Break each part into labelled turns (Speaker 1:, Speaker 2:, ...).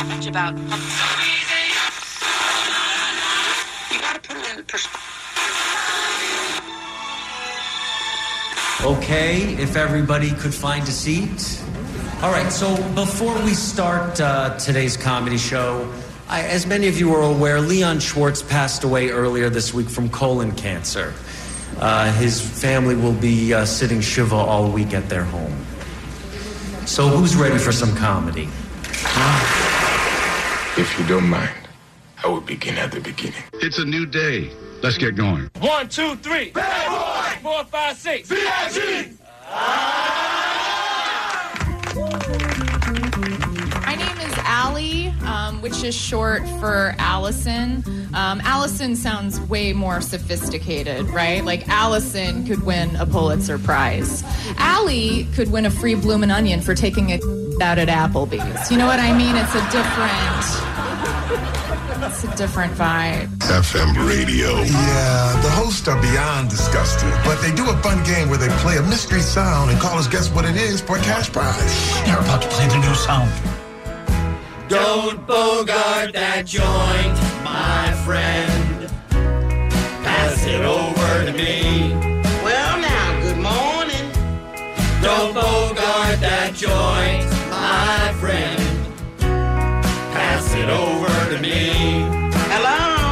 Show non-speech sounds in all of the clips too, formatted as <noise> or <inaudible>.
Speaker 1: much about.
Speaker 2: You gotta put it in perspective.
Speaker 3: Okay, if everybody could find a seat. All right, so before we start uh, today's comedy show, I, as many of you are aware, Leon Schwartz passed away earlier this week from colon cancer. Uh, his family will be uh, sitting Shiva all week at their home. So, who's ready for some comedy?
Speaker 4: If you don't mind, I will begin at the beginning.
Speaker 5: It's a new day. Let's get going.
Speaker 6: One, two, three. Bad boy. Four, five, six. VIG.
Speaker 7: My name is Allie, um, which is short for Allison. Um, Allison sounds way more sophisticated, right? Like Allison could win a Pulitzer Prize. Allie could win a free bloomin' onion for taking a <laughs> out at Applebee's. You know what I mean? It's a different, it's a
Speaker 1: <laughs>
Speaker 7: different vibe.
Speaker 5: FM radio.
Speaker 8: Yeah, Uh, the hosts are beyond disgusted, but they do a fun game where they play a mystery sound and call us guess what it is for a cash prize.
Speaker 3: They're about to play the new sound.
Speaker 6: Don't bogart that joint, my friend. Pass it over to me.
Speaker 2: Well, now, good morning.
Speaker 6: Don't bogart that joint, my friend. Pass it over to me.
Speaker 2: Hello.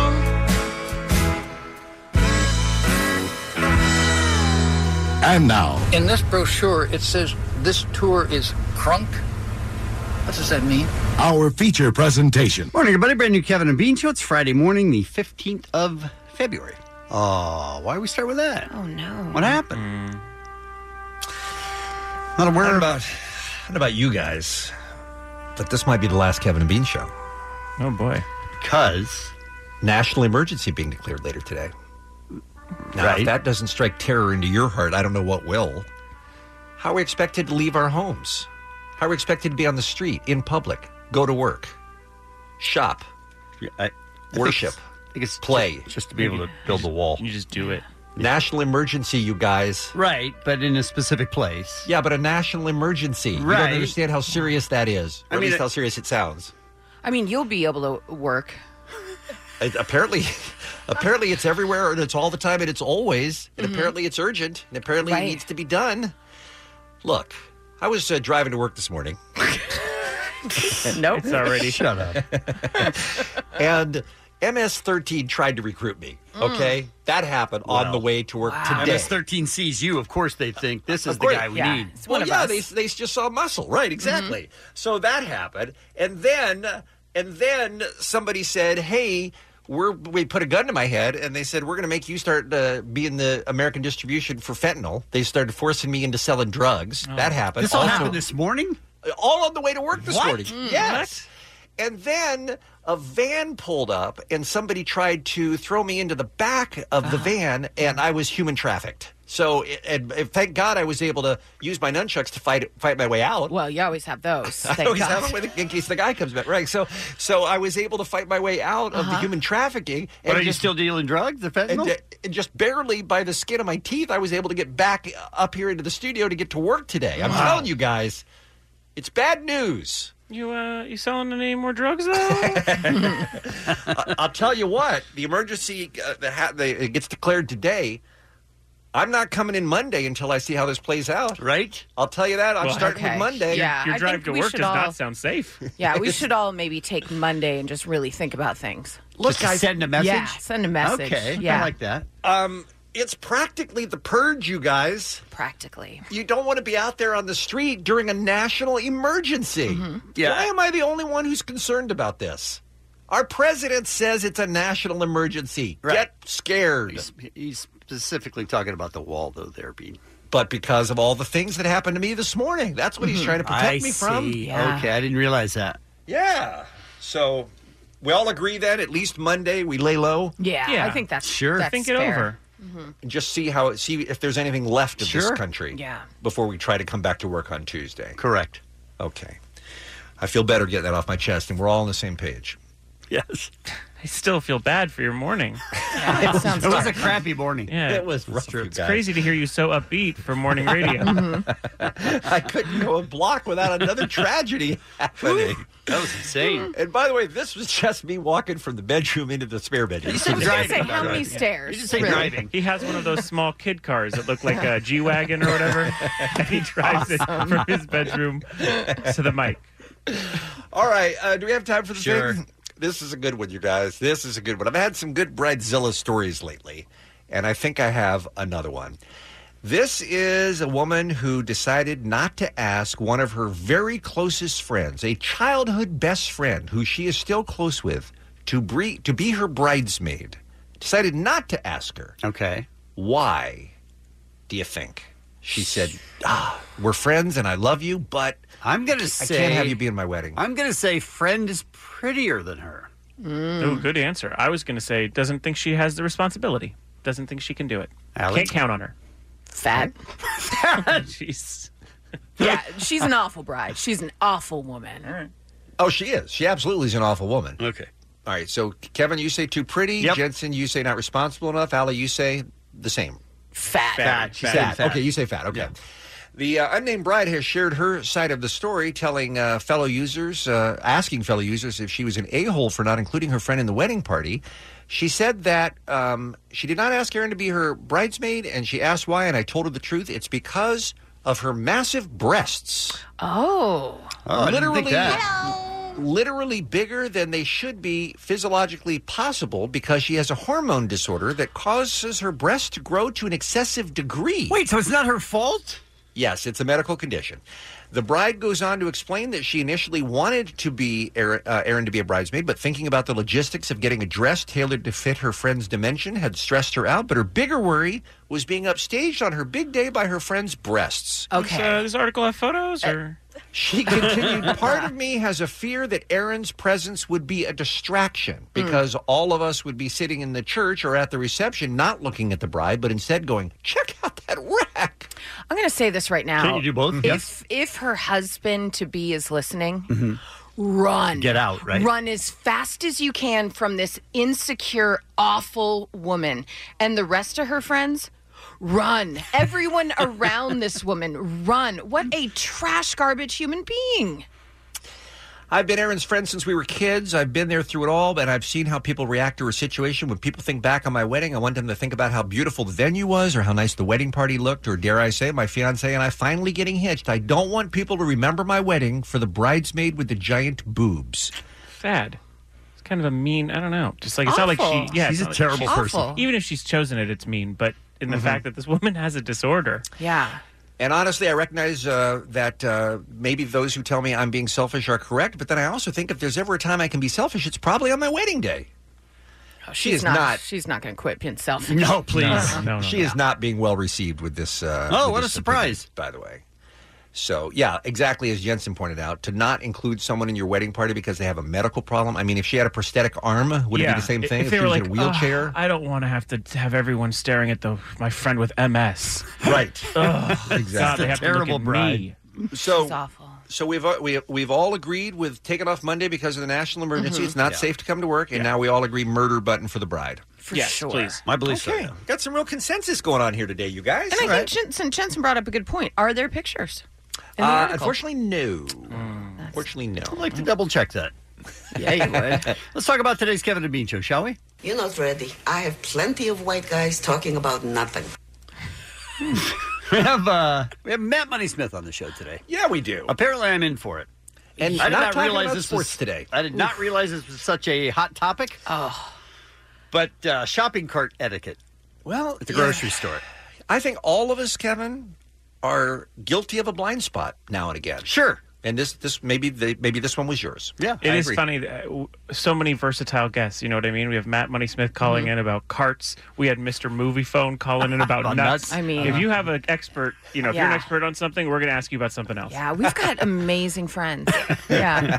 Speaker 5: And now,
Speaker 9: In this brochure, it says this tour is crunk. What does that mean?
Speaker 5: our feature presentation.
Speaker 9: Morning, everybody. Brand new Kevin and Bean Show. It's Friday morning, the 15th of February. Oh, why we start with that?
Speaker 1: Oh no.
Speaker 9: What happened? Not aware about.
Speaker 3: What about you guys? But this might be the last Kevin and Bean show.
Speaker 6: Oh boy.
Speaker 9: Because.
Speaker 3: National emergency being declared later today. Now,
Speaker 9: Right.
Speaker 3: if that doesn't strike terror into your heart, I don't know what will. How are we expected to leave our homes? How are we expected to be on the street, in public, go to work, shop,
Speaker 9: I, I think
Speaker 3: Worship.
Speaker 9: it's- I think it's
Speaker 3: Play.
Speaker 9: Just, just to be able to build the wall.
Speaker 6: You just do it.
Speaker 3: National emergency, you guys.
Speaker 9: Right, but in a specific place.
Speaker 3: Yeah, but a national emergency. You
Speaker 9: Right.
Speaker 3: don't understand how serious that is. Or
Speaker 9: I
Speaker 3: at
Speaker 9: mean, uh,
Speaker 3: least
Speaker 9: it-
Speaker 3: how serious it sounds.
Speaker 1: <laughs> I mean, you'll be able to work.
Speaker 3: It- apparently, <laughs> apparently it's everywhere and it's all the time and it's always
Speaker 9: Mm-hmm.
Speaker 3: and apparently it's urgent and apparently
Speaker 1: Right.
Speaker 3: it needs to be done. Look, I was uh, driving to work this
Speaker 9: <laughs>
Speaker 3: morning
Speaker 1: Nope.
Speaker 6: It's already.
Speaker 9: Shut up.
Speaker 3: <laughs> and MS13 tried to recruit me.
Speaker 1: Mm.
Speaker 9: Mm.
Speaker 3: Okay, that happened on the way to work today.
Speaker 9: MS13 sees you. Of course, they think this is
Speaker 3: Of
Speaker 9: the
Speaker 3: course.
Speaker 9: guy we
Speaker 1: Yeah.
Speaker 9: need.
Speaker 1: It's
Speaker 3: well,
Speaker 1: one of
Speaker 3: yeah,
Speaker 1: us. Mm-hmm.
Speaker 3: they they just saw muscle, right? Exactly. So that happened, and then and then somebody said, "Hey." We're, we put a gun to my head, and they said we're going to make you start uh, being the American distribution for fentanyl. They started forcing me into selling drugs. That
Speaker 9: Oh.
Speaker 3: happened.
Speaker 9: This all
Speaker 3: Also-
Speaker 9: happened this morning?
Speaker 3: all on the way to work this
Speaker 9: What?
Speaker 3: morning. yes. And then a van pulled up, and somebody tried to throw me into the back
Speaker 1: Uh-huh.
Speaker 3: of the van, and I was human trafficked. So, and, and thank God I was able to use my nunchucks to fight fight my way out. <laughs>
Speaker 1: Well, you always have those. Thank
Speaker 3: I always
Speaker 1: God.
Speaker 3: have
Speaker 1: <laughs>
Speaker 3: it with, in case the guy comes back, right? So, so I was able to fight my way out of
Speaker 1: Uh-huh.
Speaker 3: the human trafficking.
Speaker 9: But are you
Speaker 3: just-
Speaker 9: still dealing drugs? The
Speaker 3: and, uh,
Speaker 9: fentanyl?
Speaker 3: and just barely by the skin of my teeth, I was able to get back up here into the studio to get to work today. I'm telling you guys, it's bad news.
Speaker 6: You uh, you selling any more drugs though?
Speaker 3: I'll tell you what, the emergency uh, the ha- the, it gets declared today. I'm not coming in Monday until I see how this plays out.
Speaker 9: right?
Speaker 3: I'll tell you that. I'm
Speaker 6: Well,
Speaker 3: starting
Speaker 1: okay.
Speaker 3: with Monday.
Speaker 1: Yeah,
Speaker 6: Your
Speaker 1: I
Speaker 6: drive
Speaker 1: think
Speaker 6: to
Speaker 1: we
Speaker 6: work
Speaker 1: should
Speaker 6: does
Speaker 1: all-
Speaker 6: not sound safe.
Speaker 1: <laughs> yeah,
Speaker 3: <laughs>
Speaker 1: we should all maybe take Monday and just really think about things.
Speaker 3: Look,
Speaker 9: Just to
Speaker 3: guys,
Speaker 9: send a message?
Speaker 1: Yeah, send a message.
Speaker 9: Okay.
Speaker 1: Yeah.
Speaker 9: I like that.
Speaker 3: um, it's practically the purge, you guys.
Speaker 1: Practically.
Speaker 3: You don't want to be out there on the street during a national emergency.
Speaker 1: Mm-hmm.
Speaker 9: Yeah.
Speaker 3: Why am I the only one who's concerned about this? Our president says it's a national emergency.
Speaker 9: Right.
Speaker 3: Get scared.
Speaker 9: He's, he's specifically talking about the wall, though, there, Bean.
Speaker 3: But because of all the things that happened to me this morning, that's what he's trying to protect me from.
Speaker 1: Mm-hmm. Yeah.
Speaker 9: Okay, I didn't realize that.
Speaker 3: Yeah. So we all agree that at least Monday we lay low.
Speaker 7: Yeah, I think that's that's fair. Mhm.
Speaker 3: Just see how see if there's anything left of
Speaker 7: Sure.
Speaker 3: this country.
Speaker 7: Yeah.
Speaker 3: Before we try to come back to work on Tuesday. Correct. Okay. I feel better getting that off my chest, and we're all on the same page.
Speaker 10: Yes. I still feel bad for your morning.
Speaker 9: <laughs> it sounds It was dark. a crappy morning.
Speaker 10: Yeah,
Speaker 9: It was rough,
Speaker 10: It's
Speaker 9: you guys.
Speaker 10: crazy to hear you so upbeat for morning radio.
Speaker 3: <laughs> I couldn't go a block without another tragedy happening. That was insane. And by the way, this was just me walking from the bedroom into the spare bedroom.
Speaker 7: You said I was gonna driving. say, how many stairs, You should say really? driving.
Speaker 10: He has one of those small kid cars that look like a G wagon or whatever. and he drives it from his bedroom to the mic.
Speaker 3: All right. Uh, do we have time for the
Speaker 10: Sure.
Speaker 3: thing? <laughs> This is a good one, you guys. This is a good one. I've had some good Bridezilla stories lately, and I think I have another one. This is a woman who decided not to ask one of her very closest friends, a childhood best friend who she is still close with, to, bre- to be her bridesmaid. Decided not to ask her. Okay. Why do you think? She said, ah, we're friends and I love you, but I'm going to I
Speaker 9: say-
Speaker 3: can't have you be in my wedding.
Speaker 9: I'm going to say friend is prettier than her.
Speaker 10: Oh,
Speaker 6: Hmm.
Speaker 10: good answer. I was going to say, doesn't think she has the responsibility. Doesn't think she can do it. Can't count on her.
Speaker 7: Fat.
Speaker 10: <laughs> Jeez.
Speaker 7: Yeah, she's an awful bride. She's an awful woman.
Speaker 3: Oh, she is. She absolutely is an awful woman. Okay. All right. So, Kevin, you say too pretty. Jensen, you say not responsible enough. Allie, you say the same.
Speaker 7: Fat.
Speaker 3: Fat. She said fat. Okay, you say fat. Okay. The uh, unnamed bride has shared her side of the story, telling uh, fellow users, uh, asking fellow users if she was an a hole for not including her friend in the wedding party. She said that um, she did not ask Aaron to be her bridesmaid, and she asked why, and I told her the truth. It's because of her massive breasts.
Speaker 7: Oh.
Speaker 3: literally, literally bigger than they should be physiologically possible because she has a hormone disorder that causes her breasts to grow to an excessive degree. Wait, so it's not her fault? Yes, it's a medical condition. The bride goes on to explain that she initially wanted to be Erin uh, Erin to be a bridesmaid, but thinking about the logistics of getting a dress tailored to fit her friend's dimension had stressed her out. But her bigger worry was being upstaged on her big day by her friend's breasts.
Speaker 10: Does, uh, this article have photos
Speaker 1: Uh,
Speaker 10: or? <laughs>
Speaker 3: She continued, part of me has a fear that Aaron's presence would be a distraction because all of us would be sitting in the church or at the reception, not looking at the bride, but instead going, check out that rack.
Speaker 7: I'm going to say this right now.
Speaker 3: Can't you do both?
Speaker 7: If
Speaker 3: Yes.
Speaker 7: if her husband to be is listening,
Speaker 9: Mm-hmm.
Speaker 7: run.
Speaker 9: Get out, right?
Speaker 7: Run as fast as you can from this insecure, awful woman. And the rest of her friends,
Speaker 9: <laughs>
Speaker 7: run. Everyone around this woman, run. What a trash garbage human being.
Speaker 3: I've been Aaron's friend since we were kids. I've been there through it all, and I've seen how people react to a situation. When people think back on my wedding, I want them to think about how beautiful the venue was, or how nice the wedding party looked, or dare I say, my fiance and I finally getting hitched. I don't want people to remember my wedding for the bridesmaid with the giant boobs.
Speaker 10: Fad. It's kind of a mean. I don't know. Just like it's not like
Speaker 3: Awful.
Speaker 10: she. Yeah, it's
Speaker 3: She's a
Speaker 10: not like
Speaker 3: terrible
Speaker 10: she's-
Speaker 3: person.
Speaker 10: Even if she's chosen it, it's mean. But in the
Speaker 3: Mhm.
Speaker 10: fact that this woman has a disorder,
Speaker 7: Yeah.
Speaker 3: And honestly, I recognize uh, that uh, maybe those who tell me I'm being selfish are correct, but then I also think if there's ever a time I can be selfish, it's probably on my wedding day. she is
Speaker 7: not,
Speaker 3: not-
Speaker 7: Oh, She's not going to quit being selfish. Uh-huh.
Speaker 3: No, please. she is not being well received with this. Uh,
Speaker 7: Oh,
Speaker 3: with
Speaker 7: what
Speaker 3: this
Speaker 7: a surprise.
Speaker 3: opinion, By the way. So, yeah, exactly as Jensen pointed out, to not include someone in your wedding party because they have a medical problem. I mean, if she had a prosthetic arm, would it
Speaker 10: Yeah.
Speaker 3: be the same
Speaker 10: If-
Speaker 3: thing?
Speaker 10: If, they
Speaker 3: she
Speaker 10: were
Speaker 3: was
Speaker 10: like
Speaker 3: in a wheelchair?
Speaker 10: "Ugh, I don't want to have to have everyone staring at the my friend with MS.
Speaker 3: Right. <laughs>
Speaker 10: Ugh, God, they have to look at me.
Speaker 3: So, So we've uh, we, we've all agreed with taking off Monday because of the national
Speaker 9: Mhm.
Speaker 3: emergency.
Speaker 11: Mm-hmm.
Speaker 3: It's not
Speaker 9: Yeah.
Speaker 3: safe to come to work, and now we all agree murder button for the bride.
Speaker 7: For Yes, sure. please.
Speaker 9: My belief
Speaker 3: Okay, got some real consensus going on here today, you guys.
Speaker 7: And I think Jensen, Jensen brought up a good point. Are there pictures? in the
Speaker 3: uh,
Speaker 7: article?
Speaker 3: unfortunately, no. Unfortunately, no.
Speaker 9: I'd like to double check that. <laughs> Yeah, you would. <laughs> Let's talk about today's Kevin and Bean show, shall we?
Speaker 12: You're not ready. I have plenty of white guys talking about nothing.
Speaker 9: <laughs> We have uh, we have Matt Money Smith on the show today.
Speaker 3: Yeah, we do.
Speaker 9: Apparently, I'm in for it.
Speaker 3: And
Speaker 9: I did
Speaker 3: not
Speaker 9: not,
Speaker 3: talking
Speaker 9: realize
Speaker 3: about
Speaker 9: this
Speaker 3: sports
Speaker 9: was
Speaker 3: today.
Speaker 9: I did not
Speaker 3: Oof.
Speaker 9: realize this was such a hot topic. Oh, but uh, shopping cart etiquette.
Speaker 3: Well,
Speaker 9: at the
Speaker 3: yeah.
Speaker 9: grocery store.
Speaker 3: I think all of us, Kevin, are guilty of a blind spot now and again.
Speaker 9: Sure.
Speaker 3: And this this maybe they, maybe this one was yours. Yeah,
Speaker 10: It is funny. That, uh, w- so many versatile guests. You know what I mean? We have Matt Money Smith calling
Speaker 1: Mm-hmm.
Speaker 10: in about carts. We had Mr. Movie Phone calling in about
Speaker 1: <laughs> About
Speaker 10: nuts.
Speaker 1: nuts. I mean- uh-huh.
Speaker 10: if you have an expert, you know, if you're an
Speaker 1: Yeah.
Speaker 10: expert on something, we're going to ask you about something else.
Speaker 1: Yeah, we've
Speaker 3: <laughs>
Speaker 1: got amazing friends. Yeah.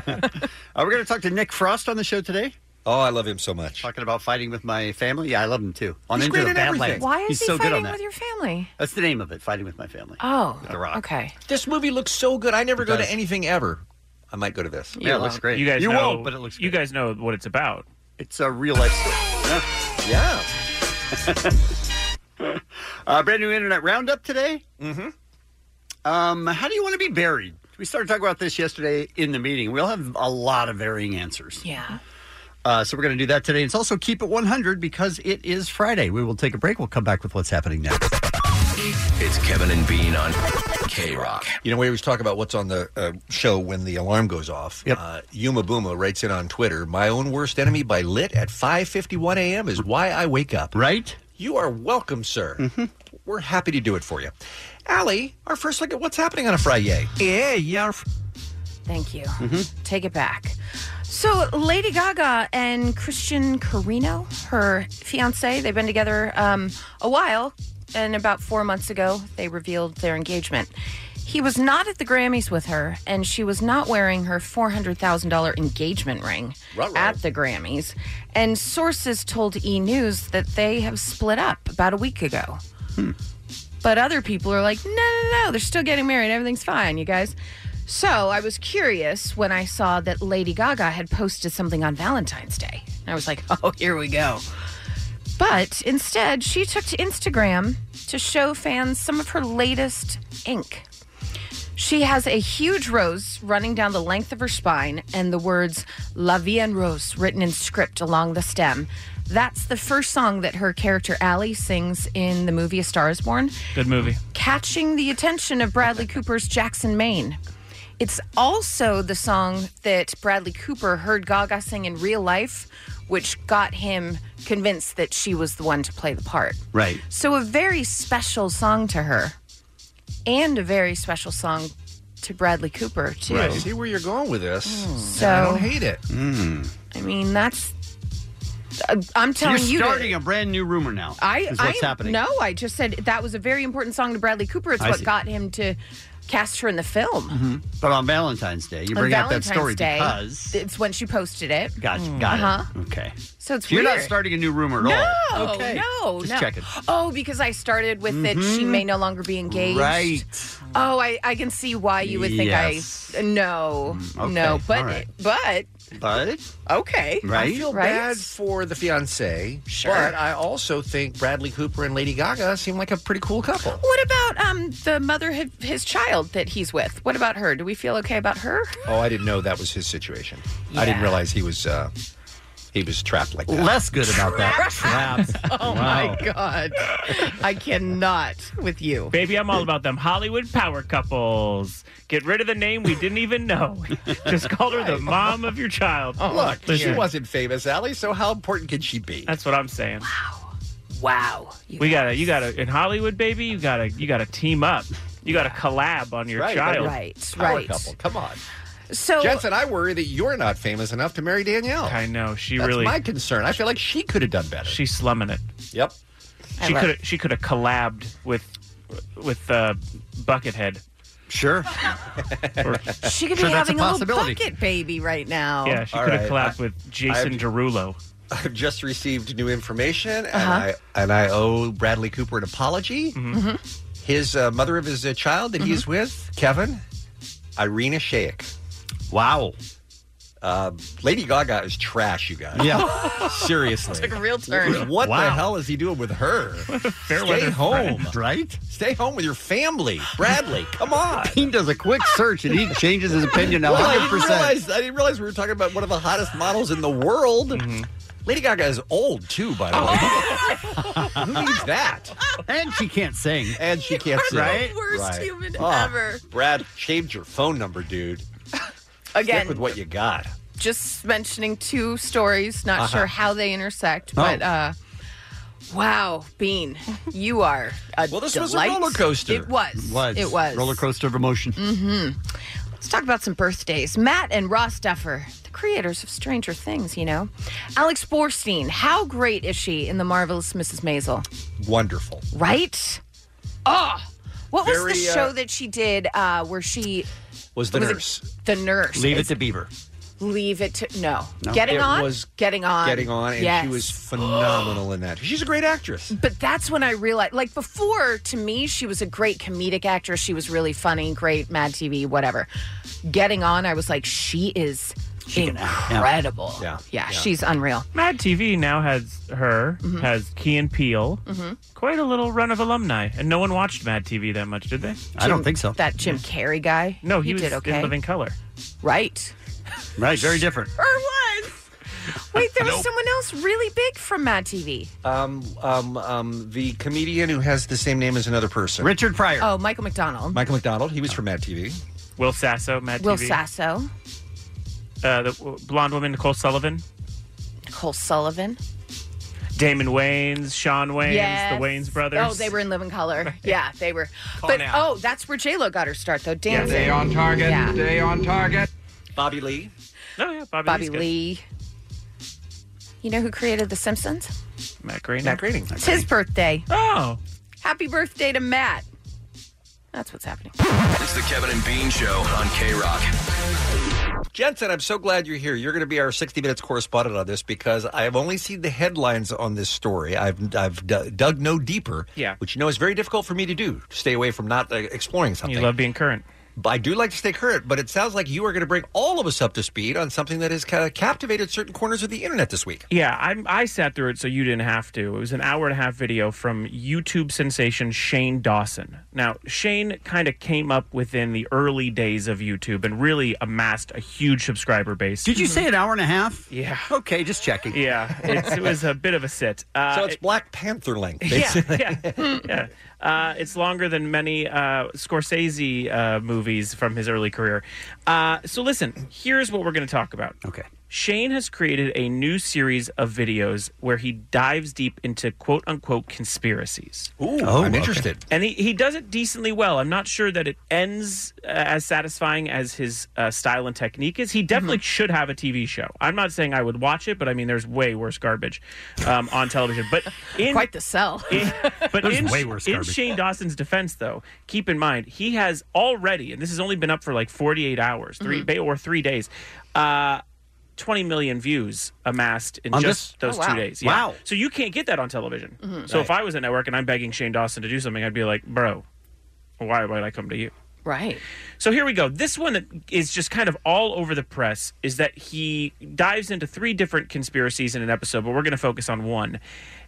Speaker 9: Are we going to Uh, talk to Nick Frost on the show today?
Speaker 3: Oh, I love him so much.
Speaker 9: Talking about fighting with my family. Yeah, I love him too. On
Speaker 1: He's
Speaker 9: Into
Speaker 1: great
Speaker 9: the
Speaker 1: at
Speaker 9: Badlands.
Speaker 1: everything. Why is
Speaker 9: He's
Speaker 1: he
Speaker 9: so good on
Speaker 1: fighting
Speaker 9: that.
Speaker 1: with your family?
Speaker 9: That's the name of it, Fighting with My Family.
Speaker 1: Oh.
Speaker 9: The Rock.
Speaker 1: Okay.
Speaker 3: This movie looks so good. I never
Speaker 10: It
Speaker 3: go
Speaker 10: does.
Speaker 3: to anything ever. I might go to this.
Speaker 9: Yeah, it looks great.
Speaker 10: You guys
Speaker 9: You
Speaker 10: know,
Speaker 9: won't,
Speaker 10: but it looks You guys know what it's about.
Speaker 9: It's a real life story.
Speaker 3: Yeah.
Speaker 9: <laughs> uh, brand new internet roundup today. Mm-hmm. Um, how do you want to be buried? We started talking about this yesterday in the meeting. We'll have a lot of varying answers.
Speaker 1: Yeah.
Speaker 9: Uh, so we're going to do that today. It's also keep it 100 because it is Friday. We will take a break. We'll come back with what's happening next.
Speaker 3: It's Kevin and Bean on K Rock. You know, we always talk about what's on the uh, show when the alarm goes off. Uh, Yuma Buma writes in on Twitter, "My own worst enemy by lit at 5:51 a.m. is why I wake up."
Speaker 9: Right?
Speaker 3: You are welcome, sir. We're happy to do it for you. Allie, our first look at what's happening on a Friday. Yeah, yeah. Mm-hmm.
Speaker 1: Thank you. Take it back. So, Lady Gaga and Christian Carino, her fiance, they've been together um, a while, and about four months ago, they revealed their engagement. He was not at the Grammys with her, and she was not wearing her $400,000 engagement ring at the Grammys. And sources told E! News that they have split up about a week ago. But other people are like, no, no, no, they're still getting married. Everything's fine, you guys. So I was curious when I saw that Lady Gaga had posted something on Valentine's Day. I
Speaker 12: <laughs>
Speaker 1: was like, oh, here we go. But instead, she took to Instagram to show fans some of her latest ink. She has a huge rose running down the length of her spine and the words La Vie en Rose written in script along the stem. That's the first song that her character Allie sings in the movie A Star is Born
Speaker 10: Good movie.
Speaker 1: catching the attention of Bradley Cooper's Jackson Maine. It's also the song that Bradley Cooper heard Gaga sing in real life, which got him convinced that she was the one to play the part.
Speaker 9: Right.
Speaker 1: So, a very special song to her, and a very special song to Bradley Cooper, too.
Speaker 3: Right. See where you're going with this.
Speaker 1: So-
Speaker 3: I don't hate it. Hmm.
Speaker 1: I mean, that's. I- I'm
Speaker 9: So you're
Speaker 1: telling you. that-
Speaker 9: starting a brand new rumor now.
Speaker 1: I,
Speaker 9: is
Speaker 1: I
Speaker 9: what's happening.
Speaker 1: No, I just said that was a very important song to Bradley Cooper. It's
Speaker 9: I
Speaker 1: what
Speaker 9: see.
Speaker 1: got him to cast her in the film.
Speaker 9: Mhm. But on Valentine's Day, you
Speaker 1: on
Speaker 9: bring up that
Speaker 1: Valentine's
Speaker 9: story
Speaker 1: Day.
Speaker 9: because.
Speaker 1: it's when she posted it.
Speaker 9: Gotcha. Got
Speaker 1: Uh-huh.
Speaker 9: it. Okay.
Speaker 1: So it's
Speaker 9: You're not
Speaker 1: weird.
Speaker 9: starting a new rumor at
Speaker 1: No,
Speaker 9: all. Okay.
Speaker 1: no,
Speaker 9: Just
Speaker 1: no.
Speaker 9: checking.
Speaker 1: Oh, because I started with that she
Speaker 9: Mhm.
Speaker 1: may no longer be engaged.
Speaker 9: Right.
Speaker 1: Oh, I, I can see why you would think
Speaker 9: Yes. Mm,
Speaker 1: I no
Speaker 3: okay,
Speaker 1: no, but
Speaker 3: all right.
Speaker 1: but
Speaker 9: But
Speaker 1: okay,
Speaker 3: I feel bad for the fiance,
Speaker 1: Sure.
Speaker 3: but I also think Bradley Cooper and Lady Gaga seem like a pretty cool couple.
Speaker 1: What about um the mother of his child that he's with? What about her? Do we feel okay about her?
Speaker 3: Oh, I didn't know that was his situation. I didn't realize he was uh, he was trapped like that.
Speaker 9: Less good about that. Trapped.
Speaker 1: <laughs> Oh my god, I cannot with you.
Speaker 10: Baby, I'm all about them Hollywood power couples. Get rid of the name we didn't even
Speaker 3: <laughs>
Speaker 10: know. Just call her the mom of your child.
Speaker 3: Oh, Look, she
Speaker 10: Listen,
Speaker 3: wasn't famous, Allie. So how important can she be?
Speaker 10: That's what I'm saying.
Speaker 1: Wow.
Speaker 10: we gotta, you gotta, in Hollywood, baby, you gotta, you gotta team up. You gotta collab on your
Speaker 3: Right,
Speaker 10: child.
Speaker 1: right,
Speaker 3: Power right. couple, Come on.
Speaker 1: So
Speaker 3: Jensen, I worry that you're not famous enough to marry Danielle. I
Speaker 10: know she
Speaker 3: That's
Speaker 10: really-
Speaker 3: my concern. I feel like she could have done better.
Speaker 10: She's slumming it.
Speaker 3: Yep.
Speaker 1: I
Speaker 10: She
Speaker 1: love
Speaker 10: could, she could have collabed with, with uh, Buckethead. <laughs>
Speaker 9: Sure.
Speaker 1: She could be having a, little bucket baby right now.
Speaker 10: Yeah, she
Speaker 3: All
Speaker 10: could have
Speaker 3: right.
Speaker 10: collabed with Jason Derulo.
Speaker 3: I've <laughs> just received new information, and
Speaker 10: Uh-huh.
Speaker 3: I and I owe Bradley Cooper an apology.
Speaker 10: Mm-hmm.
Speaker 1: Mm-hmm.
Speaker 3: His uh, mother of his uh, child that he is with, Kevin, Irina Shayk.
Speaker 9: Wow.
Speaker 3: Uh, Lady Gaga is trash, you guys.
Speaker 9: Yeah.
Speaker 3: <laughs> seriously.
Speaker 1: Took a real turn.
Speaker 3: What the
Speaker 9: Wow.
Speaker 3: hell is he doing
Speaker 10: <laughs>
Speaker 3: with her? Stay
Speaker 9: weather
Speaker 3: home,
Speaker 9: friend. right?
Speaker 3: Stay home with your family, Bradley. Come on.
Speaker 9: He does a quick search and he changes his <laughs> opinion now.
Speaker 3: Well,
Speaker 9: 100.
Speaker 3: I, didn't
Speaker 9: percent
Speaker 3: realize, I didn't realize we were talking about one of the hottest models in the world.
Speaker 9: Mm-hmm.
Speaker 3: Lady Gaga is old too, by the way.
Speaker 9: Oh,
Speaker 3: Who needs that?
Speaker 9: And she can't sing.
Speaker 3: And she can't
Speaker 9: are the
Speaker 3: sing.
Speaker 9: worst human
Speaker 3: Oh,
Speaker 9: ever.
Speaker 3: Brad, change your phone number, dude. Stick
Speaker 1: Again,
Speaker 3: with what you got.
Speaker 1: just mentioning two stories, not
Speaker 3: Uh-huh.
Speaker 1: sure how they intersect,
Speaker 3: Oh.
Speaker 1: but uh wow, Bean, you are a
Speaker 9: Well,
Speaker 3: this was a
Speaker 1: delight.
Speaker 3: roller coaster.
Speaker 1: It was. It was.
Speaker 9: Mm. Roller coaster of emotion.
Speaker 1: Mm-hmm. Let's talk about some birthdays. Matt and Ross Duffer, the creators of Stranger Things, you know. Alex Borstein, how great is she in The Marvelous Mrs. Maisel?
Speaker 3: Wonderful.
Speaker 1: Right? Oh, what
Speaker 3: Ah! Very,
Speaker 1: was the
Speaker 3: uh,
Speaker 1: show that she did uh, where she
Speaker 3: Was the
Speaker 1: it
Speaker 3: nurse.
Speaker 1: The nurse. It's-
Speaker 3: Beaver.
Speaker 1: Leave it to no.
Speaker 3: No.
Speaker 1: Getting
Speaker 3: It
Speaker 1: on.
Speaker 3: was
Speaker 1: getting on.
Speaker 3: Getting on, and
Speaker 1: Yes.
Speaker 3: she was phenomenal in that. She's a great actress.
Speaker 1: But that's when I realized, like before, to me, she was a great comedic actress. She was really funny, great, Mad TV, whatever. Getting on, I was like, she is incredible.
Speaker 10: Yeah.
Speaker 1: Yeah,
Speaker 10: Yeah.
Speaker 1: she's unreal.
Speaker 10: Mad TV now has her,
Speaker 1: Mhm.
Speaker 10: has Key and Peele.
Speaker 1: Mhm.
Speaker 10: Quite a little run of alumni, and no one watched Mad TV that much, did they?
Speaker 1: Jim- That Jim Carrey guy.
Speaker 10: No, he, was
Speaker 1: did okay.
Speaker 10: in Living Color.
Speaker 1: Right.
Speaker 9: Right, very different.
Speaker 1: <laughs> Or was. Wait, there was
Speaker 3: Nope.
Speaker 1: someone else really big from Mad TV.
Speaker 3: Um, um, um, the comedian who has the same name as another person.
Speaker 9: Richard Pryor.
Speaker 1: Oh, Michael McDonald.
Speaker 3: Michael McDonald. He was from Mad TV.
Speaker 10: Will Sasso, Mad
Speaker 1: Will
Speaker 10: TV.
Speaker 1: Sasso.
Speaker 10: Uh, the w- blonde woman, Nicole Sullivan.
Speaker 1: Nicole Sullivan.
Speaker 10: Damon Wayans, Sean Wayans,
Speaker 1: Yes.
Speaker 10: the Wayans brothers.
Speaker 1: Oh, they were in Living
Speaker 10: <laughs>
Speaker 1: Color. Yeah, they were. but
Speaker 10: now.
Speaker 1: oh, that's where J Lo got her start though.
Speaker 10: Yeah.
Speaker 1: Dancing.
Speaker 10: Stay on target,
Speaker 1: Yeah.
Speaker 10: stay on
Speaker 3: target. Bobby Lee.
Speaker 10: Oh yeah, Bobby,
Speaker 1: Bobby
Speaker 10: Lee's good.
Speaker 1: Lee. You know who created The Simpsons?
Speaker 10: Matt Groening.
Speaker 3: Matt Groening.
Speaker 1: It's his birthday.
Speaker 10: Oh.
Speaker 1: Happy birthday to Matt. That's what's happening.
Speaker 13: It's the Kevin and Bean Show on K Rock.
Speaker 3: Jensen, I'm so glad you're here. You're going to be our 60 Minutes correspondent on this because I've only seen the headlines on this story. I've I've d- dug no deeper.
Speaker 10: Yeah.
Speaker 3: which you know is very difficult for me to do. To stay away from not uh, exploring something.
Speaker 10: love being current.
Speaker 3: But I do like to stay current, but it sounds like you are going to bring all of us up to speed on something that has kind of captivated certain corners of the internet this week.
Speaker 10: Yeah, I'm, I sat through it so you didn't have to. It was an hour and a half video from YouTube sensation Shane Dawson. Now, Shane kind of came up within the early days of YouTube and really amassed a huge subscriber base.
Speaker 9: Did you say an hour and a half?
Speaker 10: Yeah.
Speaker 9: Okay, just checking.
Speaker 10: Yeah, it's, it was a bit of a sit. Uh,
Speaker 3: so it's Black Panther length.
Speaker 10: yeah, yeah, <laughs> yeah. Uh, it's longer than many uh, Scorsese uh, movies from his early career. Uh, so listen, here's what we're going to talk about.
Speaker 9: Okay.
Speaker 10: Shane has created a new series of videos where he dives deep into quote unquote conspiracies.
Speaker 3: Ooh, Oh, I'm okay. interested.
Speaker 10: And he, he does it decently well. I'm not sure that it ends uh, as satisfying as his uh, style and technique is. He definitely should have a TV show. I'm not saying I would watch it, but I mean, there's way worse garbage um, on television. But in,
Speaker 1: Quite the sell.
Speaker 10: but
Speaker 1: There's
Speaker 10: <laughs> in,
Speaker 1: way worse
Speaker 10: in
Speaker 1: garbage.
Speaker 10: Shane Dawson's defense, though, keep in mind he has already, and this has only been up for like 48 hours, 3
Speaker 14: Mhm.
Speaker 10: ba- or three days, uh, 20 million views amassed in
Speaker 14: On
Speaker 10: just
Speaker 14: this?
Speaker 10: those
Speaker 14: Oh, wow.
Speaker 10: two days.
Speaker 14: Wow.
Speaker 10: So you can't get that on television.
Speaker 1: Mm-hmm.
Speaker 12: Mm-hmm.
Speaker 14: Mhm.
Speaker 10: So if I was at network and I'm begging Shane Dawson to do something, I'd be like, bro, why would I come to you?
Speaker 1: Right.
Speaker 10: So here we go. This one that is just kind of all over the press is that he dives into three different conspiracies in an episode, but we're going to focus on one,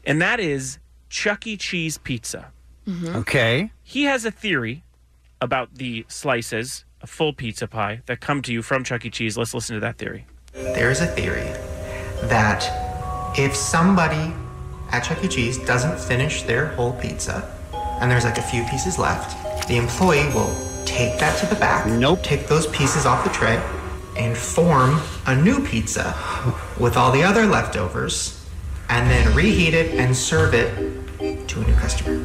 Speaker 10: and that is Chuck E. Cheese pizza.
Speaker 15: Mm-hmm.
Speaker 16: Mm-hmm.
Speaker 9: Okay.
Speaker 10: He has a theory about the slices, a full pizza pie, that come to you from Chuck E. Cheese. Let's listen to that theory.
Speaker 17: There is a theory that if somebody at Chuck E. Cheese doesn't finish their whole pizza, and there's like a few pieces left, the employee will take that to the back. Nope. Take those pieces off the tray and form a new pizza with all the other leftovers, and then reheat it and serve it to a new customer.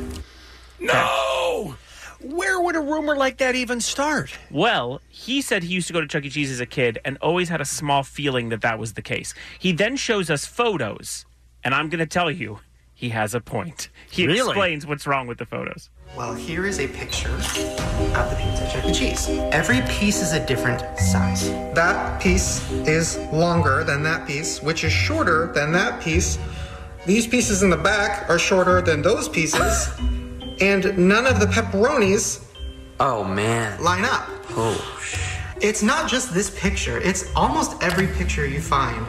Speaker 3: No! Where would a rumor like that even start?
Speaker 10: Well, he said he used to go to Chuck E. Cheese as a kid and always had a small feeling that that was the case. He then shows us photos, and I'm going to tell you, he has a point. He
Speaker 17: Really?
Speaker 10: explains what's wrong with the photos.
Speaker 17: Well, here is a picture of the pizza Chuck E. Cheese. Every piece is a different size. That piece is longer than that piece, which is shorter than that piece. These pieces in the back are shorter than those <laughs> pieces, and none of the pepperonis
Speaker 15: Oh man.
Speaker 17: line up.
Speaker 15: Oh.
Speaker 17: It's not just this picture, it's almost every picture you find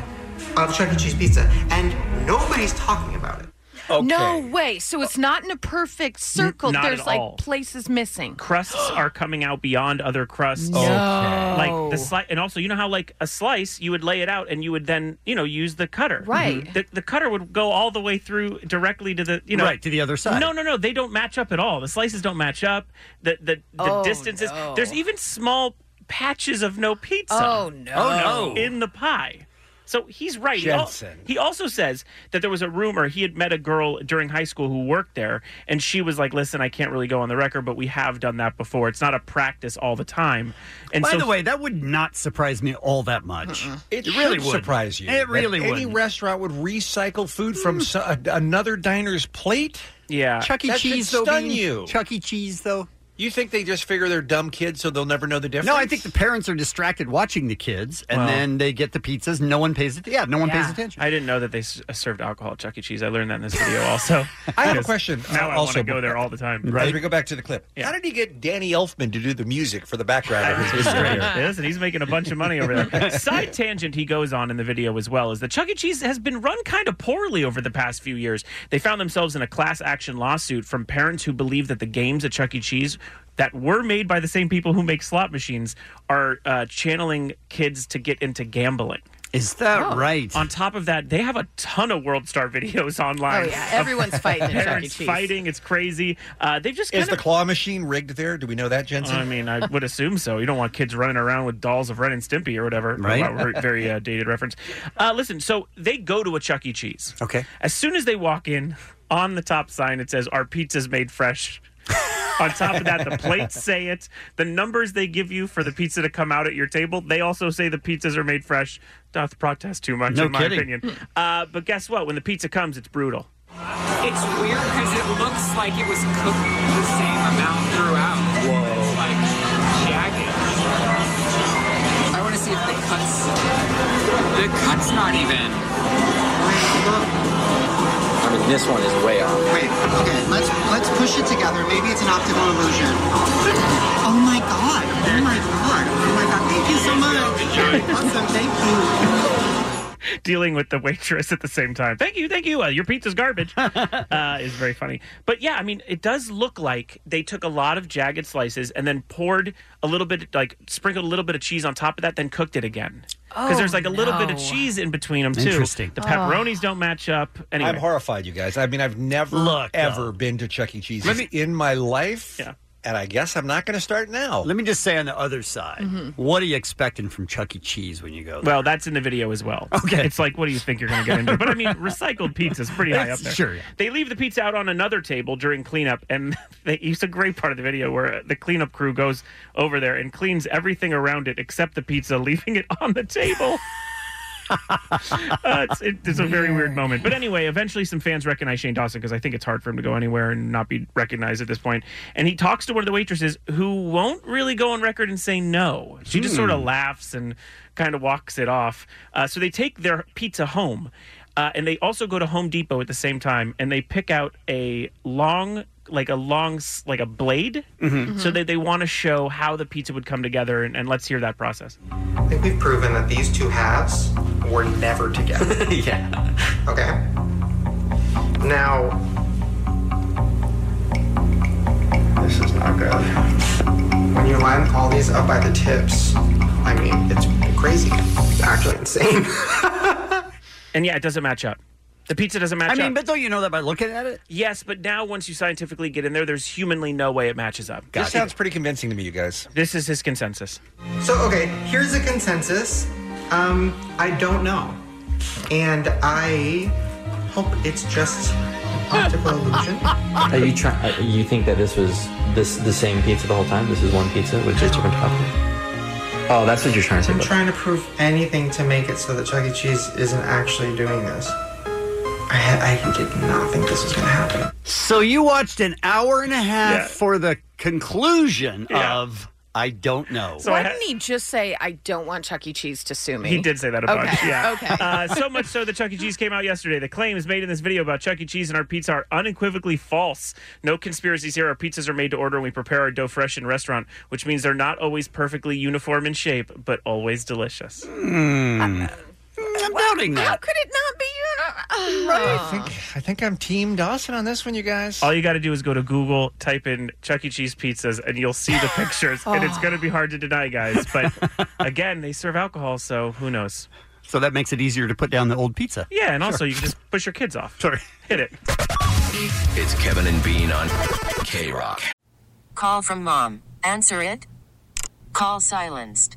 Speaker 17: of Chuck E. Cheese pizza, and nobody's talking about it.
Speaker 1: No way. So it's not in a perfect circle.
Speaker 10: not
Speaker 1: There's
Speaker 10: at
Speaker 1: like
Speaker 10: all.
Speaker 1: places missing.
Speaker 10: Crusts are coming out beyond other crusts.
Speaker 1: No. Okay.
Speaker 10: Like the slice, and also you know how like a slice, you would lay it out and you would then you know use the cutter. Mm-hmm.
Speaker 1: Right.
Speaker 10: The, the cutter would go all the way through directly to the you know
Speaker 9: Right, to the other side.
Speaker 10: No, no, no. They don't match up at all. The slices don't match up. The the, the
Speaker 9: Oh,
Speaker 10: distances.
Speaker 9: no.
Speaker 10: There's even small patches of no pizza.
Speaker 9: Oh, no. Oh, no.
Speaker 10: In the pie. So he's right. He al-
Speaker 18: Jensen.
Speaker 10: He also says that there was a rumor he had met a girl during high school who worked there, and she was like, "Listen, I can't really go on the record, but we have done that before. It's not a practice all the time." And
Speaker 9: By
Speaker 10: so
Speaker 9: the way, that would not surprise me all that much.
Speaker 3: It,
Speaker 9: really
Speaker 3: should
Speaker 9: would
Speaker 3: surprise you.
Speaker 9: It
Speaker 3: that
Speaker 9: really would.
Speaker 3: Any restaurant would recycle food from so- a- another diner's plate.
Speaker 10: Mm. Yeah,
Speaker 9: Chuck E.
Speaker 3: That should
Speaker 9: Cheese, though,
Speaker 3: stun
Speaker 9: being-
Speaker 3: you.
Speaker 9: Chuck E. Cheese though.
Speaker 3: You think they just figure they're dumb kids, so they'll never know the difference?
Speaker 9: No, I think the parents are distracted watching the kids, and
Speaker 10: Well.
Speaker 9: then they get the pizzas. No one pays it. Yeah, no one pays
Speaker 10: Yeah.
Speaker 9: attention.
Speaker 10: I didn't know that they s- uh, served alcohol at Chuck E. Cheese. I learned that in this video
Speaker 9: <laughs>
Speaker 10: also.
Speaker 3: I have a
Speaker 10: Because
Speaker 3: question.
Speaker 10: Now I
Speaker 3: uh,
Speaker 10: want
Speaker 3: also
Speaker 10: to go there all the time.
Speaker 3: As we go back to the clip, how did he get Danny Elfman to do the music for the background
Speaker 10: <laughs>
Speaker 3: of his video?
Speaker 10: Yeah, Listen, he's making a bunch of money over there. Side tangent he goes on in the video as well is that Chuck E. Cheese has been run kind of poorly over the past few years. They found themselves in a class action lawsuit from parents who believe that the games at Chuck E. Cheese that were made by the same people who make slot machines are uh, channeling kids to get into gambling.
Speaker 9: Is that
Speaker 7: Oh.
Speaker 9: right?
Speaker 10: On top of that, they have a ton of World Star videos <laughs> online.
Speaker 7: Oh, yeah. Everyone's fighting at Chuck E.
Speaker 10: Parents
Speaker 7: Cheese.
Speaker 10: fighting. It's crazy. Uh, they've just
Speaker 3: Is
Speaker 10: kind
Speaker 3: the
Speaker 10: of
Speaker 3: claw machine rigged there? Do we know that, Jensen?
Speaker 10: I mean, I would assume so. You don't want kids running around with dolls of Ren and Stimpy or whatever.
Speaker 3: Right.
Speaker 10: Wow, we're- very uh, dated reference. Uh, listen, so they go to a Chuck E. Cheese. Okay. As soon as they walk in, on the top sign it says, "Our pizza's made fresh." on top of that, the plates say it. The numbers they give you for the pizza to come out at your table, they also say the pizzas are made fresh. Doth protest too much,
Speaker 9: No
Speaker 10: in my
Speaker 9: kidding.
Speaker 10: opinion. Uh, but guess what? When the pizza comes, it's brutal.
Speaker 19: It's weird because it looks like it was cooked the same amount throughout. Whoa. It's like jagged. I want to see if the cuts. The cut's not even.
Speaker 5: I mean, this one is way off.
Speaker 8: Wait, okay, let's let's push it together. Maybe it's an optical illusion. Oh my god. Oh my god. Oh my god. Thank you so much. awesome, thank you.
Speaker 10: dealing with the waitress at the same time. Thank you, thank you. Uh, your pizza's
Speaker 9: <laughs>
Speaker 10: garbage uh, is very funny. But yeah, I mean, it does look like they took a lot of jagged slices and then poured a little bit, like sprinkled a little bit of cheese on top of that, then cooked it again. Because there's like a little bit
Speaker 9: Oh,
Speaker 10: of
Speaker 3: no.
Speaker 10: cheese in between them too.
Speaker 3: Oh. Interesting.
Speaker 10: The pepperonis don't match up. Anyway,
Speaker 3: I'm horrified, you guys. I mean, I've never
Speaker 10: Look,
Speaker 3: ever
Speaker 10: uh,
Speaker 3: been to Chuck E. Cheese
Speaker 9: let me-
Speaker 3: in my life,
Speaker 10: Yeah.
Speaker 3: and I guess I'm not going to start now.
Speaker 9: Let me just say on the other side,
Speaker 5: Mm-hmm.
Speaker 3: Mhm.
Speaker 9: what are you expecting from Chuck E. Cheese when you go there?
Speaker 10: Mm-hmm. Well, that's in the video as well. Okay. It's like, what do you think you're going to get into? But I
Speaker 9: <laughs>
Speaker 10: mean, recycled pizza's pretty high up there.
Speaker 9: Sure, yeah.
Speaker 10: They leave the pizza out on another table during cleanup, and <laughs> they, it's a great part of the video where the cleanup crew goes over there and cleans everything around it except the pizza, <laughs> leaving it on the table. <laughs> Uh, it's, it- it's a very weird moment. But anyway, eventually some fans recognize Shane Dawson because I think it's hard for him to go anywhere and not be recognized at this point. And he talks to one of the waitresses who won't really go on record and say no. She just
Speaker 20: Hmm.
Speaker 10: sort of laughs and kind of walks it off. Uh, so they take their pizza home. Uh, and they also go to Home Depot at the same time and they pick out a long like a long s- like a blade
Speaker 17: Mhm.
Speaker 10: so that they want to show how the pizza would come together and, and let's hear that process
Speaker 17: I think we've proven that these two halves were never
Speaker 8: <laughs>
Speaker 17: together. yeah. Okay. Now. This is not good. When you line all these up by the tips, I mean, it's crazy. It's actually insane.
Speaker 10: <laughs> and yeah it doesn't match up the pizza doesn't match
Speaker 9: I
Speaker 10: up
Speaker 9: mean, but don't you know that by looking at it?
Speaker 10: Yes, but now once you scientifically get in there, there's humanly no way it matches up.
Speaker 3: This sounds pretty convincing to me, you guys.
Speaker 10: This is his consensus.
Speaker 17: So, okay, here's the consensus. Um, I don't know. And I hope it's just optical illusion.
Speaker 5: Are you trying? You think that this was this the same pizza the whole time? This is one pizza with just different toppings. Oh, that's what you're trying to say.
Speaker 17: I'm
Speaker 5: but-
Speaker 17: trying to prove anything to make it so that Chuck E. Cheese isn't actually doing this. I, I did not think this was going to happen.
Speaker 9: So you watched an hour and a half
Speaker 17: Yeah.
Speaker 9: for the conclusion
Speaker 7: Yeah.
Speaker 9: of uh, I don't know.
Speaker 7: Why didn't he just say, I don't want Chuck E. Cheese to sue me?
Speaker 10: He did say that a
Speaker 7: okay.
Speaker 10: bunch.
Speaker 9: <laughs>
Speaker 10: Yeah.
Speaker 7: Okay.
Speaker 10: Uh, so much so that Chuck E. Cheese came out yesterday. The claims made in this video about Chuck E. Cheese and our pizza are unequivocally false. No conspiracies here. Our pizzas are made to order and we prepare our dough fresh in restaurant, which means they're not always perfectly uniform in shape, but always delicious.
Speaker 9: I'm doubting
Speaker 7: How could it not be you?
Speaker 3: I think I think I'm Team Dawson on this one, you guys.
Speaker 10: All you got to do is go to Google, type in Chuck E. Cheese pizzas, and you'll see
Speaker 9: <laughs>
Speaker 10: the pictures. And it's going to be hard to deny, guys. But again, they serve alcohol, so who knows?
Speaker 9: So that makes it easier to put down the old pizza.
Speaker 10: Yeah, and also you can just push your kids
Speaker 9: <laughs>
Speaker 10: off. Sorry. Hit it.
Speaker 21: It's Kevin and Bean on K Rock.
Speaker 1: Call from mom. Answer it. Call silenced.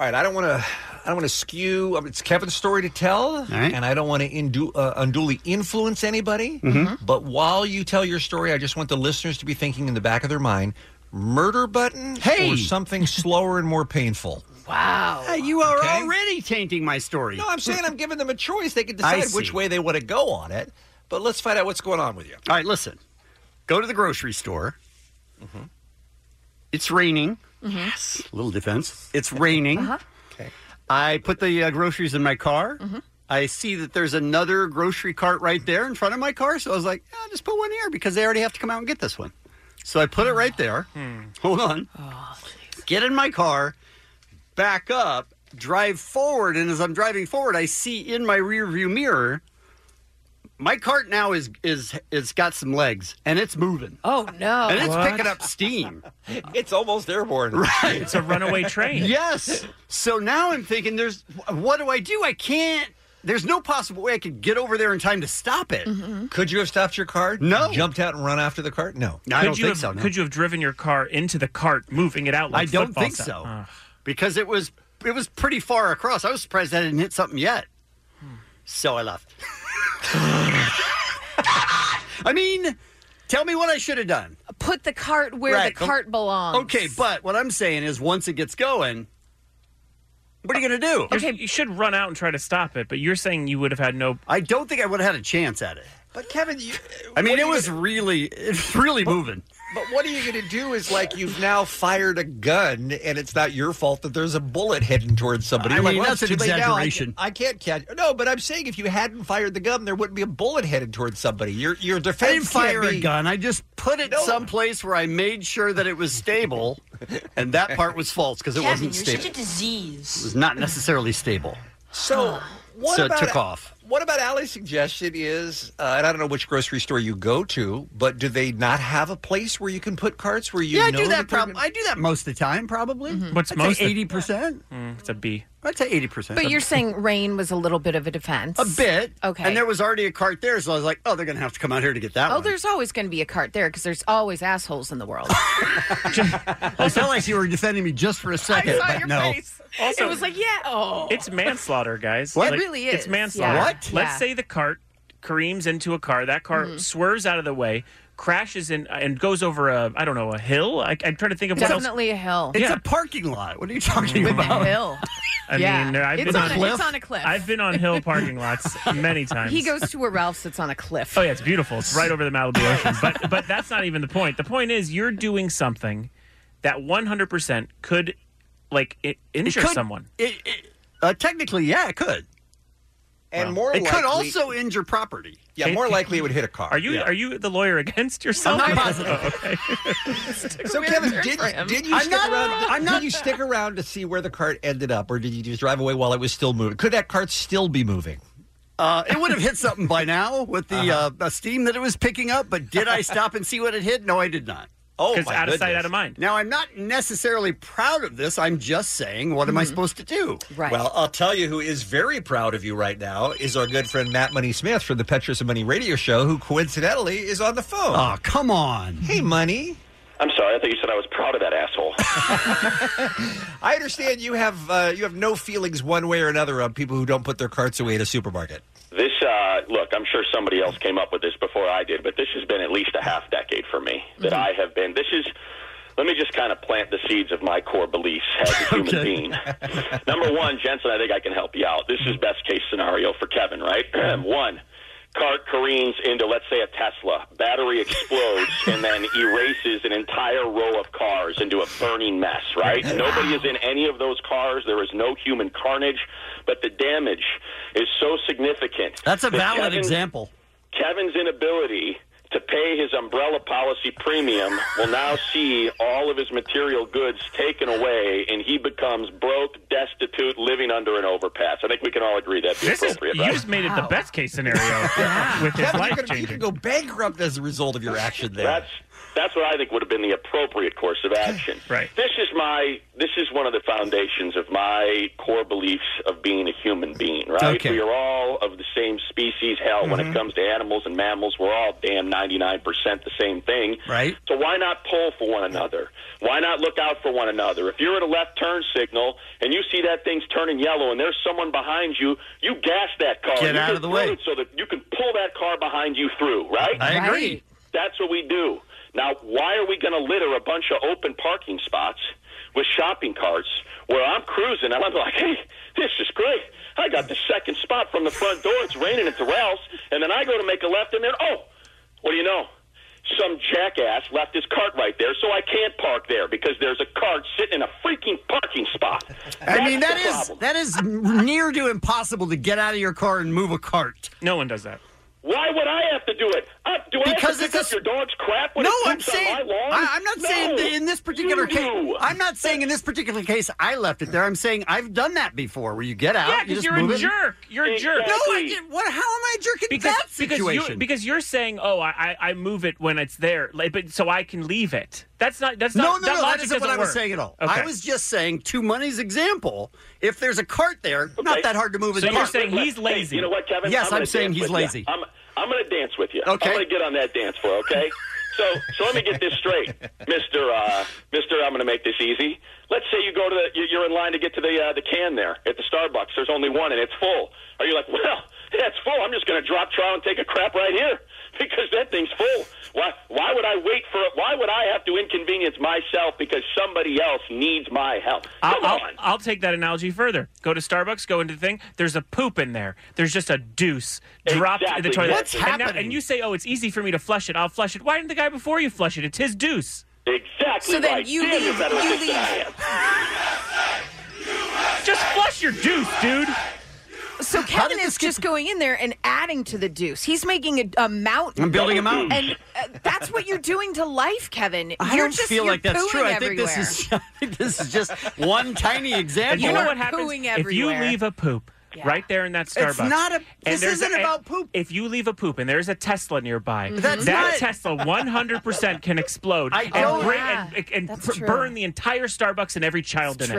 Speaker 3: All right, I don't want to. I don't want to skew. It's Kevin's story to tell, and I don't want to indu- uh, unduly influence anybody.
Speaker 9: Mm-hmm.
Speaker 3: But while you tell your story, I just want the listeners to be thinking in the back of their mind: murder button,
Speaker 9: Hey! <laughs>
Speaker 3: or something slower and more painful.
Speaker 9: Wow. you are already tainting my story.
Speaker 3: Oh, No, I'm saying I'm giving them a choice. They can
Speaker 9: <laughs> I
Speaker 3: decide which
Speaker 9: see.
Speaker 3: way they want to go on it. But let's find out what's going on with you.
Speaker 9: All right, listen. Go to the grocery store.
Speaker 3: Mm-hmm.
Speaker 9: It's raining. Yes. Little defense. It's raining.
Speaker 3: Uh-huh. Okay.
Speaker 9: I put the uh, groceries in my car.
Speaker 3: Mm-hmm.
Speaker 9: I see that there's another grocery cart right there in front of my car. So I was like, I'll just put one here because they already have to come out and get this one. So I put it right there.
Speaker 3: Hmm.
Speaker 9: Hold on.
Speaker 7: Oh,
Speaker 9: get in my car, back up, drive forward. And as I'm driving forward, I see in my rear view mirror my cart now is is it's got some legs and it's moving.
Speaker 7: Oh no!
Speaker 9: And it's
Speaker 3: What?
Speaker 9: picking up steam.
Speaker 3: <laughs> it's almost airborne.
Speaker 9: <laughs> Right.
Speaker 10: It's a runaway train.
Speaker 9: yes. So now I'm thinking there's what do I do? I can't there's no possible way I could get over there in time to stop it.
Speaker 7: Mm-hmm.
Speaker 3: Could you have stopped your car?
Speaker 9: No.
Speaker 3: Jumped out and run after the cart? No.
Speaker 9: I don't
Speaker 10: you
Speaker 9: think
Speaker 10: have,
Speaker 9: so, no.
Speaker 10: Could you have driven your car into the cart, moving it out? Like
Speaker 9: I don't
Speaker 10: football
Speaker 9: think
Speaker 10: style?
Speaker 9: so.
Speaker 10: Ugh.
Speaker 9: Because it was it was pretty far across. I was surprised I didn't hit something yet. So I left. <laughs> I mean, tell me what I should have done.
Speaker 7: Put the cart where
Speaker 9: Right.
Speaker 7: the cart
Speaker 1: Um,
Speaker 7: belongs.
Speaker 9: Okay, but what I'm saying is once it gets going, what are you going to do?
Speaker 10: You're- You should run out and try to stop it, but you're saying you would have had no.
Speaker 9: I don't think I would have had a chance at it.
Speaker 3: But Kevin, you,
Speaker 9: I mean, it was really, <laughs> it's really moving.
Speaker 3: But what are you going to do is like you've now fired a gun and it's not your fault that there's a bullet heading towards somebody.
Speaker 9: I
Speaker 3: You're
Speaker 9: mean,
Speaker 3: like, well,
Speaker 9: that's
Speaker 3: it's
Speaker 9: an
Speaker 3: too late now. I
Speaker 9: exaggeration.
Speaker 3: can't- I can't catch. No, but I'm saying if you hadn't fired the gun, there wouldn't be a bullet headed towards somebody. Your your
Speaker 9: I
Speaker 3: defense
Speaker 9: didn't fire
Speaker 3: can't be,
Speaker 9: a gun. I just put it someplace where I made sure that it was stable, and that part was false because it wasn't stable. It
Speaker 19: disease.
Speaker 9: was not necessarily stable.
Speaker 3: So what
Speaker 9: So it
Speaker 3: about
Speaker 9: took off.
Speaker 3: What about Ali's suggestion is, uh, and I don't know which grocery store you go to, but do they not have a place where you can put carts where you
Speaker 9: yeah, I
Speaker 3: know
Speaker 9: do
Speaker 3: to
Speaker 9: that.
Speaker 3: put
Speaker 9: Prob-
Speaker 3: it
Speaker 9: I do that most of the time, probably.
Speaker 7: Mm-hmm.
Speaker 10: What's
Speaker 9: I'd
Speaker 10: most
Speaker 9: Say
Speaker 10: of-
Speaker 9: eighty percent.
Speaker 10: Mm, it's a B.
Speaker 9: I'd say eighty percent.
Speaker 7: But you're saying rain was a little bit of a defense.
Speaker 9: Oh, a bit.
Speaker 7: Okay.
Speaker 9: And there was already a cart there, so I was like, oh, they're going to have to come out here to get that
Speaker 7: oh,
Speaker 9: one.
Speaker 7: there's always going to be a cart there because there's always assholes in
Speaker 9: <laughs>
Speaker 7: the world.
Speaker 9: I felt like you were defending me just for a second, but no.
Speaker 10: Also-
Speaker 7: it was like, yeah, oh,
Speaker 10: It's manslaughter, guys.
Speaker 7: What? It really is,
Speaker 10: It's manslaughter.
Speaker 7: yeah. What?
Speaker 10: Let's
Speaker 7: Yeah. Mm-hmm.
Speaker 10: say the cart careens into a car. That car swerves out of the way, crashes in, and goes over a I don't know a hill. I, I'm trying to think of what else.
Speaker 7: definitely a hill.
Speaker 10: It's Yeah. a
Speaker 9: parking lot. What are you talking
Speaker 7: about? <laughs> A hill.
Speaker 9: <laughs>
Speaker 10: I
Speaker 7: Yeah.
Speaker 10: mean, I've
Speaker 7: It's
Speaker 10: been
Speaker 7: on a- it's on a cliff.
Speaker 10: I've been on hill parking lots many times.
Speaker 7: <laughs> He goes to a Ralph's that's on a cliff.
Speaker 9: Uh,
Speaker 10: Oh yeah, it's beautiful. It's right over the Malibu
Speaker 7: <laughs>
Speaker 10: Ocean. But but that's not even the point. The point is you're doing something that 100% could like i injure
Speaker 9: could-
Speaker 10: someone.
Speaker 9: It, it, uh, technically, yeah, it could.
Speaker 3: And more
Speaker 9: it could
Speaker 3: likely-
Speaker 9: also injure property.
Speaker 3: Yeah, more likely it would hit a car.
Speaker 10: Are you are you the lawyer against yourself? <laughs>
Speaker 9: I'm not positive.
Speaker 10: Oh,
Speaker 7: <laughs>
Speaker 10: okay.
Speaker 3: So Kevin, did, did you
Speaker 9: I'm
Speaker 3: stick
Speaker 9: not-
Speaker 3: around?
Speaker 9: I'm not-
Speaker 3: Did you stick around to see where the cart ended up, or did you just drive away while it was still moving? Could that cart still be moving?
Speaker 9: Uh, it would have hit something by now with the
Speaker 10: Uh-huh.
Speaker 9: uh the steam that it was picking up, but did I stop and see what it hit? No, I did not.
Speaker 3: Oh,
Speaker 10: 'Cause
Speaker 3: my
Speaker 10: out of sight,
Speaker 3: goodness.
Speaker 10: out of mind.
Speaker 9: Now, I'm not necessarily proud of this. I'm just saying, what am
Speaker 18: Mm-hmm.
Speaker 9: I supposed to do?
Speaker 7: Right.
Speaker 3: Well, I'll tell you who is very proud of you right now is our good friend Matt Money Smith from the Petrus and Money Radio Show, who coincidentally is on the phone.
Speaker 9: Oh, come on.
Speaker 3: Hey, Money.
Speaker 18: I'm sorry. I thought you said I was proud of that asshole.
Speaker 3: I understand you have uh, you have no feelings one way or another on people who don't put their carts away at a supermarket.
Speaker 18: this, uh, look, I'm sure somebody else came up with this before I did, but this has been at least a half decade for me that I have been. This is, let me just kind of plant the seeds of my core beliefs as a human
Speaker 9: <laughs>
Speaker 18: being. Number one, Jensen, I think I can help you out. This is best case scenario for Kevin, right? <clears throat> one, cart careens into, let's say, a Tesla. Battery explodes and
Speaker 9: <laughs>
Speaker 18: then erases an entire row of cars into a burning mess, right? Nobody is in any of those cars. There is no human carnage, but the damage is so significant.
Speaker 9: That's a
Speaker 18: that
Speaker 9: valid
Speaker 18: Kevin's-
Speaker 9: example.
Speaker 18: Kevin's inability to pay his umbrella policy premium will
Speaker 10: <laughs>
Speaker 18: now see all of his material goods taken away and he becomes broke, destitute, living under an overpass. I think we can all agree that'd be
Speaker 10: This is
Speaker 18: appropriate,
Speaker 10: you
Speaker 18: right?
Speaker 10: just made it the best case scenario with
Speaker 18: Kevin,
Speaker 10: his
Speaker 18: you
Speaker 10: life
Speaker 18: could- you
Speaker 10: changing.
Speaker 18: could
Speaker 3: go bankrupt as a result of your action there.
Speaker 18: That's that's what I think would have been the appropriate course of action.
Speaker 10: Right.
Speaker 18: This is my this is one of the foundations of my core beliefs of being a human being, right?
Speaker 9: Okay.
Speaker 18: We are all of the same species. Hell, when it
Speaker 9: Mhm.
Speaker 18: comes to animals and mammals, we're all damn 99% the same thing.
Speaker 9: Right.
Speaker 18: So why not pull for one another? Why not look out for one another? If you're at a left turn signal and you see that thing's turning yellow and there's someone behind you, you gas that car.
Speaker 9: Get
Speaker 18: You
Speaker 9: out
Speaker 18: can
Speaker 9: of the
Speaker 18: throw
Speaker 9: way.
Speaker 18: it So that you can pull that car behind you through, right?
Speaker 9: I agree. Right.
Speaker 18: That's what we do. Now, why are we going to litter a bunch of open parking spots with shopping carts where I'm cruising and I'm like, hey, this is great. I got the second spot from the front door. It's raining at Darrell's. And then I go to make a left and then, oh, what do you know? Some jackass left his cart right there, so I can't park there because there's a cart sitting in a freaking parking spot.
Speaker 9: I mean, that
Speaker 18: That's the
Speaker 9: is that is near to impossible to get out of your car and move a cart.
Speaker 10: No one does that.
Speaker 18: Why would I have to do it? Uh, do I have
Speaker 9: Because
Speaker 18: to pick
Speaker 9: it's a
Speaker 18: up
Speaker 9: s-
Speaker 18: your dog's crap when
Speaker 9: no,
Speaker 18: it
Speaker 9: I'm
Speaker 18: poops on
Speaker 9: saying
Speaker 18: my lawn?
Speaker 9: I, I'm not saying
Speaker 18: No,
Speaker 9: that in this particular
Speaker 18: you
Speaker 9: case.
Speaker 18: do.
Speaker 9: I'm not saying in this particular case I left it there. I'm saying I've done that before, where you get out.
Speaker 10: Yeah,
Speaker 9: you
Speaker 10: because
Speaker 9: just
Speaker 10: you're a
Speaker 9: move it.
Speaker 10: jerk. You're a jerk.
Speaker 9: No, I did. What? How am I a jerk in
Speaker 10: because,
Speaker 9: that
Speaker 10: Because, you,
Speaker 9: situation?
Speaker 10: because you're saying, oh, I, I I move it when it's there, like, but so I can leave it. That's not. That's
Speaker 9: no,
Speaker 10: not.
Speaker 9: no,
Speaker 10: that
Speaker 9: no.
Speaker 10: logic
Speaker 9: That isn't what
Speaker 10: doesn't
Speaker 9: I was
Speaker 10: work.
Speaker 9: saying at all.
Speaker 10: Okay.
Speaker 9: I was just saying, to Money's example, if there's a cart there, not that hard to move.
Speaker 18: So
Speaker 9: a
Speaker 18: you're
Speaker 9: cart.
Speaker 18: saying he's lazy.
Speaker 9: Hey, you know what, Kevin? Yes, I'm,
Speaker 18: gonna
Speaker 9: saying
Speaker 18: dance with
Speaker 9: he's
Speaker 18: ya.
Speaker 9: lazy.
Speaker 18: I'm, I'm going to dance with you. Okay. I'm going to get on that dance floor, okay? so, so let me get this straight, Mister uh, Mister. I'm going to make this easy. Let's say you go to the, you- you're in line to get to the uh, the can there at the Starbucks. There's only one and it's full. Are you like, well, that's full. I'm just going to drop trow and take a crap right here <laughs> because that thing's full. Why? Why would I wait for? it? Why would I have to inconvenience myself because somebody else needs my help?
Speaker 10: I'll, I'll, I'll take that analogy further. Go to Starbucks, go into the thing. There's a poop in there. There's just a deuce dropped in
Speaker 18: Exactly.
Speaker 10: the toilet.
Speaker 18: What's
Speaker 10: and now-
Speaker 18: happening?
Speaker 10: and you say, oh, it's easy for me to flush it. I'll flush it. Why didn't the guy before you flush it? It's his deuce.
Speaker 18: Exactly
Speaker 10: So then
Speaker 18: right.
Speaker 10: you
Speaker 18: Damn, you're
Speaker 10: leave-
Speaker 18: better at
Speaker 10: you
Speaker 18: this than I
Speaker 10: leave.
Speaker 18: am.
Speaker 10: Just flush your deuce, dude.
Speaker 7: So Kevin is just going in there and adding to the deuce. He's making a, a mountain.
Speaker 9: I'm building a mountain.
Speaker 7: And uh, that's what you're doing to life, Kevin.
Speaker 9: I
Speaker 7: you're
Speaker 9: don't
Speaker 7: just,
Speaker 9: feel
Speaker 7: you're
Speaker 9: like that's true.
Speaker 7: pooing
Speaker 9: I think this
Speaker 7: everywhere.
Speaker 9: is <laughs> I think this is just one tiny
Speaker 10: <laughs> And
Speaker 9: example.
Speaker 10: you know what happens
Speaker 7: pooing
Speaker 10: if you
Speaker 7: everywhere.
Speaker 10: leave a poop right there in that
Speaker 9: It's
Speaker 10: Starbucks?
Speaker 9: not a- this
Speaker 10: there's
Speaker 9: isn't about
Speaker 10: poop. If you leave a poop and there's a Tesla nearby,
Speaker 9: But that's
Speaker 10: that
Speaker 9: not-
Speaker 10: Tesla 100 percent can explode
Speaker 9: I
Speaker 10: and,
Speaker 9: don't-
Speaker 10: bring,
Speaker 9: Yeah,
Speaker 10: and, and
Speaker 9: that's
Speaker 10: pr-
Speaker 9: true.
Speaker 10: burn the entire Starbucks and every child in it.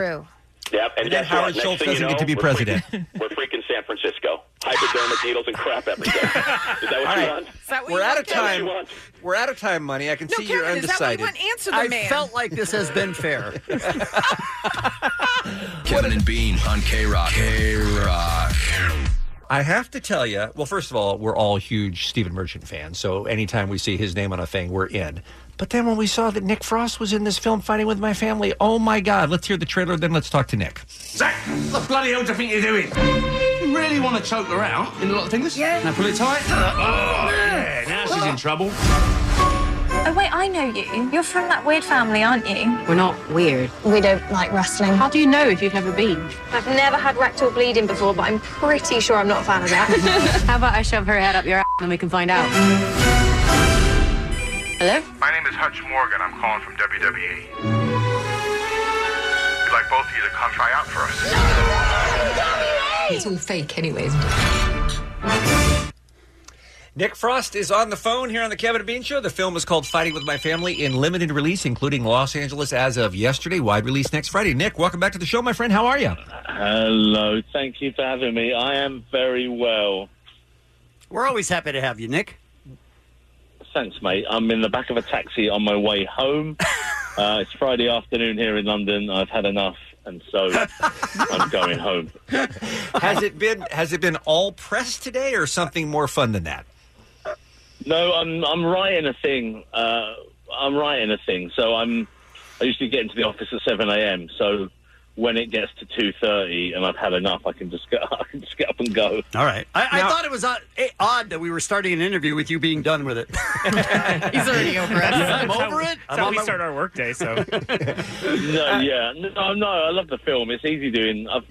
Speaker 18: Yep, and,
Speaker 10: And then
Speaker 18: guess what?
Speaker 10: Howard
Speaker 18: Next
Speaker 10: Schultz
Speaker 18: thing you
Speaker 10: doesn't
Speaker 18: know,
Speaker 10: get to be
Speaker 18: we're
Speaker 10: president.
Speaker 18: freaking- We're freaking San Francisco. Hypodermic needles and crap
Speaker 10: <laughs>
Speaker 18: every day. Is that what you
Speaker 3: right.
Speaker 18: want?
Speaker 3: We're out of
Speaker 18: Is that what you
Speaker 3: time.
Speaker 18: want?
Speaker 3: We're out of time, money. I can see you're
Speaker 18: Kevin, is that what
Speaker 3: undecided.
Speaker 18: you want? Answer the
Speaker 9: I
Speaker 18: man.
Speaker 9: felt like this has been fair.
Speaker 21: Kevin and Bean on K Rock. K Rock.
Speaker 3: I have to tell you, well, first of all, we're all huge Stephen Merchant fans, so anytime we see his name on a thing, we're in. But then when we saw that Nick Frost was in this film fighting with my family, oh my God, let's hear the trailer, then let's talk to Nick.
Speaker 22: Zach, what the bloody hell do you think you're doing? You really want to choke her out in a lot of things? Yeah. Now pull it
Speaker 9: <laughs>
Speaker 22: tight. Oh, yeah. Now she's in trouble.
Speaker 20: Oh, wait, I know you. You're from that weird family, aren't you?
Speaker 15: We're not weird.
Speaker 20: We don't like wrestling. How do you know if you've never been?
Speaker 15: I've never had rectal bleeding before, but I'm pretty sure I'm not a fan of that. <laughs> How about I shove her head up your ass and we can find out? Hello?
Speaker 23: My name is Hutch Morgan. I'm calling from WWE. We'd like both of you to come try out for us.
Speaker 15: It's all fake, anyways.
Speaker 3: Nick Frost is on the phone here on the Kevin and Bean Show. The film is called Fighting with My Family in limited release, including Los Angeles as of yesterday. Wide release next Friday. Nick, welcome back to the show, my friend. How are you?
Speaker 24: Hello, thank you for having me. I am very well.
Speaker 9: We're always happy to have you, Nick.
Speaker 24: Thanks, mate. I'm in the back of a taxi on my way
Speaker 9: <laughs>
Speaker 24: home. uh, it's Friday afternoon here in London. I've had enough, and
Speaker 9: <laughs>
Speaker 24: so I'm going home.
Speaker 3: <laughs> Has it been has it been all press today, or something more fun than that?
Speaker 24: No, I'm I'm writing a thing. Uh, I'm writing a thing. So I'm. I usually get into the office at seven a.m. So when it gets to two thirty and I've had enough, I can just get <laughs> I can just get up and go.
Speaker 9: All right. I, I thought it was odd, eh, odd that we were starting an interview with you being
Speaker 18: <laughs>
Speaker 9: done with it.
Speaker 24: He's
Speaker 9: <laughs>
Speaker 24: already over it.
Speaker 9: I'm over it.
Speaker 24: That's how we start
Speaker 10: our workday. So <laughs>
Speaker 24: No, yeah, no, no. I love the film. It's easy doing. I've,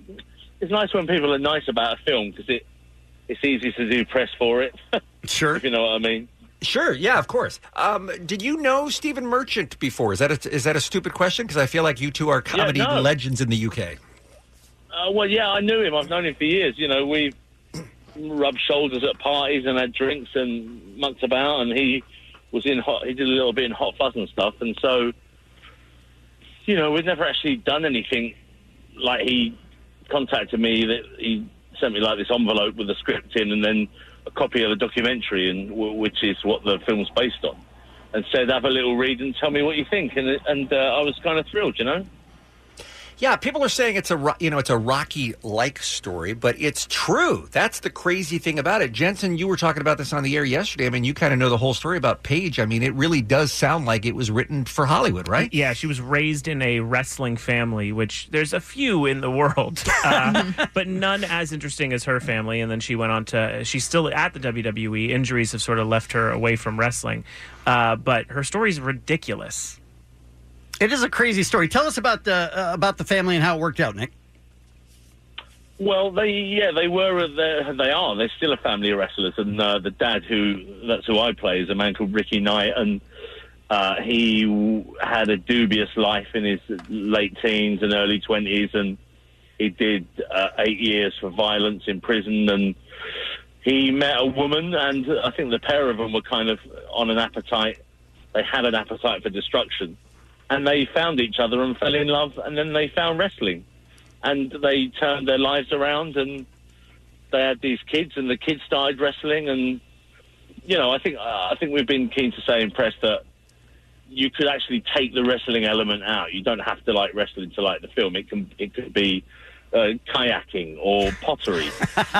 Speaker 24: it's nice when people are nice about a film because it <laughs> it's easy to do press for it.
Speaker 9: Sure,
Speaker 24: if you know what I mean.
Speaker 3: Sure. Yeah. Of course. Um, did you know Stephen Merchant before? Is that a, is that a stupid question? Because I feel like you two are comedy
Speaker 24: no.
Speaker 3: legends in the UK.
Speaker 24: Uh, well, yeah, I knew him. I've known him for years. You know, we <clears throat> rubbed shoulders at parties and had drinks and mucked about. And he was in hot. He did a little bit in hot fuzz and stuff. And so, you know, we'd never actually done anything. Like he contacted me that he sent me like this envelope with the script in, and then a copy of the documentary, and w- which is what the film's based on. And said, "Have a little read and tell me what you think." And and uh, I was kind of thrilled, you know.
Speaker 3: Yeah, people are saying it's a ro- you know it's a Rocky like story, but it's true. That's the crazy thing about it. Jensen, you were talking about this on the air yesterday. I mean, you kind of know the whole story about Paige. I mean, it really does sound like it was written for Hollywood, right?
Speaker 10: Yeah, she was raised in a wrestling family, which there's a few in the world, uh, but none as interesting as her family. And then she went on to, she's still at the WWE. Injuries have sort of left her away from wrestling, uh, but her story's ridiculous.
Speaker 9: It is a crazy story. Tell us about the uh, about the family and how it worked out, Nick.
Speaker 24: Well, they yeah they were uh, they're- they are they're still a family of wrestlers, and uh, the dad who that's who I play is a man called Ricky Knight, and uh, he w- had a dubious life in his late teens and early twenties, and he did uh, eight years for violence in prison, and he met a woman, and I think the pair of them were kind of on an appetite. They had an appetite for destruction, and they found each other and fell in love, and then they found wrestling and they turned their lives around and they had these kids and the kids started wrestling and you know I think I think we've been keen to say impressed that you could actually take the wrestling element out you don't have to like wrestling to like the film it can it could be uh, kayaking or pottery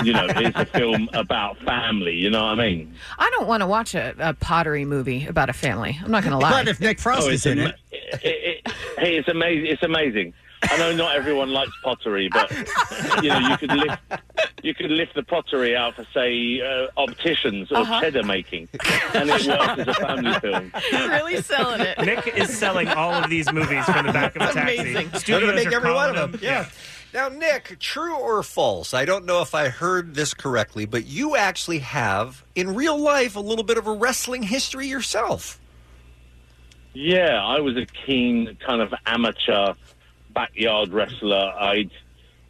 Speaker 24: you know it's a film about family you know what I mean
Speaker 7: I don't want to watch a, a pottery movie about a family. I'm not going to lie.
Speaker 24: Oh, it's ama- <laughs> it- it- hey, it's amazing. It's amazing. I know not everyone likes pottery, but you know you could lift you could lift the pottery out for say uh, opticians or
Speaker 10: Uh-huh.
Speaker 24: cheddar making, and it works as a family film.
Speaker 3: <laughs>
Speaker 7: really selling it.
Speaker 10: Nick is selling all of these movies from the back of a taxi.
Speaker 3: Amazing. They're
Speaker 10: Studios
Speaker 3: gonna make
Speaker 10: are
Speaker 3: every one
Speaker 10: calling
Speaker 3: of them. Yeah. Now, Nick, true or false? I don't know if I heard this correctly, but you actually have in real life a little bit of a wrestling history yourself.
Speaker 24: Yeah, I was a keen kind of amateur backyard wrestler. I'd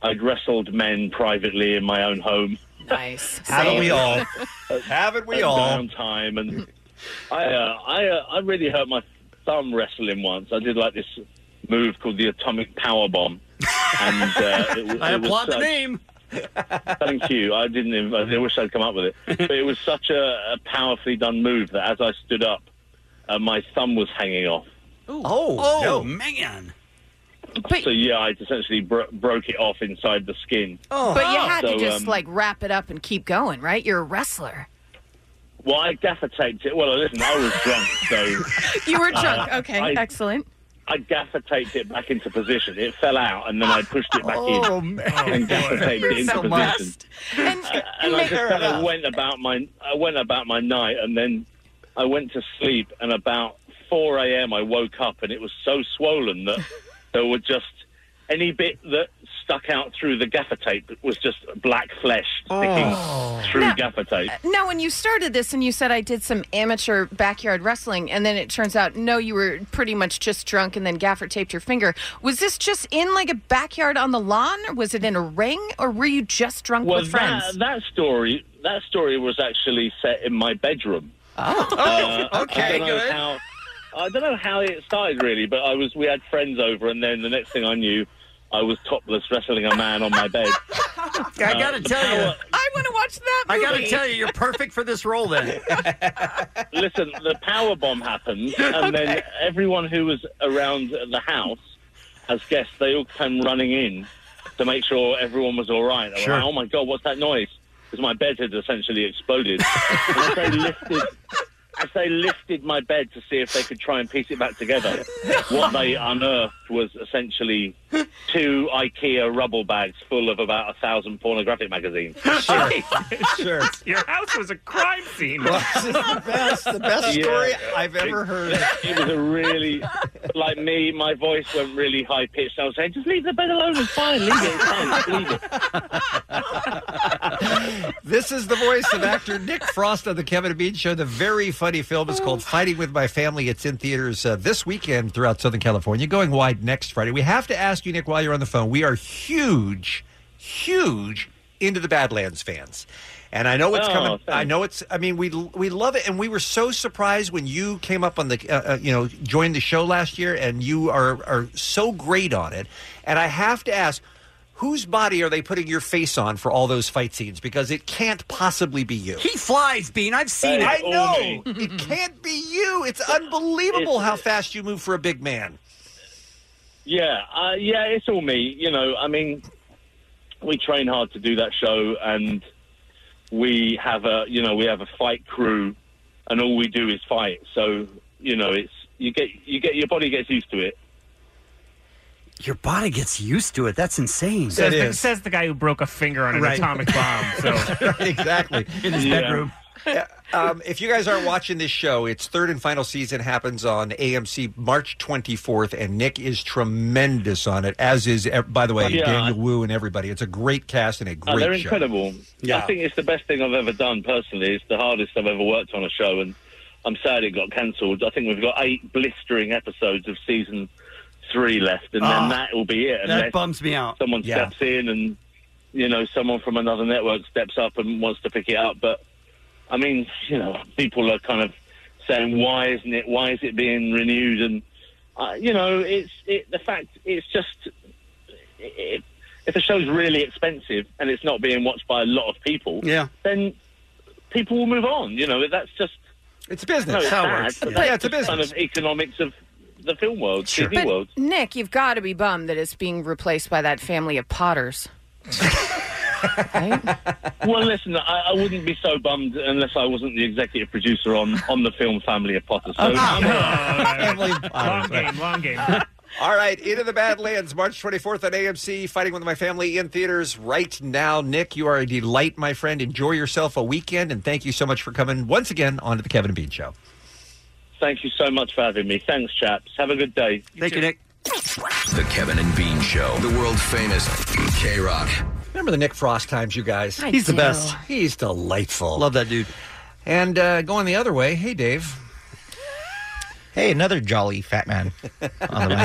Speaker 24: I'd wrestled men privately in my own home.
Speaker 9: <laughs>
Speaker 7: Nice.
Speaker 24: Haven't we all?
Speaker 14: <laughs>
Speaker 3: Haven't
Speaker 24: we all? Downtime and I uh, I uh, I really hurt my thumb wrestling once. I did like this move called the atomic power bomb, and uh,
Speaker 9: <laughs>
Speaker 24: it, w-
Speaker 9: I
Speaker 24: it was
Speaker 9: applaud the
Speaker 24: such-
Speaker 9: name.
Speaker 24: Thank you. I didn't. inv- I wish I'd come up with it, but it was such a, a powerfully done move that as I stood up, uh, my thumb was hanging off.
Speaker 3: Oh,
Speaker 9: oh
Speaker 24: no.
Speaker 9: man!
Speaker 24: so yeah, I essentially bro- broke it off inside the skin.
Speaker 9: Oh.
Speaker 7: But you had to
Speaker 24: Oh, So,
Speaker 7: just
Speaker 24: um,
Speaker 7: like wrap it up and keep going, right? You're a wrestler.
Speaker 24: Well, I gaffer taped it. Well, listen, I was drunk,
Speaker 7: <laughs>
Speaker 24: so
Speaker 7: You were
Speaker 24: uh,
Speaker 7: drunk. okay,
Speaker 24: I,
Speaker 7: excellent.
Speaker 24: I gaffer taped it back into position. It fell out, and then I pushed it back
Speaker 7: Oh,
Speaker 24: in
Speaker 7: man.
Speaker 24: and gaffer taped
Speaker 7: You're
Speaker 24: it into
Speaker 7: so
Speaker 24: position.
Speaker 7: lost. And,
Speaker 24: And I
Speaker 7: Nick-
Speaker 24: just kind
Speaker 9: uh,
Speaker 6: <laughs>
Speaker 24: of went about my I went about my night, and then I went to sleep. And about four a.m., I woke up, and it was so
Speaker 7: <laughs>
Speaker 24: swollen that there were just any bit that stuck out through the gaffer tape was just black flesh sticking through
Speaker 7: Oh. Now-
Speaker 24: gaffer tape.
Speaker 7: Now, when you started this and you said I did some amateur backyard wrestling, and then it turns out no, you were pretty much just drunk and then gaffer taped your finger. Was this just in like a backyard on the lawn? Or was it in a ring, or were you just drunk
Speaker 24: Well,
Speaker 7: with friends?
Speaker 24: that, that story that story was actually set in my bedroom. Uh,
Speaker 7: Oh,
Speaker 24: I don't know How, I don't know how it started really, but I was we had friends over, and then the next thing I knew, I was topless wrestling a man on my bed.
Speaker 9: I gotta
Speaker 24: the
Speaker 9: tell <laughs> you,
Speaker 24: power-
Speaker 7: I want to watch that.
Speaker 9: I gotta
Speaker 24: movie.
Speaker 9: tell you, you're perfect for this role. Then
Speaker 24: <laughs> Listen, the power bomb happened, and then everyone who was around the house as guests, they all came running in to make sure everyone was all right. They were
Speaker 9: Sure.
Speaker 24: like, oh my god, what's that noise? Because my bed had essentially exploded. And as they lifted. As they lifted my bed to see if they could try and piece it back together, what they unearthed was essentially two IKEA rubble bags full of about a thousand pornographic magazines.
Speaker 10: Sure. sure. Your house was a crime scene.
Speaker 24: the best story I've ever heard. <laughs> It was a really, like me, my voice went really high pitched.
Speaker 3: <laughs>
Speaker 24: I was saying, just leave the bed alone, it's fine, leave it, it's fine, leave it.
Speaker 3: This is the voice of actor Nick Frost on the Kevin and Bean Show. The very funny film is called Fighting with My Family. It's in theaters uh, this weekend throughout Southern California, going wide next Friday. We have to ask you, Nick, while you're on the phone. We are huge, huge into the Badlands fans. And I know it's
Speaker 23: Oh,
Speaker 3: coming. I
Speaker 23: thanks.
Speaker 3: know it's. I mean, we we love it, and we were so surprised when you came up on the, uh, uh, you know, joined the show last year, and you are are so great on it. And I have to ask, whose body are they putting your face on for all those fight scenes? Because it can't possibly be you.
Speaker 9: He flies, Bean. I've seen
Speaker 3: I
Speaker 9: it.
Speaker 3: know it can't be you. It's unbelievable how fast you move for a big man.
Speaker 24: Yeah, uh, yeah, it's all me. You know, I mean, we train hard to do that show, and we have a you know we have a fight crew, and all we do is fight. So you know, it's you get you get your body gets used to it.
Speaker 9: Your body gets used to it. That's insane.
Speaker 10: Says the, says the guy who broke a finger on an
Speaker 9: Right.
Speaker 10: atomic bomb. So
Speaker 23: <laughs>
Speaker 3: exactly
Speaker 9: in his
Speaker 10: Yeah.
Speaker 9: bedroom.
Speaker 3: Yeah, um, if you guys aren't watching this show, its third and final season happens on AMC March 24th, and Nick is tremendous on it. As is, eh, by the way,
Speaker 24: Yeah.
Speaker 3: Daniel Wu and everybody. It's a great cast and a
Speaker 24: Uh,
Speaker 3: great.
Speaker 24: they're
Speaker 3: show.
Speaker 24: incredible.
Speaker 3: Yeah.
Speaker 24: I think it's the best thing I've ever done personally. It's the hardest I've ever worked on a show, and I'm sad it got cancelled. I think we've got eight blistering episodes of season three left, and
Speaker 9: Ah,
Speaker 24: then that will be it.
Speaker 9: that
Speaker 24: unless
Speaker 9: bums me out.
Speaker 24: Someone
Speaker 9: Yeah.
Speaker 24: steps in, and you know, someone from another network steps up and wants to pick it up. But I mean, you know, people are kind of saying, "Why isn't it? Why is it being renewed?" And uh, you know, it's it, the fact. It's just it, if a show's really expensive and it's not being watched by a lot of people,
Speaker 9: Yeah.
Speaker 24: then people will move on. You know, that's just
Speaker 3: it's
Speaker 24: business. No, it's
Speaker 9: How it
Speaker 24: sad,
Speaker 9: works.
Speaker 24: but
Speaker 9: Yeah.
Speaker 24: that's
Speaker 9: Yeah, it's a
Speaker 24: just Kind of economics of the film world, TV
Speaker 7: But
Speaker 24: world.
Speaker 7: Nick, you've got to be bummed that it's being replaced by that family of Potters.
Speaker 24: Well, listen, I, I wouldn't be so bummed unless I wasn't the executive producer on, on the film Family Um, of Potter. So
Speaker 10: long game, long game.
Speaker 3: <laughs> All right, Into the Badlands, March 24th on AMC, Fighting with My Family in theaters right now. Nick, you are a delight, my friend. Enjoy yourself a weekend, and thank you so much for coming once again onto the Kevin and Bean Show.
Speaker 24: Thank you so much for having me. Thanks, chaps. Have a good day.
Speaker 9: Thank you, Nick.
Speaker 21: The Kevin and Bean Show, the world famous K Rock.
Speaker 3: Remember the Nick Frost times, you guys?
Speaker 21: I He's the do. best.
Speaker 3: He's delightful. Love that dude. And uh, going the other way, hey, Dave.
Speaker 14: Hey, another jolly fat man on the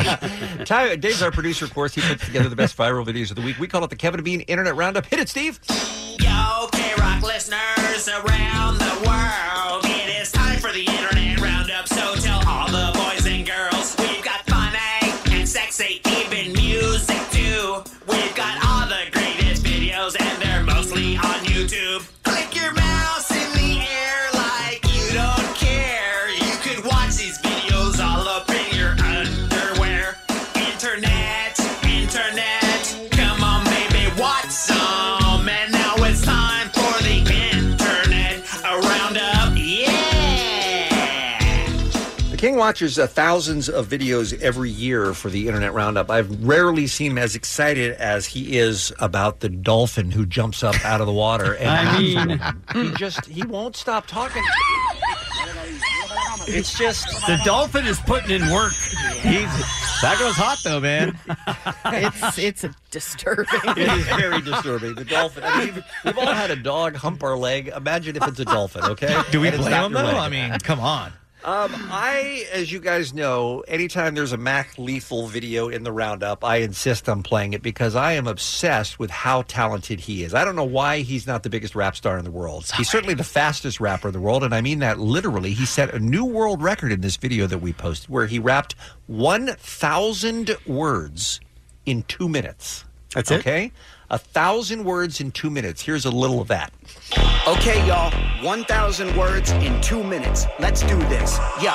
Speaker 14: way.
Speaker 3: <laughs> Ty, Dave's our producer, of course. He puts together the best viral videos of the week. We call it the Kevin and Bean Internet Roundup. Hit it, Steve.
Speaker 6: Yo, K Rock listeners around the world, it is time for the internet roundup. So tell all the boys and girls we've got funny and sexy, even music too. We've got all the greatest videos, and they're mostly on YouTube. Click your mouse in the air like you don't care. You could watch these videos all up in your underwear. Internet, internet, come on, baby, watch some. And now it's time for the internet a roundup. Yeah.
Speaker 3: The King watches uh, thousands of videos every year for the Internet Roundup. I've rarely seen him as excited as he is about the dolphin who jumps up out of the water. And
Speaker 6: <laughs>
Speaker 9: I
Speaker 3: mean, he just he won't stop talking. It's just
Speaker 9: the dolphin is putting in work.
Speaker 14: that girl's hot though,
Speaker 9: <laughs>
Speaker 14: man.
Speaker 7: it's it's a disturbing.
Speaker 3: It is very disturbing. The dolphin. I mean, we've, we've all had a dog hump our leg. Imagine if it's a dolphin. Okay.
Speaker 14: Do we
Speaker 3: And it's
Speaker 14: blame
Speaker 3: not
Speaker 14: him
Speaker 3: your
Speaker 14: though?
Speaker 3: leg.
Speaker 14: I mean, come on.
Speaker 3: Um, I, as you guys know, anytime there's a Mac Lethal video in the roundup, I insist on playing it because I am obsessed with how talented he is. I don't know why he's not the biggest rap star in the world. He's certainly the fastest rapper in the world, and I mean that literally. He set a new world record in this video that we posted where he rapped 1,000 words in two minutes. That's it. Okay? A thousand words in two minutes. Here's a little of that.
Speaker 25: Okay, y'all, 1,000 words in two minutes. Let's do this. Yo,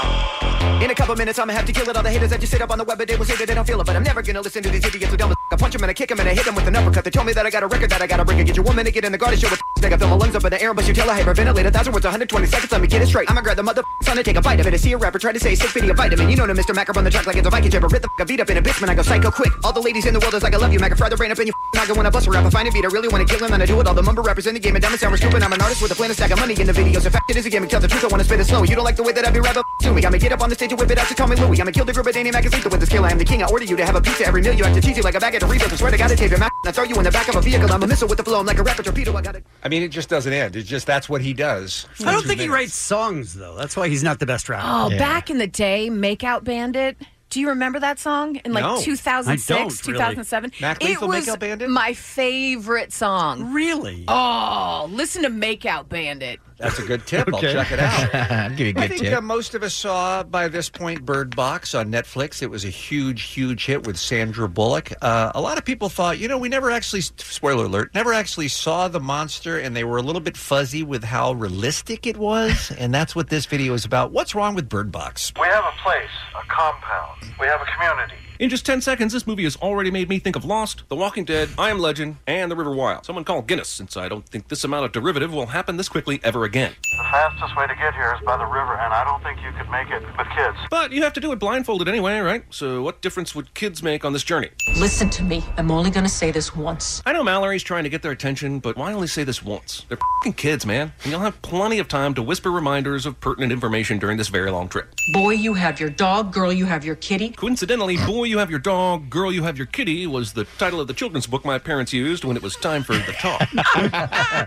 Speaker 25: in a couple minutes, I'ma have to kill it. All the haters that just sit up on the web, but they will say that they don't feel it. But I'm never gonna listen to these idiots who dumb as I punch them and I kick them and I hit them with an uppercut. They told me that I got a record that I gotta break. it. Get your woman to get in the garden, show with They got fill my lungs up in the air, but you tell I hyperventilate. A thousand words, 120 seconds, let me get it straight. I'ma grab the mother son and take a bite of it. I see a rapper try to say six feet of vitamin. You know, the Mr. Macker on the track like it's a Viking jabber. Rip the f- I beat up in a bitch when I go psycho quick. All the ladies in the world is like, I love you, Macker. Fry the brain up in your f- Talking when I bust a rapper, find a beat, I really wanna kill him, and I do it all. The mumble rappers in the game, and diamonds sound we're stupid. I'm an artist with a plan to stack of money in the videos. In fact, it is a game, tell the truth, I wanna spit it slow. You don't like the way that I be rapping, to me. I'ma get up on the stage and whip it out, so call me Louie. I'ma kill the group at any magazine with the skill. I am the king, I order you to have a pizza every meal. You act cheesy like a bag at Doritos. I swear to God, I tape your mouth, and I throw you in the back of a vehicle. I'm a missile with the flow, I'm like a rapper torpedo. I got it.
Speaker 3: I mean, it just doesn't end. It's just that's what he does.
Speaker 9: I don't think he writes songs though. That's why he's not the best rapper.
Speaker 7: Oh, back in the day, Makeout Bandit. Do you remember that song in like
Speaker 9: No. I don't,
Speaker 7: 2006,
Speaker 9: really.
Speaker 7: 2007?
Speaker 9: Mac
Speaker 7: it
Speaker 9: Lethal,
Speaker 7: was
Speaker 9: Makeout Bandit?
Speaker 7: my favorite song.
Speaker 9: Really?
Speaker 7: Oh, listen to Makeout Bandit.
Speaker 3: That's a good tip. I'll
Speaker 14: Okay.
Speaker 3: check it out.
Speaker 9: <laughs>
Speaker 14: I'll give you a
Speaker 3: I
Speaker 14: good
Speaker 3: think
Speaker 14: tip.
Speaker 3: Uh, most of us saw by this point Bird Box on Netflix. It was a huge, huge hit with Sandra Bullock. Uh, a lot of people thought, you know, we never actually, spoiler alert, never actually saw the monster, and they were a little bit fuzzy with how realistic it was. and that's what this video is about. What's wrong with Bird Box?
Speaker 23: We have a place, a compound. We have a community.
Speaker 11: In just 10 seconds, this movie has already made me think of Lost, The Walking Dead, I Am Legend, and The River Wild. Someone call Guinness, since I don't think this amount of derivative will happen this quickly ever again.
Speaker 23: The fastest way to get here is by the river, and I don't think you could make it with kids.
Speaker 11: But you have to do it blindfolded anyway, right? So what difference would kids make on this journey?
Speaker 16: Listen to me. I'm only going to say this once.
Speaker 11: I know Mallory's trying to get their attention, but why only say this once? They're fing kids, man. And you'll have plenty of time to whisper reminders of pertinent information during this very long trip.
Speaker 16: Boy, you have your dog. Girl, you have your kitty.
Speaker 11: Coincidentally, Boy You Have Your Dog, Girl You Have Your Kitty was the title of the children's book my parents used when it was time for the talk.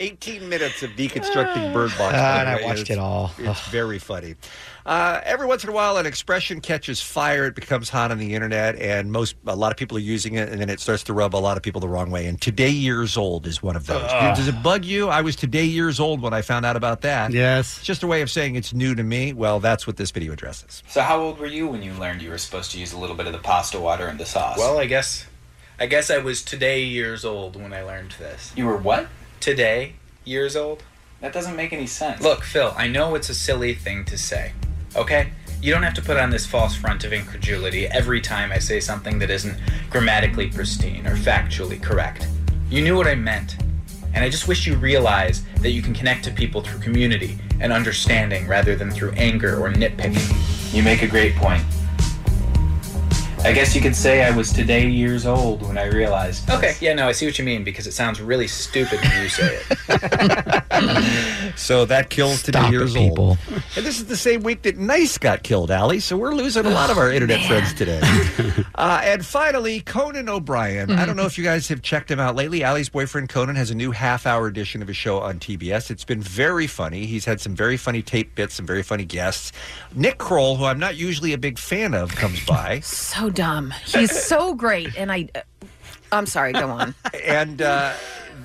Speaker 3: 18 minutes of deconstructing Bird Box.
Speaker 14: Ah,
Speaker 3: by
Speaker 14: and
Speaker 3: the
Speaker 14: I
Speaker 3: way,
Speaker 14: watched
Speaker 3: is-
Speaker 14: it all.
Speaker 3: It's very funny. Uh, every once in a while, an expression catches fire. It becomes hot on the internet, and most a lot of people are using it, and then it starts to rub a lot of people the wrong way. And today years old is one of those.
Speaker 9: Ugh.
Speaker 3: Does it bug you? I was today years old when I found out about that. Yes, it's just a way of saying it's new to me. Well, that's what this video addresses.
Speaker 26: So how old were you when you learned you were supposed to use a little bit of the pasta water in the sauce?
Speaker 12: Well, I guess, I guess I was today years old when I learned this.
Speaker 26: You were what?
Speaker 12: Today years old?
Speaker 26: That doesn't make any sense.
Speaker 12: Look, Phil, I know it's a silly thing to say. Okay? You don't have to put on this false front of incredulity every time I say something that isn't grammatically pristine or factually correct. You knew what I meant. And I just wish you realize that you can connect to people through community and understanding rather than through anger or nitpicking.
Speaker 26: You make a great point. I guess you could say I was today years old when I realized.
Speaker 12: Okay, yeah, no, I see what you mean because it sounds really stupid when you say it.
Speaker 9: <laughs>
Speaker 3: So that kills today
Speaker 12: Stop it,
Speaker 3: years old. And this is the same week that Nice got killed, Allie. So we're losing a lot of our internet friends today. uh, and finally, Conan O'Brien. I
Speaker 7: Mm-hmm.
Speaker 3: don't know if you guys have checked him out lately. Allie's boyfriend Conan has a new half-hour edition of his show on TBS. It's been very funny. He's had some very funny tape bits, some very funny guests. Nick Kroll, who I'm not usually a big fan of, comes
Speaker 7: <laughs>
Speaker 3: by.
Speaker 7: So dumb. He's so great. And I, uh, I'm sorry, go on.
Speaker 3: <laughs> and uh,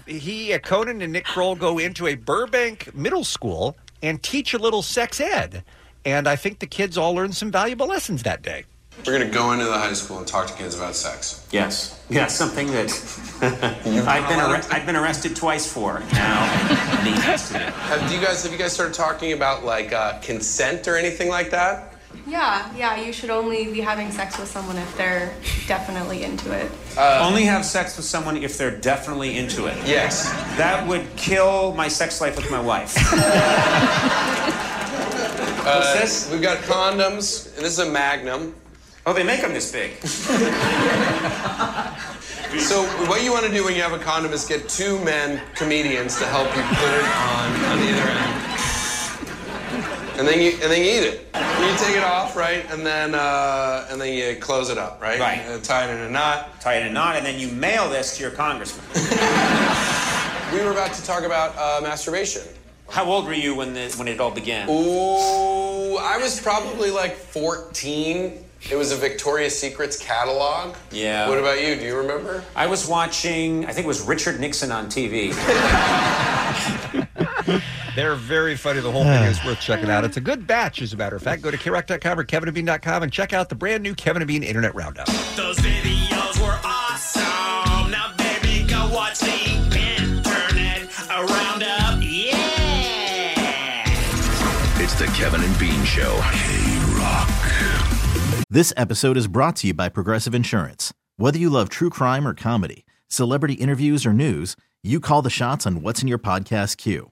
Speaker 3: he, uh, Conan, and Nick Kroll go into a Burbank middle school and teach a little sex ed. And I think the kids all learned some valuable lessons that day.
Speaker 27: We're going to go into the high school and talk to kids about sex.
Speaker 26: Yes. Yeah, something that
Speaker 27: <laughs>
Speaker 26: I've been arre- I've been arrested twice for now. and he tested it.
Speaker 27: Have do you guys have you guys started talking about like uh, consent or anything like that?
Speaker 28: Yeah, yeah, you should only be having sex with someone if they're definitely into it.
Speaker 27: Uh,
Speaker 26: Only have sex with someone if they're definitely into it.
Speaker 27: Yes.
Speaker 26: That would kill my sex life with my
Speaker 27: <laughs>
Speaker 26: wife.
Speaker 27: What's this? Uh, We've got condoms. This is a Magnum. Oh, they make them this big. <laughs> so what you want to do when you have a condom is get two men comedians to help you put it on on either end, and then you and then you eat it. You take it off, right, and then uh, and then you close it up, right? Right. tie it in a knot. Tie it in a knot, and then you mail this to your congressman. <laughs> we were about to talk about uh, masturbation.
Speaker 26: How old were you when the, when it all began?
Speaker 27: Ooh, I was probably like 14. It was a Victoria's Secrets catalog.
Speaker 26: Yeah.
Speaker 27: What about you? Do you remember?
Speaker 26: <laughs> I was watching, I think it was Richard Nixon on TV.
Speaker 3: They're very funny. The whole
Speaker 9: <sighs>
Speaker 3: thing is worth checking out. It's a good batch, as a matter of fact. Go to krock.com or kevinandbean.com and check out the brand new Kevin and Bean Internet Roundup.
Speaker 6: Those videos were awesome. Now, baby, go watch the internet around up. Yeah.
Speaker 21: It's the Kevin and Bean Show. K Rock.
Speaker 29: This episode is brought to you by Progressive Insurance. Whether you love true crime or comedy, celebrity interviews or news, you call the shots on what's in your podcast queue.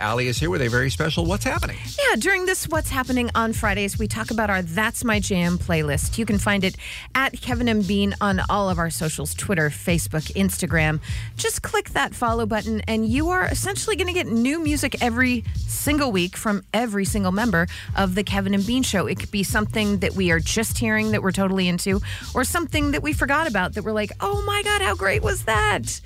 Speaker 3: Allie is here with a very special What's Happening.
Speaker 1: Yeah, during this What's Happening on Fridays, we talk about our That's My Jam playlist. You can find it at Kevin and Bean on all of our socials Twitter, Facebook, Instagram. Just click that follow button, and you are essentially going to get new music every single week from every single member of the Kevin and Bean Show. It could be something that we are just hearing that we're totally into, or something that we forgot about that we're like, oh my God, how great was that?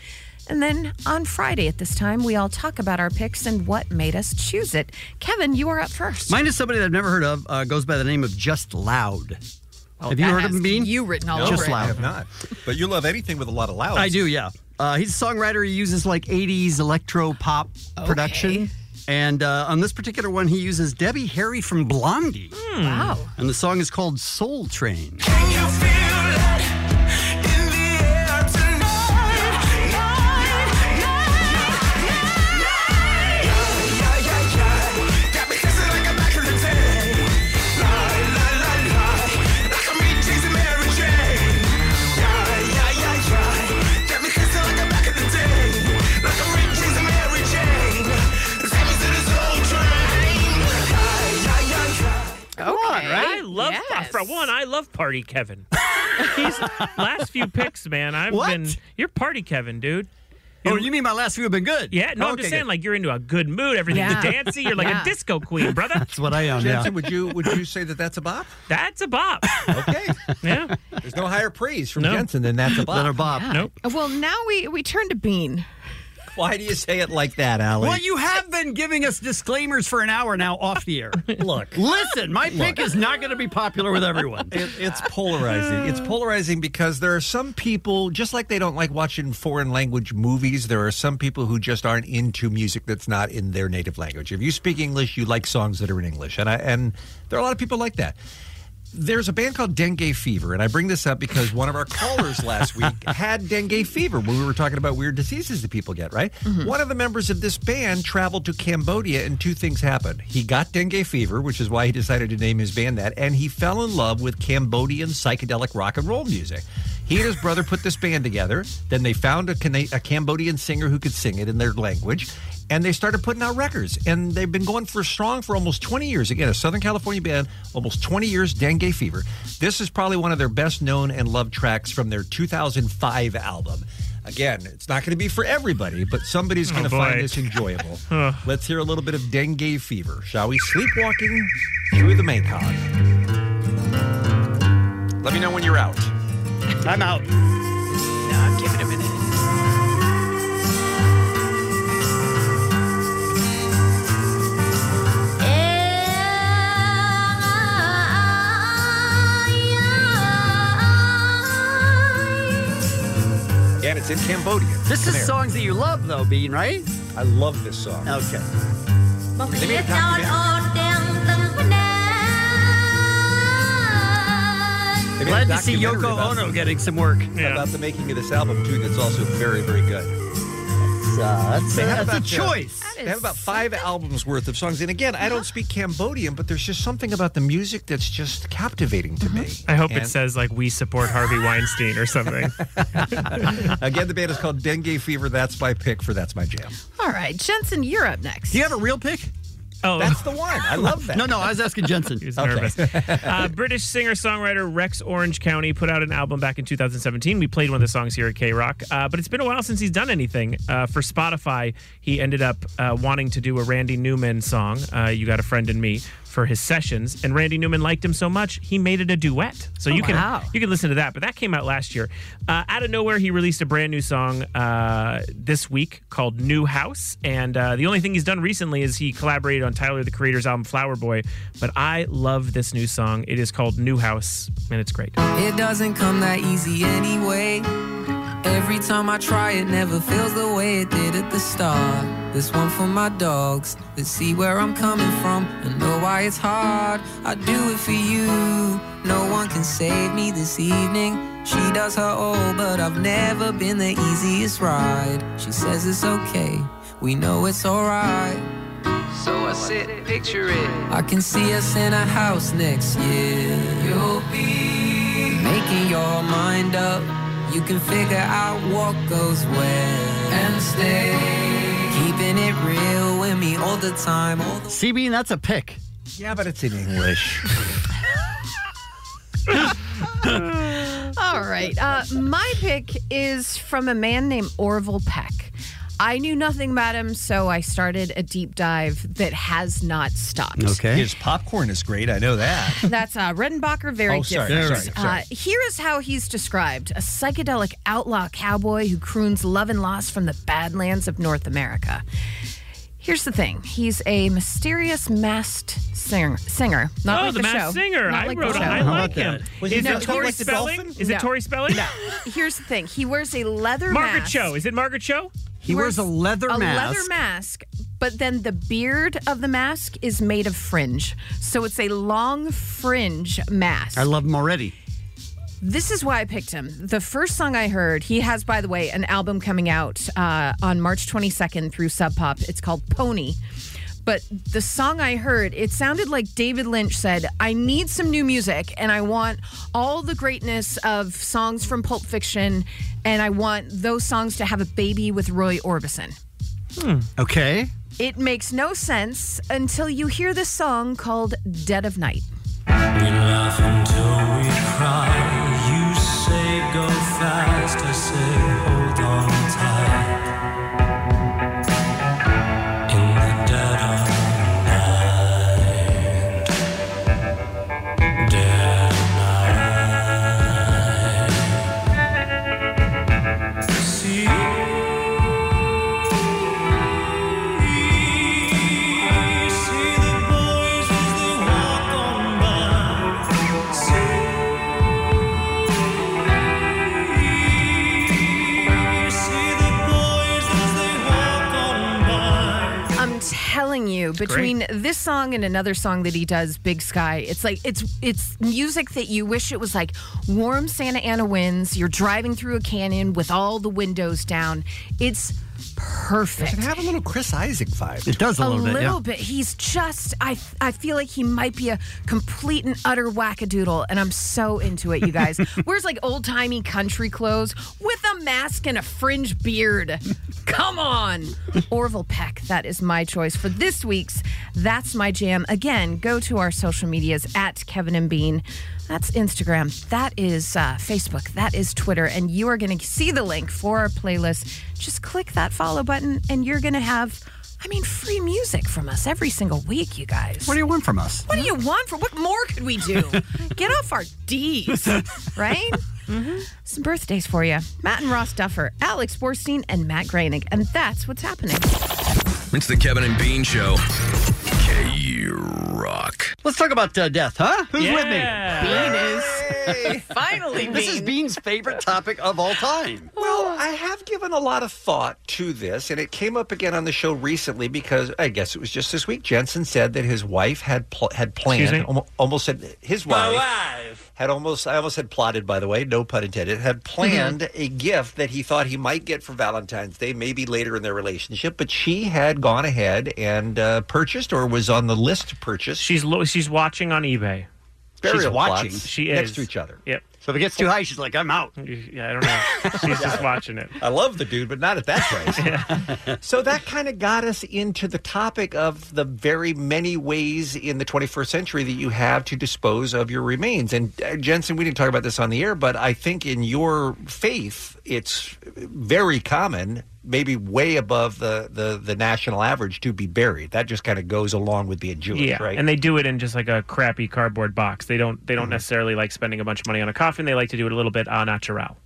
Speaker 1: And then on Friday at this time, we all talk about our picks and what made us choose it. Kevin, you are up first.
Speaker 9: Mine is somebody that I've never heard of. Uh, goes by the name of Just Loud. have you
Speaker 1: Oh, that
Speaker 9: heard of
Speaker 1: has
Speaker 9: him, Bean?
Speaker 1: you written all
Speaker 9: Just
Speaker 1: over it.
Speaker 9: Loud.
Speaker 1: I have
Speaker 9: not.
Speaker 3: But you love anything with a lot of loud.
Speaker 9: I do, yeah. Uh, he's a songwriter. He uses like 80s electro pop production. And uh, on this particular one, he uses Debbie Harry from Blondie.
Speaker 3: Hmm.
Speaker 1: Wow.
Speaker 9: And the song is called Soul Train.
Speaker 10: I love uh, for one. I love Party
Speaker 9: <laughs>
Speaker 10: Kevin. He's last few picks, man. I've
Speaker 9: What?
Speaker 10: been you're Party Kevin, dude.
Speaker 9: Oh, you mean my last few have been good?
Speaker 10: Yeah, no, I'm just saying, like you're into a good mood. Everything's
Speaker 9: Yeah.
Speaker 10: dancey. You're like
Speaker 9: Yeah.
Speaker 10: a disco queen, brother.
Speaker 9: That's what I am.
Speaker 3: Jensen,
Speaker 9: Yeah.
Speaker 3: would you would you say that that's a bop?
Speaker 10: That's a bop. Yeah.
Speaker 3: There's no higher praise from Jensen than that's a bop.
Speaker 9: Than a bop.
Speaker 1: Yeah. Uh, Well, now we, we turn to Bean.
Speaker 3: Why do you say it like that, Allie?
Speaker 9: Well, you have been giving us disclaimers for an hour now off the air.
Speaker 3: <laughs> Look.
Speaker 9: Listen, my pick is not going to be popular with everyone.
Speaker 3: <laughs> It, it's polarizing. It's polarizing because there are some people, just like they don't like watching foreign language movies, there are some people who just aren't into music that's not in their native language. If you speak English, you like songs that are in English, and I, and there are a lot of people like that. There's a band called Dengue Fever, and I bring this up because one of our callers last week had dengue fever when we were talking about weird diseases that people get, right? One of the members of this band traveled to Cambodia, and two things happened. He got dengue fever, which is why he decided to name his band that, and he fell in love with Cambodian psychedelic rock and roll music. He and his brother put this band together. Then they found a, Cana- a Cambodian singer who could sing it in their language and they started putting out records and they've been going for strong for almost 20 years again a southern california band almost 20 years dengue fever this is probably one of their best known and loved tracks from their 2005 album again it's not going to be for everybody but somebody's
Speaker 10: Oh,
Speaker 3: going to
Speaker 10: boy.
Speaker 3: find this enjoyable let's hear a little bit of dengue fever shall we sleepwalking through the mekong let me know when you're out
Speaker 9: i'm out
Speaker 3: i'm giving a minute And it's in Cambodia.
Speaker 9: This is
Speaker 3: Khmer.
Speaker 9: songs that you love, though, Bean, right?
Speaker 3: I love this song.
Speaker 9: Okay.
Speaker 3: They made a documentary. They made a
Speaker 9: Glad to see
Speaker 3: documentary
Speaker 9: Yoko
Speaker 3: about-
Speaker 9: Ono getting some work.
Speaker 3: About the making of this album, too, that's also very, very good.
Speaker 9: that's
Speaker 3: They
Speaker 9: a-
Speaker 3: have
Speaker 9: that's a
Speaker 3: about, uh,
Speaker 9: choice. That
Speaker 3: they have about five albums worth of songs. And again, I don't speak Cambodian, but there's just something about the music that's just captivating to me.
Speaker 10: I hope it
Speaker 3: And-
Speaker 10: says like we support Harvey Weinstein or something.
Speaker 3: <laughs> Again, the band is called Dengue Fever. That's my pick for That's My Jam.
Speaker 1: All right, Jensen, you're up next. Do
Speaker 9: you have a real pick?
Speaker 10: Oh,
Speaker 3: That's the one. I love that.
Speaker 9: No, no, I was asking
Speaker 3: <laughs>
Speaker 9: Jensen. He's
Speaker 10: nervous. uh, British singer songwriter Rex Orange County put out an album back in 2017. We played one of the songs here at K Rock, uh, but it's been a while since he's done anything. Uh, for Spotify, he ended up uh, wanting to do a Randy Newman song, uh, You Got a Friend in Me. For his sessions, and Randy Newman liked him so much, he made it a duet. So
Speaker 1: Oh,
Speaker 10: you can
Speaker 1: wow.
Speaker 10: you can listen to that. But that came out last year. Uh, out of nowhere, he released a brand new song uh, this week called New House. And uh, the only thing he's done recently is he collaborated on Tyler the Creator's album Flower Boy. But I love this new song. It is called New House, and it's great.
Speaker 30: It doesn't come that easy anyway. Every time I try, it never feels the way it did at the start. This one for my dogs that see where I'm coming from and know why it's hard. I do it for you. No one can save me this evening. She does her all, but I've never been the easiest ride. She says it's okay. We know it's alright. So I sit, picture it. I can see us in a house next year. You'll be making your mind up. You can figure out what goes where and stay. Keeping it real with me all the time. All the
Speaker 9: CB, that's a pick.
Speaker 3: Yeah, but it's in English.
Speaker 1: <laughs> All right. Uh, my pick is from a man named Orville Peck. I knew nothing about him, so I started a deep dive that has not stopped.
Speaker 3: His popcorn is great. I know that.
Speaker 1: That's uh, Redenbacher, very
Speaker 3: Oh, sorry,
Speaker 1: different.
Speaker 3: sorry, sorry.
Speaker 1: Uh, here is how he's described a psychedelic outlaw cowboy who croons love and loss from the badlands of North America. Here's the thing he's a mysterious masked singer. singer not
Speaker 10: oh,
Speaker 1: like
Speaker 10: the,
Speaker 1: the,
Speaker 10: Masked
Speaker 1: show.
Speaker 10: Singer.
Speaker 1: Not
Speaker 10: I
Speaker 1: like the
Speaker 10: wrote.
Speaker 1: show.
Speaker 10: I like him. Is it Tori Spelling? Is it
Speaker 1: No.
Speaker 10: Tori Spelling?
Speaker 1: No. Here's the thing. He wears a leather
Speaker 10: Margaret
Speaker 1: mask.
Speaker 10: Cho. Is it Margaret Cho?
Speaker 1: He wears a leather A leather mask, but then the beard of the mask is made of fringe. So it's a long fringe mask.
Speaker 9: I love him already.
Speaker 1: This is why I picked him. The first song I heard, he has, by the way, an album coming out uh, on March 22nd through Sub Pop. It's called Pony. But the song I heard, it sounded like David Lynch said, I need some new music and I want all the greatness of songs from Pulp Fiction and I want those songs to have a baby with Roy Orbison.
Speaker 3: Hmm.
Speaker 9: Okay.
Speaker 1: It makes no sense until you hear this song called Dead of Night.
Speaker 6: We laugh until we cry. You say go fast, I say hold on tight. In the dead of night. Dead night. See see the boys as they walk on by. See see the boys as they walk on by.
Speaker 1: I'm telling you, between this song and another song that he does, Big Sky, it's like it's it's music that you wish it was like warm Santa Ana winds. You're driving through a canyon with all the windows down. It's perfect.
Speaker 3: Does it have a little Chris Isaac vibe?
Speaker 9: It does a little bit, yeah.
Speaker 1: bit. He's just I I feel like he might be a complete and utter wackadoodle, and I'm so into it, you
Speaker 9: <laughs>
Speaker 1: guys. Wears like old timey country clothes with a mask and a fringe beard. Come on, Orville Peck. That is my choice for this week's. That's my jam. Again, go to our social medias at Kevin and Bean. That's Instagram. That is uh, Facebook. That is Twitter. And you are going to see the link for our playlist. Just click that follow button, and you're going to have I mean, free music from us every single week, you guys.
Speaker 9: What do you want from us?
Speaker 1: What do you want from? What more could we
Speaker 9: <laughs>
Speaker 1: do? Get off our D's, right?
Speaker 9: Mm-hmm.
Speaker 1: Some birthdays for you: Matt and Ross Duffer, Alex Borstein, and Matt Groening, and that's what's happening.
Speaker 21: It's the Kevin and Bean Show. K Rock.
Speaker 9: Let's talk about uh, death, huh? Who's with me?
Speaker 1: Bean
Speaker 9: is
Speaker 1: finally.
Speaker 9: This is Bean's favorite topic of all time.
Speaker 3: Well, I have given a lot of thought to this, and it came up again on the show recently because I guess it was just this week. Jensen said that his wife had pl- had planned,
Speaker 6: Excuse me?
Speaker 3: almo- almost said his
Speaker 6: My
Speaker 3: wife, had almost. I almost said plotted, by the way, no pun intended. Had
Speaker 10: Mm-hmm.
Speaker 3: planned a gift that he thought he might get for Valentine's Day, maybe later in their relationship, but she had gone ahead and uh, purchased or was on the list to purchase.
Speaker 10: She's lo- she's watching on eBay.
Speaker 3: Burial
Speaker 10: she's watching.
Speaker 3: plots
Speaker 10: She is
Speaker 3: next to each other.
Speaker 10: Yep.
Speaker 9: So if it gets too high, she's like, I'm out.
Speaker 10: <laughs> Yeah, I don't know. She's
Speaker 9: <laughs>
Speaker 10: just watching it.
Speaker 3: I love the dude, but not at that price.
Speaker 10: <laughs>
Speaker 3: So that kind of got us into the topic of the very many ways in the 21st century that you have to dispose of your remains. And uh, Jensen, we didn't talk about this on the air, but I think in your faith, it's very common, maybe way above the, the, the national average, to be buried. That just kind of goes along with being Jewish,
Speaker 10: yeah,
Speaker 3: right?
Speaker 10: and they do it in just like a crappy cardboard box. They don't
Speaker 9: Mm-hmm.
Speaker 10: they don't necessarily like spending a bunch of money on a coffin. They like to do it a little bit a natural.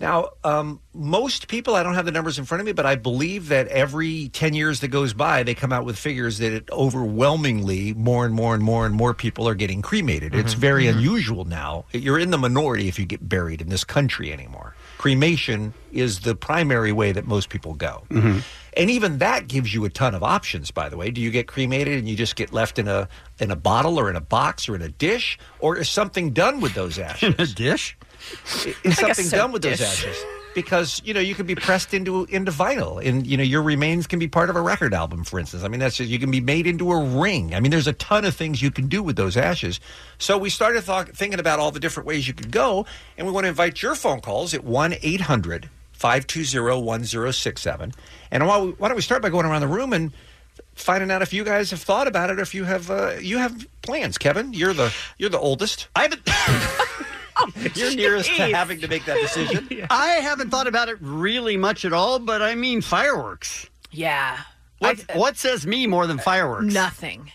Speaker 3: Now, um, most people, I don't have the numbers in front of me, but I believe that every 10 years that goes by, they come out with figures that it overwhelmingly more and more and more and more people are getting cremated.
Speaker 9: Mm-hmm.
Speaker 3: It's
Speaker 6: Mhm.
Speaker 3: very unusual now. You're in the minority if you get buried in this country anymore. Cremation is the primary way that most people go. And even that gives you a ton of options, by the way. Do you get cremated and you just get left in a in a bottle or in a box or in a dish?
Speaker 9: <laughs>
Speaker 3: Or is something done with those ashes?
Speaker 9: a dish?
Speaker 3: Is
Speaker 6: I guess
Speaker 3: something
Speaker 6: so,
Speaker 3: done with
Speaker 6: dish.
Speaker 3: those ashes? because you know you can be pressed into into vinyl, and you know your remains can be part of a record album, for instance. I mean, that's just, you can be made into a ring. I mean, there's a ton of things you can do with those ashes. So we started thought thinking about all the different ways you could go, and we want to invite your phone calls at one 800 520 1067 And why, why don't we start by going around the room and finding out if you guys have thought about it, or if you have uh, you have plans. Kevin, you're the you're the oldest. I
Speaker 9: <laughs>
Speaker 3: haven't. <laughs> you're nearest to
Speaker 9: jeez.
Speaker 3: having to make that decision.
Speaker 9: I haven't thought about it really much at all, but I mean fireworks.
Speaker 7: Yeah.
Speaker 9: What what says me more than fireworks?
Speaker 7: Nothing.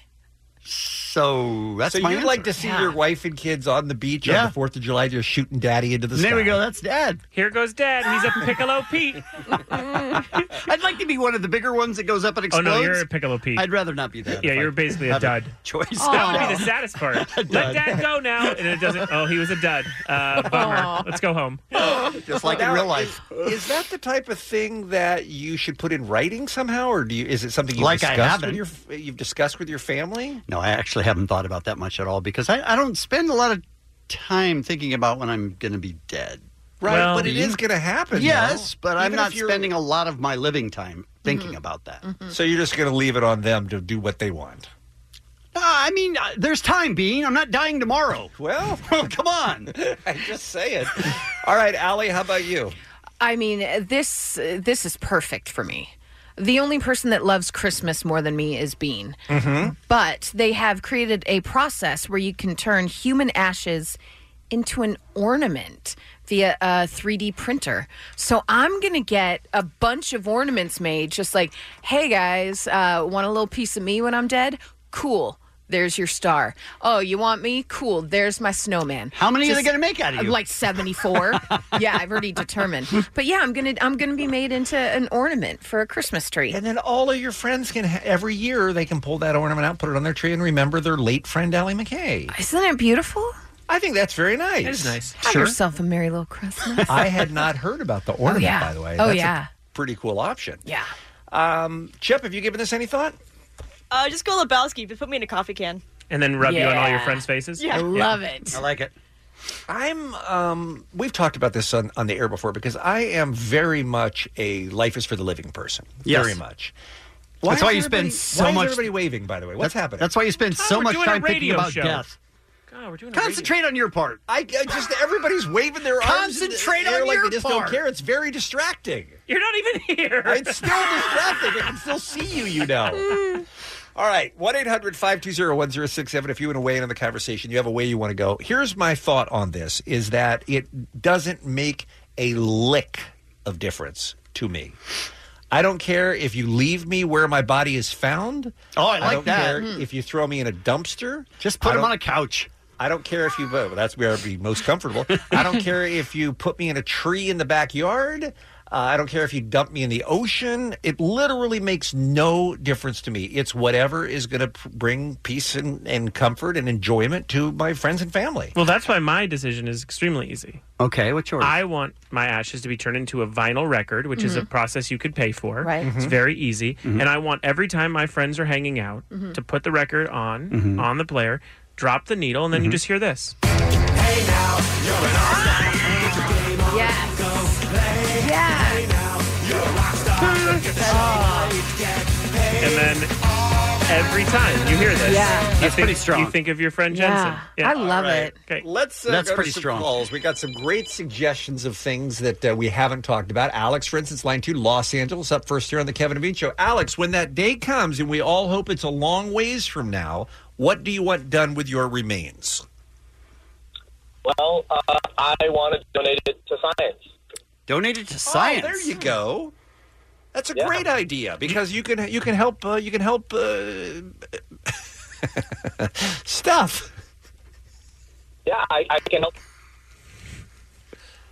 Speaker 9: So that's
Speaker 3: so
Speaker 9: my
Speaker 3: you'd like
Speaker 9: answer.
Speaker 3: to see your wife and kids on the beach
Speaker 9: Yeah.
Speaker 3: on the Fourth of July, just shooting daddy into the
Speaker 9: There
Speaker 3: sky.
Speaker 9: we go. That's Dad.
Speaker 10: Here goes Dad. He's up in Piccolo Pete.
Speaker 9: <laughs> I'd like to be one of the bigger ones that goes up and
Speaker 10: Oh
Speaker 9: explodes.
Speaker 10: no, you're a Piccolo Pete.
Speaker 9: I'd rather not be that.
Speaker 10: yeah, you're basically a
Speaker 9: have a
Speaker 10: dud.
Speaker 9: choice.
Speaker 10: That would
Speaker 9: <laughs> Oh.
Speaker 10: be the saddest part.
Speaker 9: dud.
Speaker 10: Let Dad go now, and it doesn't. Oh, he was a dud. Uh,
Speaker 3: <laughs>
Speaker 10: bummer. Let's go home.
Speaker 9: <gasps> Just like in
Speaker 3: Now,
Speaker 9: real life.
Speaker 3: Is, is that the type of thing that you should put in writing somehow, or do you, is it something you
Speaker 9: Like I
Speaker 3: discussed
Speaker 9: haven't.
Speaker 3: with your f- you've discussed with your family?
Speaker 9: No, I actually haven't thought about that much at all because I, I don't spend a lot of time thinking about when I'm going to be dead.
Speaker 3: Right, but it is going to happen.
Speaker 9: Yes,
Speaker 3: though.
Speaker 9: but I'm
Speaker 3: Even if
Speaker 9: not
Speaker 3: you're- Mm-hmm.
Speaker 9: spending a lot of my living time thinking about that.
Speaker 1: Mm-hmm.
Speaker 3: So you're just going to leave it on them to do what they want.
Speaker 9: Uh, I mean, uh, there's time, Bean. I'm not dying tomorrow. <laughs>
Speaker 3: Well,
Speaker 9: come on.
Speaker 3: <laughs> I just say it. All right, Allie, how about you?
Speaker 1: I mean, uh, this uh, this is perfect for me. The only person that loves Christmas more than me is Bean.
Speaker 6: Mm-hmm.
Speaker 1: But they have created a process where you can turn human ashes into an ornament via a 3D printer. So I'm going to get a bunch of ornaments made, just like, hey guys, uh, want a little piece of me when I'm dead? Cool. There's your star. Oh, you want me? Cool. There's my snowman. uh,
Speaker 9: How many are they gonna make out of you?
Speaker 1: Like
Speaker 9: <laughs>
Speaker 1: 74. yeah, I've already determined. But yeah, I'm going to I'm going to be made into an ornament for a Christmas tree.
Speaker 3: And then all of your friends can ha- every year they can pull that ornament out, put it on their tree, and remember their late friend Allie McKay.
Speaker 1: Isn't it beautiful?
Speaker 3: I think that's very nice.
Speaker 1: That is nice. Have yourself a merry little Christmas.
Speaker 3: <laughs> I had not heard about the ornament,
Speaker 1: yeah.
Speaker 3: by the way.
Speaker 1: Oh,
Speaker 3: That's a
Speaker 1: yeah.
Speaker 3: pretty cool option.
Speaker 1: Yeah.
Speaker 3: Um, Chip, have you given this any thought?
Speaker 22: Uh, just go Lebowski, but put me in a coffee can.
Speaker 10: And then rub you on all your
Speaker 22: Yeah.
Speaker 10: friends' faces.
Speaker 22: Yeah. I love it. I
Speaker 9: like it.
Speaker 3: I'm. Um, we've talked about this on, on the air before because I am very much a life is for the living person.
Speaker 9: Yes.
Speaker 3: Very much.
Speaker 9: That's
Speaker 3: is
Speaker 9: why you spend
Speaker 3: everybody-
Speaker 9: so
Speaker 3: why
Speaker 9: much-
Speaker 3: Is everybody waving, by the way. What's
Speaker 9: That-
Speaker 3: happening?
Speaker 9: That's why you spend so much time thinking about death.
Speaker 10: God, we're doing
Speaker 9: Concentrate on your part.
Speaker 3: I, I just everybody's waving their arms. in the
Speaker 9: Concentrate
Speaker 3: air
Speaker 9: on
Speaker 3: like
Speaker 9: your
Speaker 3: they just
Speaker 9: part.
Speaker 3: don't care. It's very distracting.
Speaker 10: You're not even here.
Speaker 3: It's still distracting. I can still see you, you know. All right, 1 800 520 1067. If you want to weigh in on the conversation, you have a way you want to go. Here's my thought on this is that it doesn't make a lick of difference to me. I don't care if you leave me where my body is found.
Speaker 9: Oh, I like
Speaker 3: don't
Speaker 9: that.
Speaker 3: care
Speaker 9: Mm.
Speaker 3: if you throw me in a dumpster.
Speaker 9: Just put
Speaker 3: I
Speaker 9: him
Speaker 3: don't-
Speaker 9: on a couch.
Speaker 3: I don't care if you, well, that's where I'd be most comfortable. I
Speaker 9: <laughs>
Speaker 3: don't care if you put me in a tree in the backyard. Uh, I don't care if you dump me in the ocean. It literally makes no difference to me. It's whatever is going to p- bring peace and, and comfort and enjoyment to my friends and family.
Speaker 10: Well, that's why my decision is extremely easy.
Speaker 9: Okay, what's yours?
Speaker 10: I want my ashes to be turned into a vinyl record, which is a
Speaker 9: Mhm.
Speaker 10: process you could pay for.
Speaker 9: Right.
Speaker 10: It's
Speaker 9: Mhm.
Speaker 10: very easy. And I want every time my friends are hanging out
Speaker 22: Mhm.
Speaker 10: to put the record on
Speaker 9: Mhm.
Speaker 10: on the player, drop the needle, and then
Speaker 9: Mm-hmm.
Speaker 10: you just hear this.
Speaker 1: Yes.
Speaker 10: And then every time you hear this,
Speaker 1: Yeah.
Speaker 10: you
Speaker 9: That's
Speaker 10: think,
Speaker 9: pretty strong.
Speaker 10: You think of your friend
Speaker 1: Yeah.
Speaker 10: Jensen.
Speaker 1: I love
Speaker 3: All right.
Speaker 1: it.
Speaker 10: Okay.
Speaker 3: Let's uh,
Speaker 9: That's
Speaker 3: go to
Speaker 9: pretty
Speaker 3: some
Speaker 9: strong.
Speaker 3: Calls. We got some great suggestions of things that uh, we haven't talked about. Alex, for instance, line two, Los Angeles, up first here on the Kevin and Bean Show. Alex, when that day comes, and we all hope it's a long ways from now, what do you want done with your remains?
Speaker 18: Well, uh, I want to donate it to science.
Speaker 9: Donated to
Speaker 3: science. Oh, there you go. That's a great idea because you can you can help uh, you can help uh, <laughs> stuff.
Speaker 18: Yeah, I, I can help.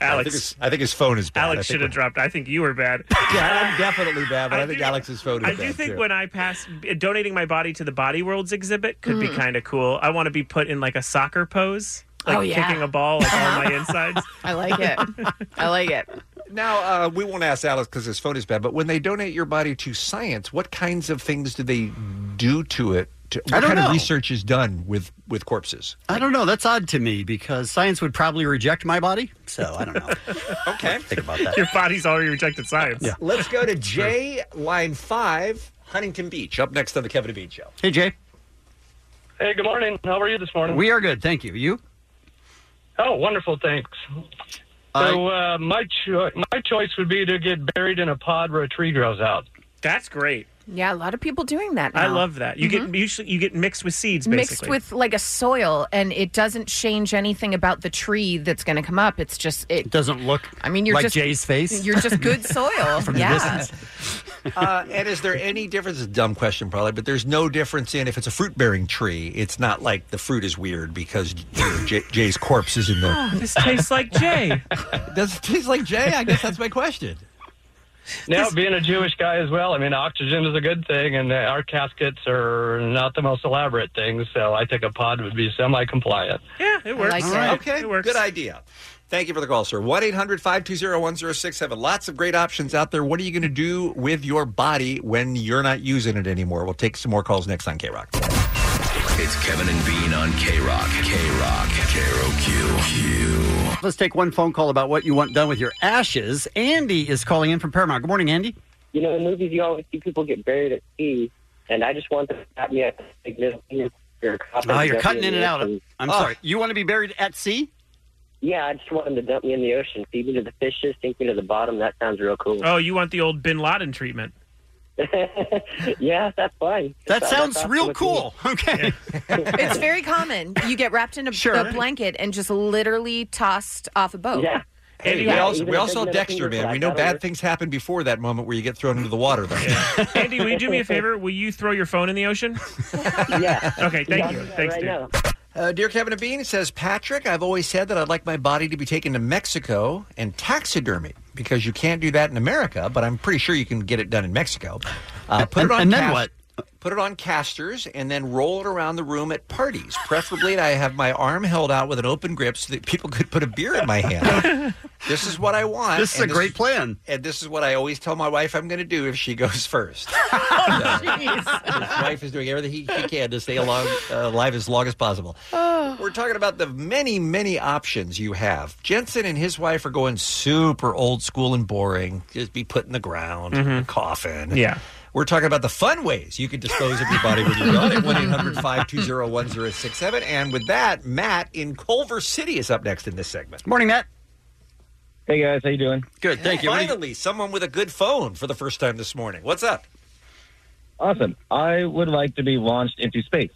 Speaker 3: I think, his, I think his phone is bad. I
Speaker 10: Alex
Speaker 3: think
Speaker 10: should have dropped. I think you were bad.
Speaker 3: <laughs> yeah, I'm definitely bad, but I, think Alex's phone is
Speaker 10: I
Speaker 3: bad.
Speaker 10: do think
Speaker 3: too.
Speaker 10: when I pass donating my body to the Body Worlds exhibit could be
Speaker 3: Mm.
Speaker 10: kind of cool. I want to be put in like a soccer pose, like
Speaker 1: Hmm. Oh, yeah.
Speaker 10: kicking a ball like
Speaker 1: <laughs>
Speaker 10: on my insides.
Speaker 1: I like it. I like it.
Speaker 3: Now, uh, we won't ask Alex because his phone is bad, but when they donate your body to science, what kinds of things do they do to it to,
Speaker 9: I
Speaker 3: what
Speaker 9: don't
Speaker 3: kind of
Speaker 9: know.
Speaker 3: research is done with with corpses?
Speaker 9: I don't know. That's odd to me because science would probably reject my body. So I don't
Speaker 3: <laughs>
Speaker 9: know.
Speaker 3: Okay.
Speaker 9: Think about that.
Speaker 10: Your body's already rejected science.
Speaker 9: Yeah.
Speaker 3: Let's go to Jay, line five, Huntington Beach, up next on the Kevin and Bean Show.
Speaker 9: Hey, Jay.
Speaker 23: Hey, good morning. How are you this morning?
Speaker 9: We are good. Thank you. You?
Speaker 23: Oh, wonderful. Thanks. So uh, my cho- my choice would be to get buried in a pod where a tree grows out.
Speaker 10: <laughs> That's great.
Speaker 1: <laughs> Yeah, a lot of people doing that.
Speaker 10: I
Speaker 1: now.
Speaker 10: love that. You
Speaker 1: Mhm.
Speaker 10: get usually you get mixed with seeds, basically.
Speaker 1: mixed with like a soil, and it doesn't change anything about the tree that's going to come up. It's just it.
Speaker 9: Doesn't look.
Speaker 1: I mean, you're
Speaker 9: like
Speaker 1: just
Speaker 9: Jay's face.
Speaker 1: You're just good soil.
Speaker 3: <laughs> From the
Speaker 1: yeah.
Speaker 3: distance. uh, and is there any difference? It's a dumb question, probably, but there's no difference in if it's a fruit bearing tree. It's not like the fruit is weird because you know, Jay, Jay's corpse is in the.
Speaker 10: Oh, this tastes like
Speaker 23: <laughs>
Speaker 10: Jay.
Speaker 3: Does it taste like Jay? I guess that's my question.
Speaker 23: Now, being a Jewish guy as well, I mean, oxygen is a good thing, and uh, our caskets are not the most elaborate things, so I think a pod would be semi compliant.
Speaker 10: Yeah, it works.
Speaker 3: All right. Okay, good idea. Thank you for the call, sir. 1 800 520 1067. Lots of great options out there. What are you going to do with your body when you're not using it anymore? We'll take some more calls next on K Rock.
Speaker 21: It's Kevin and Bean on K Rock. K Rock. K R O Q.
Speaker 9: Let's take one phone call about what you want done with your ashes. Andy is calling in from Paramount. Good morning, Andy.
Speaker 17: You know, in movies, you always see people get buried at sea, and I just want them to pat me at the big middle finger.
Speaker 9: Oh, you're cutting in and out. I'm sorry. You want to be buried at sea?
Speaker 17: Oh. Yeah, I just want them to dump me in the ocean, feed me to the fishes, sink me to the bottom. That sounds real cool.
Speaker 10: Oh, you want the old Bin
Speaker 1: <laughs>
Speaker 10: Laden treatment?
Speaker 17: yeah, that's fine.
Speaker 10: That
Speaker 17: That's-
Speaker 10: sounds
Speaker 17: that's
Speaker 10: real
Speaker 17: awesome.
Speaker 10: cool.
Speaker 9: Okay.
Speaker 1: <laughs> It's very common. You get wrapped in a,
Speaker 3: Sure.
Speaker 1: a blanket and just literally tossed off a boat.
Speaker 3: Yeah. Hey, we also, we also have Dexter, man. We know bad things happen before that moment where you get thrown into the water, though.
Speaker 10: Andy, will you do me a favor? Will you throw your phone in
Speaker 1: <laughs>
Speaker 10: the ocean?
Speaker 17: yeah.
Speaker 10: Okay, thank you. Thanks, dude.
Speaker 3: Uh, dear Kevin and Bean, it says, Patrick, I've always said that I'd like my body to be taken to Mexico and taxidermy because you can't do that in America, but I'm pretty sure you can get it done in Mexico. Uh, put
Speaker 9: And-
Speaker 3: it on
Speaker 9: and then what?
Speaker 3: Put it on casters and then roll it around the room at parties. Preferably, I have my arm held out with an open grip so that people could put a beer in my hand. this is what I want.
Speaker 9: This is
Speaker 3: and
Speaker 9: a great plan.
Speaker 3: And this is what I always tell my wife I'm going to do if she goes <laughs> first. His wife is doing everything he, she can to stay along, uh, alive as long as possible. We're talking about the many, many options you have. Jensen and his wife are going super old school and boring. Just be put in the ground, in a coffin.
Speaker 10: Yeah.
Speaker 3: We're talking about the fun ways you can dispose of your body when you're done at 1 800 520 1067. And with that, Matt in Culver City is up next in this segment.
Speaker 9: Morning, Matt.
Speaker 19: Hey guys, how you doing?
Speaker 9: Good, thank you. What do you-
Speaker 3: Finally, someone with a good phone for the first time this morning. What's up?
Speaker 19: Awesome. I would like to be launched into space.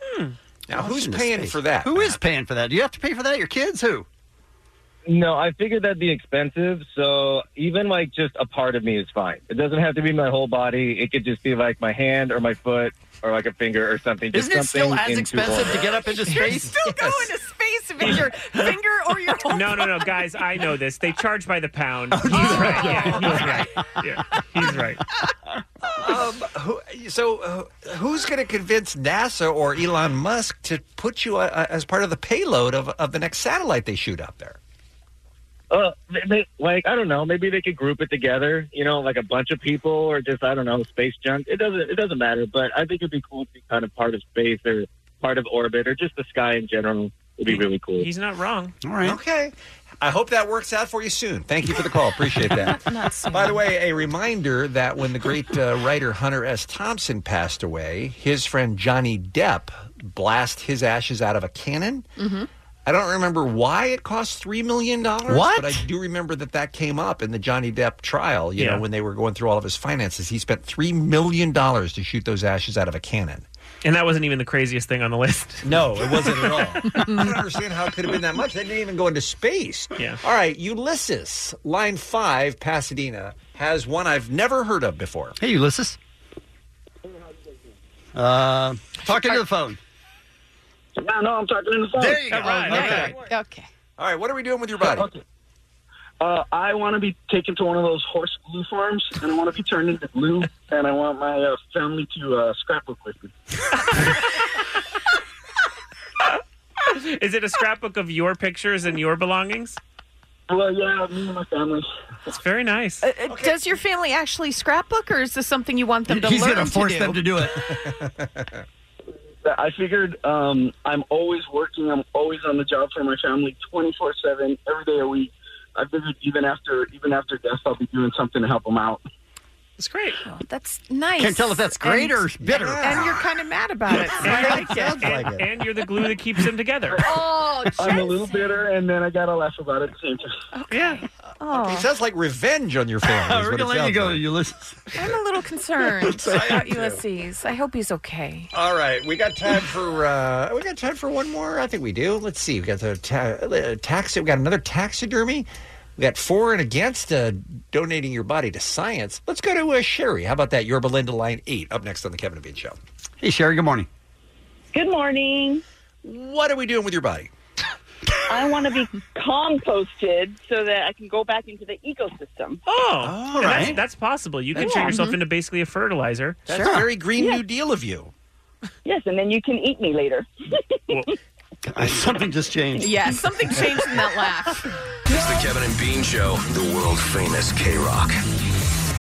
Speaker 9: Hmm.
Speaker 3: Now,
Speaker 9: who's
Speaker 19: paying for that,
Speaker 9: Who is paying for that? Do you have to pay for that? Your kids? Who?
Speaker 19: No, I figured that'd be expensive. So even like just a part of me is fine. It doesn't have to be my whole body. It could just be like my hand or my foot or like a finger or something. Just
Speaker 9: Isn't it still
Speaker 19: something
Speaker 9: as
Speaker 19: into
Speaker 9: expensive to
Speaker 19: orbit.
Speaker 9: get
Speaker 1: <laughs>
Speaker 9: up into
Speaker 19: You're
Speaker 9: space?
Speaker 19: still
Speaker 9: going
Speaker 1: to space if it's your finger or your Oh, whole
Speaker 10: <laughs> No, no, no, guys, I know this. They charge by the pound. He's right. Yeah, he's right. Yeah, he's right.
Speaker 3: Um, who, so, uh, who's going to convince NASA or Elon Musk to put you uh, as part of the payload of, of the next satellite they shoot up there?
Speaker 19: Uh, they, they, like I don't know. Maybe they could group it together. You know, like a bunch of people or just I don't know space junk. It doesn't it doesn't matter. But I think it'd be cool to be kind of part of space or part of orbit or just the sky in general. It'd be really cool.
Speaker 10: He's not wrong.
Speaker 9: All right.
Speaker 3: Okay. I hope that works out for you soon. Thank you for the call. Appreciate that. By the way, a reminder that when the great uh, writer Hunter S. Thompson passed away, his friend Johnny Depp blasted his ashes out of a cannon.
Speaker 6: Mm-hmm.
Speaker 3: I don't remember why it cost three million dollars.
Speaker 6: What?
Speaker 3: But I do remember that that came up in the Johnny Depp trial. You
Speaker 10: Yeah.
Speaker 3: know, when they were going through all of his finances, he spent three million dollars to shoot those ashes out of a cannon.
Speaker 10: And that wasn't even the craziest thing on the list.
Speaker 3: <laughs> No, it wasn't at all. I don't understand how it could have been that much. They didn't even go into space.
Speaker 10: Yeah.
Speaker 3: All right, Ulysses, line five, Pasadena has one I've never heard of before.
Speaker 9: Hey, Ulysses. Uh, talking to the phone.
Speaker 5: No, no, I'm talking in the phone.
Speaker 9: There you go. Okay.
Speaker 5: Okay.
Speaker 3: All right, what are we doing with your body?
Speaker 5: Uh, I want to be taken to one of those horse glue farms, and I want to be turned into glue, and I want my uh, family to uh, scrapbook with me.
Speaker 10: <laughs> Is it a scrapbook of your pictures and your belongings?
Speaker 5: Well, yeah, me and my family.
Speaker 10: It's very nice.
Speaker 1: Uh, uh, Does your family actually scrapbook, or is this something you want them to
Speaker 9: He's
Speaker 1: learn
Speaker 9: gonna force
Speaker 1: to do?
Speaker 9: them to do it.
Speaker 5: I figured um, I'm always working. I'm always on the job for my family, 24 seven, every day a week. I figured even after even after death, I'll be doing something to help them out.
Speaker 1: It's great. Oh, that's nice.
Speaker 5: Can't tell if that's great or it's bitter.
Speaker 1: And you're kind of mad about it. So I like it.
Speaker 10: and, and you're the glue that keeps them together.
Speaker 1: Oh,
Speaker 5: <laughs> I'm a little bitter, and then I gotta laugh about it at the same time.
Speaker 10: Yeah.
Speaker 1: Oh,
Speaker 3: It sounds like revenge on your family.
Speaker 9: <laughs>
Speaker 3: is
Speaker 9: We're
Speaker 3: what
Speaker 9: gonna
Speaker 3: it
Speaker 9: let you
Speaker 3: sounds
Speaker 9: go,
Speaker 3: like.
Speaker 9: Ulysses.
Speaker 1: I'm a little
Speaker 5: <laughs>
Speaker 1: concerned
Speaker 3: I am
Speaker 1: about
Speaker 3: too.
Speaker 1: Ulysses. I hope he's okay.
Speaker 3: All right, we got time for uh, we got time for one more. I think we do. Let's see. We got the ta- uh, tax. We got another taxidermy. We got for and against uh, donating your body to science. Let's go to uh, Sherry. How about that? Your Belinda line eight up next on the Kevin and Bean Show.
Speaker 9: Hey, Sherry. Good morning.
Speaker 11: Good morning.
Speaker 3: What are we doing with your body?
Speaker 11: I want to be composted so that I can go back into the ecosystem.
Speaker 10: Oh,
Speaker 11: All
Speaker 10: yeah, that's,
Speaker 11: right.
Speaker 10: that's possible. You can
Speaker 11: Yeah.
Speaker 10: turn yourself
Speaker 11: Mhm.
Speaker 10: into basically a fertilizer.
Speaker 11: That's Sure. very Green Yeah. New
Speaker 3: Deal of you.
Speaker 11: Yes, and then you can eat me later.
Speaker 9: <laughs>
Speaker 1: <laughs>
Speaker 9: Something just changed.
Speaker 11: <laughs> Yes, something changed in that laugh.
Speaker 21: It's the Kevin and Bean Show, the world famous K Rock.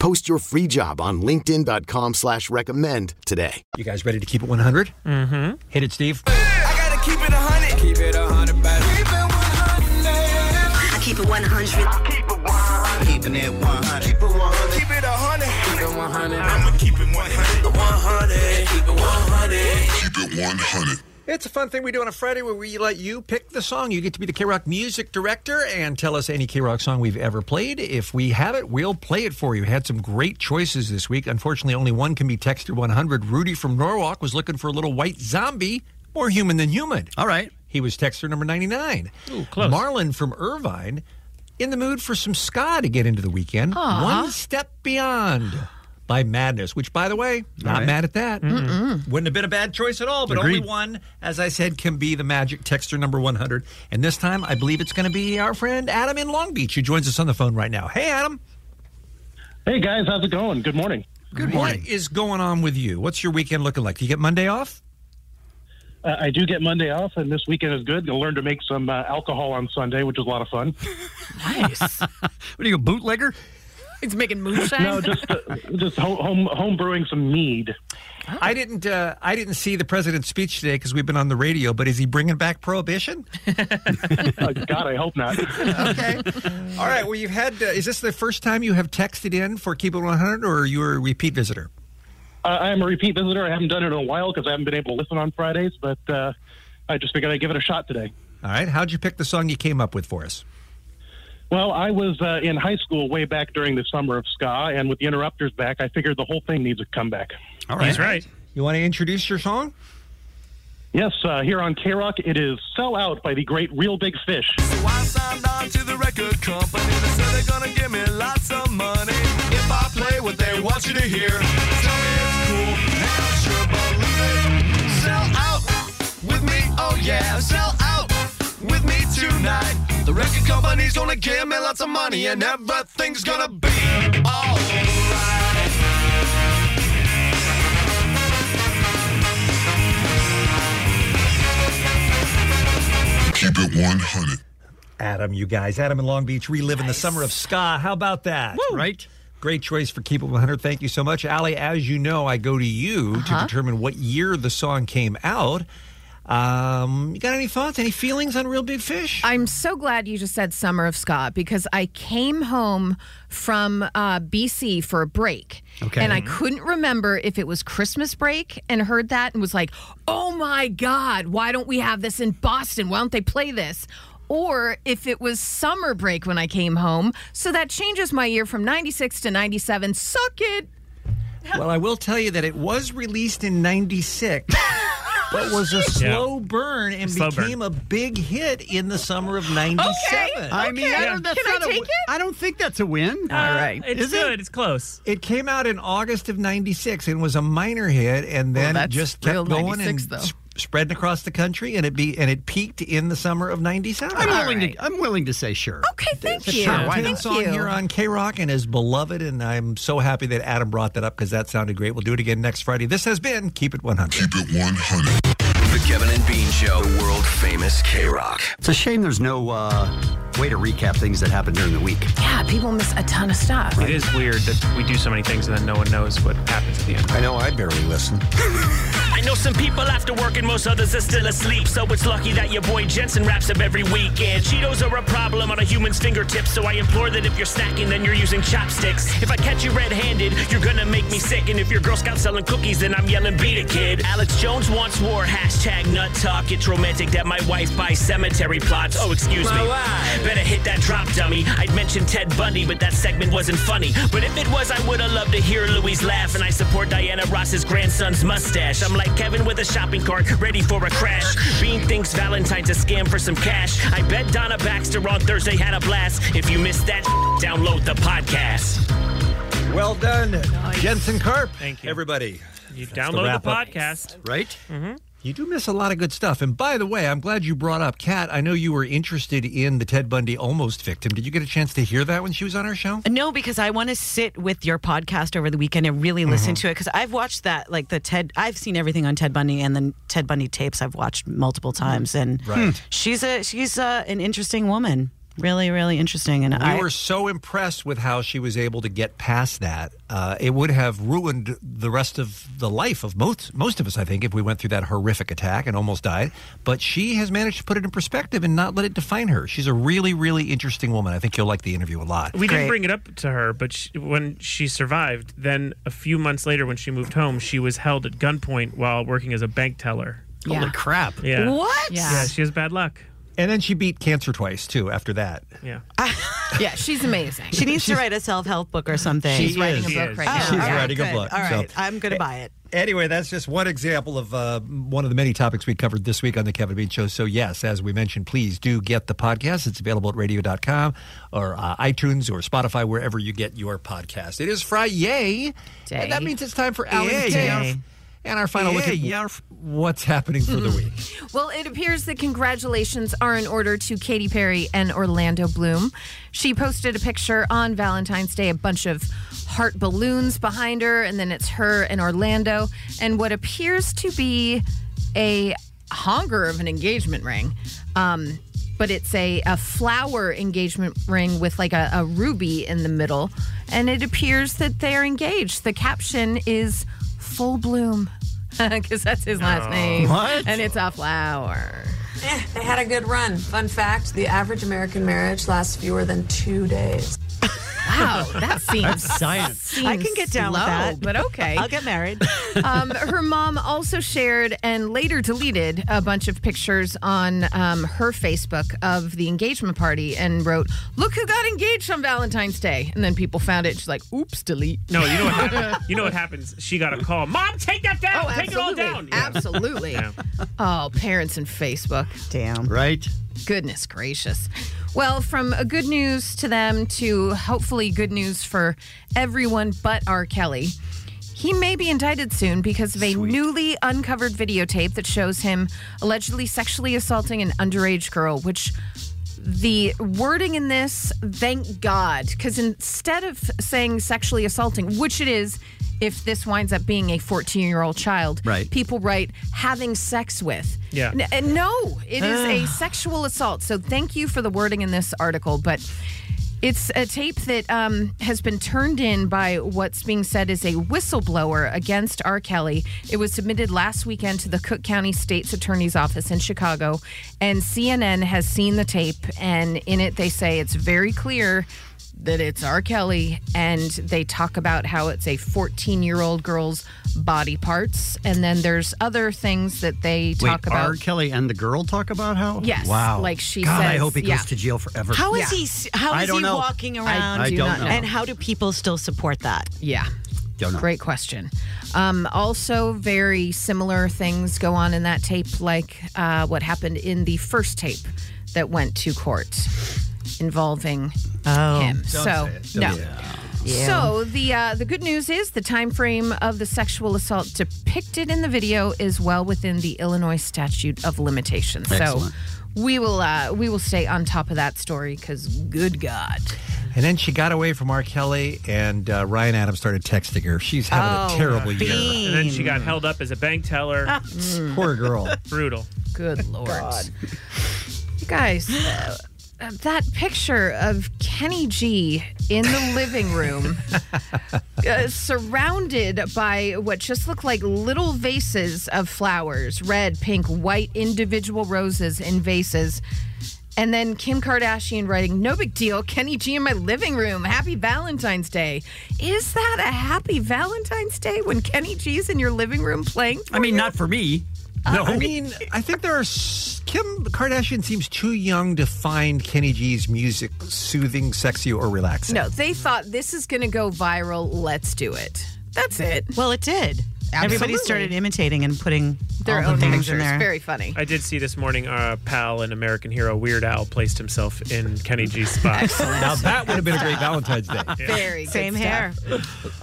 Speaker 25: Post your free job on linkedin.com/recommend slash recommend today.
Speaker 3: You guys ready to keep it 100?
Speaker 25: Mm-hmm.
Speaker 3: Hit it, Steve.
Speaker 6: Keep it a hundred. Keep it a hundred, baby. Keep it one hundred. I keep it one hundred. Keep it one hundred. Keeping it one hundred. Keep it one hundred. Keep it a hundred. Keep it one hundred. I'ma keep it one hundred. One hundred. Keep it one hundred. Keep it one hundred.
Speaker 3: It's a fun thing we do on a Friday where we let you pick the song. You get to be the K Rock music director and tell us any K Rock song we've ever played. If we have it, we'll play it for you. Had some great choices this week. Unfortunately, only one can be texted 100. Rudy from Norwalk was looking for a little white zombie, more human than human. All right. He was texter number 99. Ooh, close. Marlon from Irvine, in the mood for some ska to get into the weekend.
Speaker 6: Aw.
Speaker 3: One Step Beyond by Madness, which, by the way, not
Speaker 6: right.
Speaker 3: mad at that. Wouldn't have been a bad choice at all, but only
Speaker 6: Agreed.
Speaker 3: one, as I said, can be the magic texter number 100. And this time, I believe it's going to be our friend Adam in Long Beach who joins us on the phone right now. Hey, Adam.
Speaker 8: Hey, guys. How's it going? Good morning.
Speaker 3: Good morning. What is going on with you? What's your weekend looking like? Do you get Monday off?
Speaker 8: Uh, I do get Monday off, and this weekend is good. I'll learn to make some uh, alcohol on Sunday, which is a lot of
Speaker 3: <laughs>
Speaker 8: fun.
Speaker 1: nice.
Speaker 8: what are you, a bootlegger?
Speaker 1: He's making moonshine.
Speaker 8: No, just uh, just home, home home brewing some mead.
Speaker 3: I didn't. Uh, I didn't see the president's speech today because we've been on the radio. But is he bringing
Speaker 8: <laughs>
Speaker 3: back prohibition?
Speaker 8: Uh, God, I hope not.
Speaker 3: okay. All right. Well, you've had. Uh, is this the first time you have texted in for Keep It 100, or you're a repeat visitor?
Speaker 8: Uh, I am a repeat visitor. I haven't done it in a while because I haven't been able to listen on Fridays, but uh, I just figured I'd give it a shot today.
Speaker 3: All right. How'd you pick the song you came up with for us?
Speaker 8: Well, I was uh, in high school way back during the summer of ska, and with the interrupters back, I figured the whole thing needs a comeback.
Speaker 3: All right. That's right. You want to introduce your song?
Speaker 8: Yes, uh, here on K Rock, it is "Sell Out" by the great Real Big Fish.
Speaker 6: I signed on to the record company. They said they're gonna give me lots of money if I play what they want you to hear. Tell me it's cool, and I sure believe it. Sell out with me, oh yeah, sell out with me tonight. The record company's gonna give me lots of money, and everything's gonna be alright.
Speaker 3: Keep It 100. Adam, you guys, Adam in Long Beach, reliving the summer of ska. How about that? Right? Great choice for Keep It 100. Thank you so much. Ali, as you know, I go to you to determine what year the song came out. Um, you got any thoughts, any feelings on Real Big Fish?
Speaker 1: I'm so glad you just said Summer of Ska because I came home from uh, BC for a break.
Speaker 6: Okay.
Speaker 1: And I couldn't remember if it was Christmas break and heard that and was like, oh my God, why don't we have this in Boston? Why don't they play this? Or if it was summer break when I came home. So that changes my year from 96 to 97. Suck it.
Speaker 3: Well, I will tell you that it was released in 96. But was a
Speaker 6: Yeah.
Speaker 3: slow burn and
Speaker 6: Slow burn.
Speaker 3: became a big hit in the summer of '97.
Speaker 9: I mean, I don't, that's not a, w- I don't think that's a win.
Speaker 3: All right.
Speaker 9: Is it?
Speaker 3: It's close. It came out in August of 96 and was a minor hit and then
Speaker 9: that's
Speaker 3: just kept
Speaker 9: real
Speaker 3: going and
Speaker 9: 96 though.
Speaker 3: s- spreading across the country, and it be and it peaked in the summer of '97.
Speaker 9: I'm willing to. I'm willing to say sure.
Speaker 6: Oh,
Speaker 1: Okay, thank
Speaker 3: Sure, Why not? song here on K Rock and is beloved, and I'm so happy that Adam brought that up because that sounded great. We'll do it again next Friday. This has been Keep It 100. Keep It 100.
Speaker 21: The Kevin and Bean Show, the world famous K Rock.
Speaker 9: It's a shame there's no uh, way to recap things that happened during the week.
Speaker 1: Yeah, people miss a ton of stuff.
Speaker 10: It is weird that we do so many things and then no one knows what happens at the end. I
Speaker 3: know, I barely listen.
Speaker 14: I know some people after work and most others are still asleep. So it's lucky that your boy Jensen wraps up every weekend. Cheetos are a problem on a human's fingertips. So I implore that if you're snacking, then you're using chopsticks. If I catch you red handed, you're gonna make me sick. And if your Girl Scout's selling cookies, then I'm yelling, beat it, kid. Alex Jones wants war. Hashtag nut talk. It's romantic that my wife buys cemetery plots. Oh, excuse
Speaker 6: My
Speaker 14: me.
Speaker 6: wife.
Speaker 14: Better hit that drop, dummy. I'd mentioned Ted Bundy, but that segment wasn't funny. But if it was, I would've loved to hear Louis laugh. And I support Diana Ross's grandson's mustache. I'm like Kevin with a shopping cart, ready for a crash. Bean thinks Valentine's a scam for some cash. I bet Donna Baxter on Thursday had a blast. If you missed that, download the podcast.
Speaker 3: Well done, Jensen Karp. Thank you, everybody.
Speaker 10: You
Speaker 14: download the
Speaker 10: podcast,
Speaker 9: right?
Speaker 10: Mm-hmm.
Speaker 3: You do miss a lot of good stuff. And by the way, I'm glad you brought up Kat. I know you were interested in the Ted Bundy almost victim. Did you get a chance to hear that when she was on our show?
Speaker 12: No, because I want to sit with your podcast over the weekend and really listen
Speaker 3: Mm-hmm.
Speaker 12: to it because I've watched that like the Ted. I've seen everything on Ted Bundy and then Ted Bundy tapes. I've watched multiple times, and
Speaker 3: Right. Hmm.
Speaker 12: she's a she's a, an interesting woman. Really, really interesting. And I
Speaker 3: we
Speaker 12: <laughs>
Speaker 3: were so impressed with how she was able to get past that. Uh, it would have ruined the rest of the life of most most of us, I think, if we went through that horrific attack and almost died. But she has managed to put it in perspective and not let it define her. She's a really, really interesting woman. I think you'll like the interview a lot.
Speaker 10: We didn't bring it up to her, but she, when she survived, then a few months later, when she moved home, she was held at gunpoint while working as a bank teller.
Speaker 9: Holy Yeah. crap!
Speaker 10: Yeah.
Speaker 12: What?
Speaker 10: Yeah.
Speaker 12: Yeah.
Speaker 10: she has bad luck.
Speaker 3: And then she beat cancer twice too. After that,
Speaker 10: Yeah.
Speaker 1: yeah, she's amazing.
Speaker 12: she needs to write a self help book or something.
Speaker 3: She She's writing a is. book right now. She's
Speaker 12: all
Speaker 3: writing a
Speaker 12: good.
Speaker 3: book,
Speaker 12: All
Speaker 3: so-
Speaker 12: right, I'm gonna buy it.
Speaker 3: Anyway, that's just one example of uh, one of the many topics we covered this week on the Kevin Bean Show. So, yes, as we mentioned, please do get the podcast. It's available at radio.com or uh, iTunes or Spotify, wherever you get your podcast. It is Friday, and that means it's time for Alan's
Speaker 6: Yeah,
Speaker 3: Day.
Speaker 6: yeah.
Speaker 3: And our final look
Speaker 6: Yeah,
Speaker 3: at
Speaker 6: yeah.
Speaker 3: what's happening for the <laughs> week.
Speaker 1: Well, it appears that congratulations are in order to Katy Perry and Orlando Bloom. She posted a picture on Valentine's Day, a bunch of heart balloons behind her, and then it's her and Orlando, and what appears to be a honger of an engagement ring. Um, but it's a, a flower engagement ring with like a, a ruby in the middle, and it appears that they're engaged. The caption is full bloom. <laughs> Because that's his last
Speaker 20: Oh.
Speaker 1: name.
Speaker 20: What?
Speaker 1: And it's a flower.
Speaker 20: Eh, they had a good run. Fun fact the average American marriage lasts fewer than two days.
Speaker 1: Wow,
Speaker 20: <laughs>
Speaker 1: that seems
Speaker 20: That's science.
Speaker 1: seems
Speaker 20: I can get down with
Speaker 1: slow,
Speaker 20: that.
Speaker 1: but okay. I'll
Speaker 12: get married.
Speaker 1: <laughs> um, her mom also shared and later deleted a bunch of pictures on um, her Facebook of the engagement party and wrote, "Look who got engaged on Valentine's Day." And then people found it. She's like, "Oops, delete."
Speaker 10: No, you know what happened? you know what happens? She got a call. Mom, take that down.
Speaker 1: Oh,
Speaker 10: take it all down.
Speaker 1: absolutely. Absolutely.
Speaker 10: Yeah.
Speaker 1: <laughs> Oh, parents and Facebook.
Speaker 12: Damn.
Speaker 9: Right?
Speaker 1: Goodness gracious. Well, from a good news to them to hopefully good news for everyone but R. Kelly. He may be indicted soon because of a newly uncovered videotape that shows him allegedly sexually assaulting an underage girl, which the wording in this, thank God, because instead of saying sexually assaulting, which it is if this winds up being a 14 year old child,
Speaker 6: Right.
Speaker 1: people write having sex with.
Speaker 6: Yeah.
Speaker 1: N- and no, it is a
Speaker 9: <sighs>
Speaker 6: Ugh.
Speaker 1: sexual assault. So thank you for the wording in this article, but it's a tape that um, has been turned in by what's being said is a whistleblower against R. Kelly. It was submitted last weekend to the Cook County State's Attorney's Office in Chicago, and CNN has seen the tape, and in it they say it's very clear that it's R. Kelly, and they talk about how it's a 14 year old girl's body parts, and then there's other things that they talk
Speaker 9: Wait,
Speaker 1: about.
Speaker 9: R. Kelly and the girl talk about how?
Speaker 1: Yes,
Speaker 9: Wow.
Speaker 1: like she
Speaker 9: God, I
Speaker 1: says-
Speaker 9: hope he
Speaker 1: yeah.
Speaker 9: goes to jail forever.
Speaker 12: How is he? s- How
Speaker 9: I
Speaker 12: is
Speaker 9: don't
Speaker 12: he
Speaker 9: know.
Speaker 12: walking
Speaker 9: I-
Speaker 12: around?
Speaker 9: I, do not know.
Speaker 12: And how do people still support that?
Speaker 1: Yeah.
Speaker 9: Don't know.
Speaker 1: Great question. Um, also, very similar things go on in that tape, like uh, what happened in the first tape that went to court involving him.
Speaker 6: Don't
Speaker 1: so,
Speaker 12: Oh.
Speaker 6: say it. Don't
Speaker 1: no.
Speaker 6: say it.
Speaker 1: So the uh, the good news is the time frame of the sexual assault depicted in the video is well within the Illinois statute of limitations.
Speaker 3: Excellent.
Speaker 1: So we will uh, we will stay on top of that story because good God,
Speaker 30: And then she got away from R. Kelly, and uh, Ryan Adams started texting her. She's
Speaker 3: Oh,
Speaker 30: having a terrible year.
Speaker 10: And then she got held up as a bank teller.
Speaker 30: Poor girl.
Speaker 10: Brutal.
Speaker 1: Mm, Good lord, you guys. Uh, uh, that picture of Kenny G in the living room, uh, surrounded by what just looked like little vases of flowers red, pink, white, individual roses in vases. And then Kim Kardashian writing, No big deal, Kenny G in my living room. Happy Valentine's Day. Is that a happy Valentine's Day when Kenny G's in your living room playing?
Speaker 30: I mean, not for me. No,
Speaker 1: Uh,
Speaker 30: I mean, I think there are. s- Kim Kardashian seems too young to find Kenny G's music soothing, sexy, or relaxing.
Speaker 1: No, they thought this is going to go viral. Let's do it. That's it.
Speaker 12: Well, it did. Everybody
Speaker 1: Absolutely.
Speaker 12: started imitating and putting
Speaker 1: Their
Speaker 12: all
Speaker 1: own
Speaker 12: the things in
Speaker 1: pictures.
Speaker 12: there.
Speaker 1: Very funny.
Speaker 10: I did see this morning uh, pal and American hero Weird Al placed himself in Kenny G's
Speaker 30: <laughs>
Speaker 10: spot.
Speaker 30: Now that would have been a great Valentine's Day. <laughs>
Speaker 1: Very good
Speaker 12: Same hair.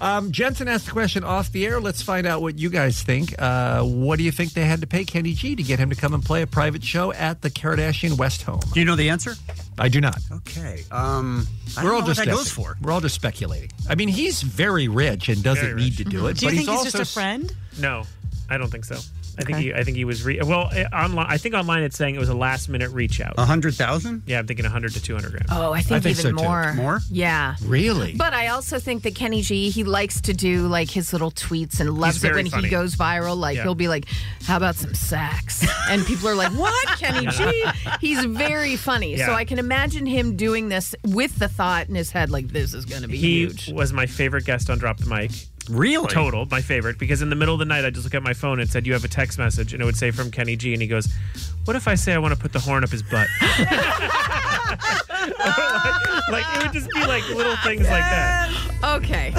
Speaker 30: Um, Jensen asked the question off the air. Let's find out what you guys think. Uh, what do you think they had to pay Kenny G to get him to come and play a private show at the Kardashian West home? Do
Speaker 9: you know the answer?
Speaker 30: I do not.
Speaker 9: Okay. Um, I
Speaker 30: We're all
Speaker 9: don't know
Speaker 30: just
Speaker 9: what that goes
Speaker 30: guessing.
Speaker 9: for.
Speaker 30: We're all just speculating. I mean, he's very rich and doesn't
Speaker 10: Very
Speaker 30: need
Speaker 10: rich.
Speaker 30: to do it.
Speaker 10: Do you
Speaker 30: but
Speaker 10: think he's
Speaker 30: also
Speaker 10: just a
Speaker 12: friend?
Speaker 10: No, I don't think so. I think
Speaker 30: Okay.
Speaker 10: he, I think he was re- well eh, online. I think online it's saying it was a last minute reach out. A
Speaker 9: hundred thousand?
Speaker 10: Yeah, I'm thinking a hundred to two hundred grand.
Speaker 1: Oh, I think, even more. Yeah.
Speaker 30: Really?
Speaker 1: But I also think that Kenny G, he likes to do like his little tweets and loves it
Speaker 10: very
Speaker 1: when
Speaker 10: funny.
Speaker 1: he goes viral. Like
Speaker 10: Yeah.
Speaker 1: he'll be like, "How about some sax?" and people are like, "What, Kenny G?" He's very funny, so
Speaker 10: Yeah.
Speaker 1: I can imagine him doing this with the thought in his head, like, "This is going to be
Speaker 10: he
Speaker 1: huge."
Speaker 10: was my favorite guest on Drop the Mic.
Speaker 9: Really?
Speaker 10: Total, my favorite. Because in the middle of the night, I just look at my phone and said, "You have a text message," and it would say from Kenny G, and he goes, "What if I say I want to put the horn up his butt?" <laughs> like, it would just be like
Speaker 6: <laughs>
Speaker 10: little things like that.
Speaker 1: Okay.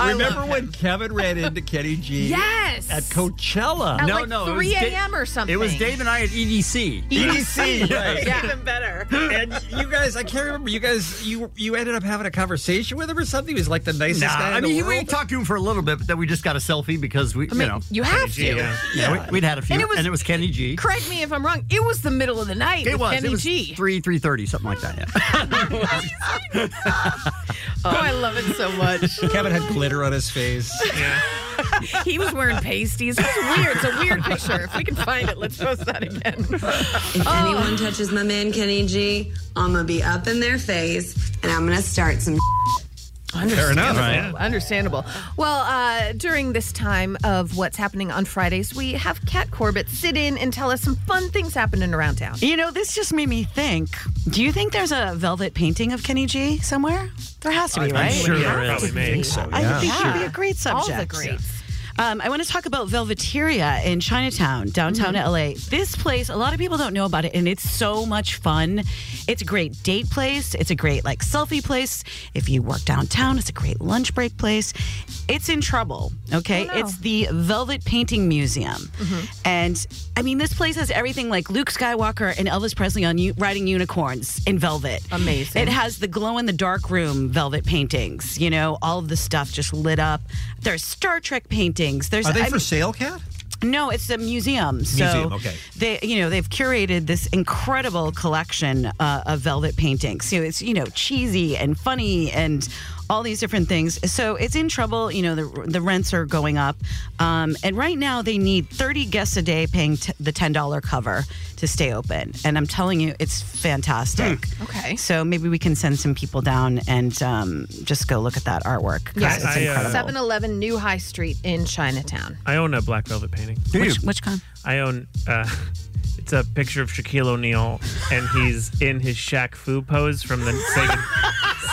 Speaker 30: Remember when Kevin ran
Speaker 1: <laughs>
Speaker 30: into Kenny G?
Speaker 1: Yes!
Speaker 30: At Coachella.
Speaker 1: At, like, 3 a.m. or something.
Speaker 9: It was Dave and I at E
Speaker 1: <laughs>
Speaker 9: EDC.
Speaker 30: EDC, E <laughs> right.
Speaker 1: Even
Speaker 12: better.
Speaker 30: and you guys, I can't remember. You guys, you you ended up having a conversation with him or something. He was like the nicest
Speaker 9: Nah,
Speaker 30: guy.
Speaker 9: I
Speaker 30: in
Speaker 9: mean,
Speaker 30: the
Speaker 9: he-
Speaker 30: world.
Speaker 9: we talked to him for a little bit, but then we just got a selfie because we,
Speaker 1: I mean,
Speaker 9: you know,
Speaker 1: you have Kenny G, to.
Speaker 9: Yeah,
Speaker 1: yeah.
Speaker 9: we, would had a few,
Speaker 1: And
Speaker 9: and
Speaker 1: it
Speaker 9: it
Speaker 1: was-
Speaker 9: was, Kenny G.
Speaker 1: Correct me if I'm wrong. It was the middle of the night.
Speaker 9: It
Speaker 1: with
Speaker 9: was
Speaker 1: Kenny
Speaker 9: it was
Speaker 1: G.
Speaker 9: three three thirty something like that.
Speaker 1: <laughs>
Speaker 9: Yeah.
Speaker 1: Oh, I love it so much.
Speaker 30: Kevin had glitter on his face.
Speaker 1: <laughs> he was wearing pasties. It's weird. It's a weird picture. If we can find it, let's post that again. Oh.
Speaker 26: If anyone touches my man Kenny G, I'm gonna be up in their face and I'm gonna start some.
Speaker 30: Fair enough.
Speaker 1: <laughs> Understandable. Understandable. Well, uh, during this time of what's happening on Fridays, we have Kat Corbett sit in and tell us some fun things happening around town.
Speaker 12: You know, this just made me think. Do you think there's a velvet painting of Kenny G somewhere? There has to be, right?
Speaker 10: Probably me.
Speaker 12: I think he'd be a great subject.
Speaker 1: All the greats.
Speaker 12: Um, I want to talk about Velveteria in Chinatown,
Speaker 1: Mm-hmm.
Speaker 12: downtown LA. This place, a lot of people don't know about it, and it's so much fun. It's a great date place. It's a great like selfie place. If you work downtown, it's a great lunch break place. It's in trouble. Okay,
Speaker 15: Oh, no.
Speaker 12: it's the Velvet Painting Museum,
Speaker 10: Mm-hmm.
Speaker 12: and I mean this place has everything like Luke Skywalker and Elvis Presley on u- riding unicorns in velvet.
Speaker 1: Amazing.
Speaker 12: It has the glow in the dark room velvet paintings. You know, all of the stuff just lit up. There's Star Trek paintings. There's
Speaker 30: Are they
Speaker 12: I
Speaker 30: for
Speaker 12: mean-
Speaker 30: sale, Kat?
Speaker 12: No, it's a museum. Um, So
Speaker 30: Museum, okay.
Speaker 12: They, you know, they've curated this incredible collection uh, of velvet paintings. So it's you know cheesy and funny and all these different things. So it's in trouble. You know, the the rents are going up, um, and right now they need 30 guests a day, paying t- the ten dollar cover to stay open. And I'm telling you, it's fantastic.
Speaker 1: Okay.
Speaker 12: So maybe we can send some people down and um, just go look at that artwork. 'cause
Speaker 10: Yeah.
Speaker 12: it's
Speaker 10: I, uh,
Speaker 12: incredible.
Speaker 1: 7 Eleven New High Street in Chinatown.
Speaker 10: I own a black velvet painting.
Speaker 12: Which, which kind?
Speaker 10: I own. Uh, <laughs> it's a picture of Shaquille O'Neal, and he's in his Shaq Fu pose from the Sega,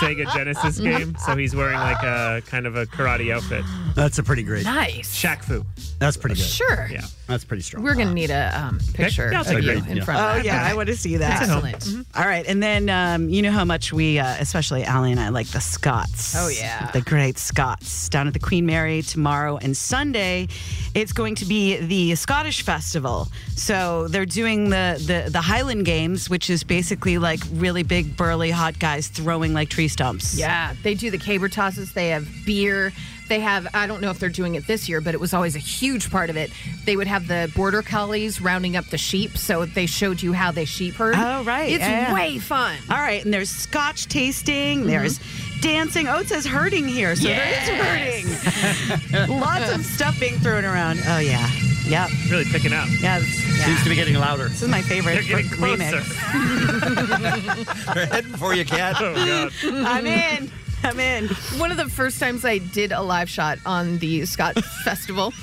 Speaker 10: Sega Genesis game. So he's wearing like a kind of a karate outfit.
Speaker 9: That's a pretty great.
Speaker 1: Nice.
Speaker 10: Shaq Fu.
Speaker 9: That's pretty good.
Speaker 1: Sure.
Speaker 10: Yeah.
Speaker 9: That's pretty strong.
Speaker 1: We're going to need a um, picture
Speaker 12: Yeah,
Speaker 1: of
Speaker 12: it's a
Speaker 1: you
Speaker 12: great-
Speaker 1: in
Speaker 12: yeah.
Speaker 1: front of
Speaker 12: Oh,
Speaker 1: that. Mm-hmm.
Speaker 12: yeah,
Speaker 1: Okay.
Speaker 12: I wanna see that.
Speaker 1: Excellent.
Speaker 12: Mm-hmm. All right, and then um, you know how much we, uh, especially Allie and I, like the Scots.
Speaker 1: Oh, yeah.
Speaker 12: the great Scots down at the Queen Mary tomorrow and Sunday, It's going to be the Scottish Festival. So they're doing the, the, the Highland Games, which is basically like really big, burly, hot guys throwing like tree stumps.
Speaker 1: Yeah, they do the caber tosses. They have beer. They have, I don't know if they're doing it this year, but it was always a huge part of it. They would have the border collies rounding up the sheep. So they showed you how they sheep herd.
Speaker 12: Oh, right.
Speaker 1: It's
Speaker 12: Yeah.
Speaker 1: way fun. Mm-hmm.
Speaker 12: All right. And there's scotch tasting, there's dancing. Oh, it says herding here. So there is herding. <laughs> Lots of stuff being thrown around. Oh, yeah. Yep.
Speaker 14: Really picking up.
Speaker 12: Yeah. it's- yeah.
Speaker 9: Seems to be getting louder.
Speaker 12: This is my favorite
Speaker 9: They're getting
Speaker 12: re- remix.
Speaker 14: <laughs>
Speaker 12: <laughs>
Speaker 1: <laughs>
Speaker 3: Heading for you, cat. Oh God.
Speaker 12: I'm in. I'm in.
Speaker 1: One of the first times I did a live shot on the Scott <laughs> Festival,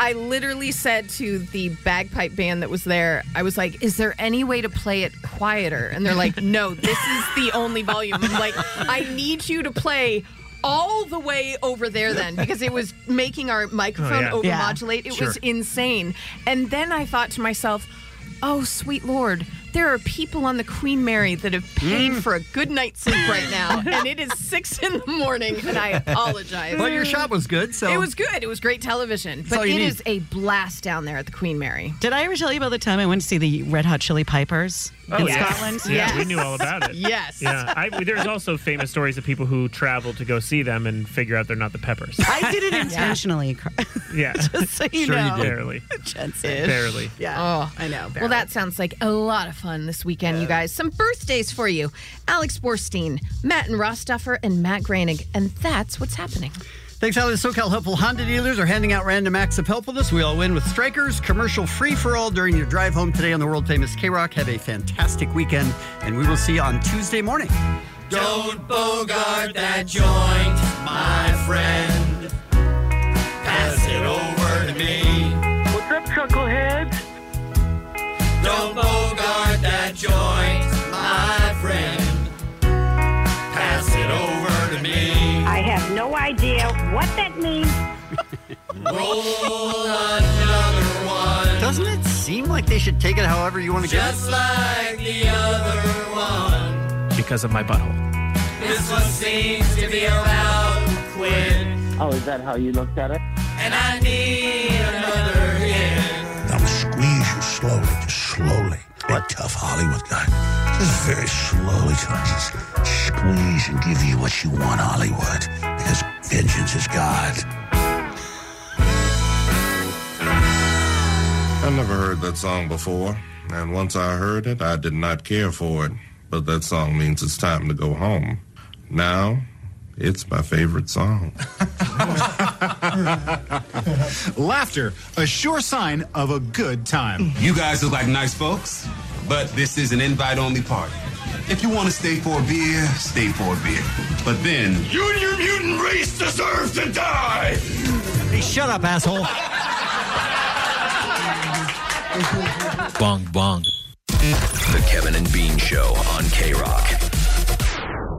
Speaker 1: I literally said to the bagpipe band that was there, I was like, is there any way to play it quieter? And they're like, no, this is the only volume. I'm like, I need you to play all the way over there then because it was making our microphone
Speaker 7: Oh, yeah.
Speaker 1: overmodulate.
Speaker 7: Yeah.
Speaker 1: It
Speaker 7: Sure.
Speaker 1: was insane. And then I thought to myself, oh, sweet Lord, there are people on the Queen Mary that have paid
Speaker 3: Mm.
Speaker 1: for a good night's sleep right now. and it is six in the morning, and I apologize.
Speaker 9: Well, your shot was good, so
Speaker 1: It was good. It was great television.
Speaker 12: all
Speaker 1: But
Speaker 12: you
Speaker 1: it
Speaker 12: need.
Speaker 1: is a blast down there at the Queen Mary.
Speaker 12: Did I ever tell you about the time I went to see the Red Hot Chili Pipers in Scotland?
Speaker 14: Oh, Yeah, we knew all about it.
Speaker 1: Yes.
Speaker 14: Yeah. I, there's also famous stories of people who travel to go see them and figure out they're not the Peppers.
Speaker 12: <laughs>
Speaker 10: <laughs>
Speaker 12: I
Speaker 14: <laughs>
Speaker 12: did it intentionally.
Speaker 14: Yeah.
Speaker 12: Just so you
Speaker 14: Sure you
Speaker 12: know.
Speaker 14: did. Barely.
Speaker 12: <laughs> Jensen.
Speaker 14: Barely.
Speaker 12: Yeah.
Speaker 1: Oh, I know. Well, that sounds like a lot of fun this weekend, you guys. Some birthdays for you Alex Borstein, Matt and Ross Duffer, and Matt Granig. And that's what's happening.
Speaker 9: Thanks, Holly. The SoCal Helpful Honda dealers are handing out random acts of helpfulness. We all win with Strikers, commercial free for all during your drive home today on the world famous K Rock. Have a fantastic weekend, and we will see you on Tuesday morning.
Speaker 6: Don't bogart that joint, my friend. Pass it over to me. What's up, chuckleheads? Don't bogart that joint, my friend. Pass it over to me.
Speaker 22: I have no idea what that means.
Speaker 6: Roll another one,
Speaker 9: Doesn't it seem like they should take it however you want to get
Speaker 6: just
Speaker 9: it?
Speaker 6: like the other one.
Speaker 10: because of my butthole.
Speaker 6: This one seems to be about Quinn,
Speaker 19: Oh, is that how you looked at it?
Speaker 6: and I need another hit.
Speaker 15: I would squeeze you slowly, just slowly, like tough Hollywood guy. Just very slowly, till I just squeeze and give you what you want, Hollywood, because vengeance is God.
Speaker 24: I never heard that song before, and once I heard it, I did not care for it. But that song means it's time to go home. Now, it's my favorite song.
Speaker 27: <laughs> Laughter, a sure sign of a good time.
Speaker 28: You guys look like nice folks, but this is an invite only party. If you want to stay for a beer, stay for a beer. But then.
Speaker 15: You and your mutant race deserve to die!
Speaker 9: Hey, shut up, asshole.
Speaker 21: Bong bong. The Kevin and Bean Show on K Rock.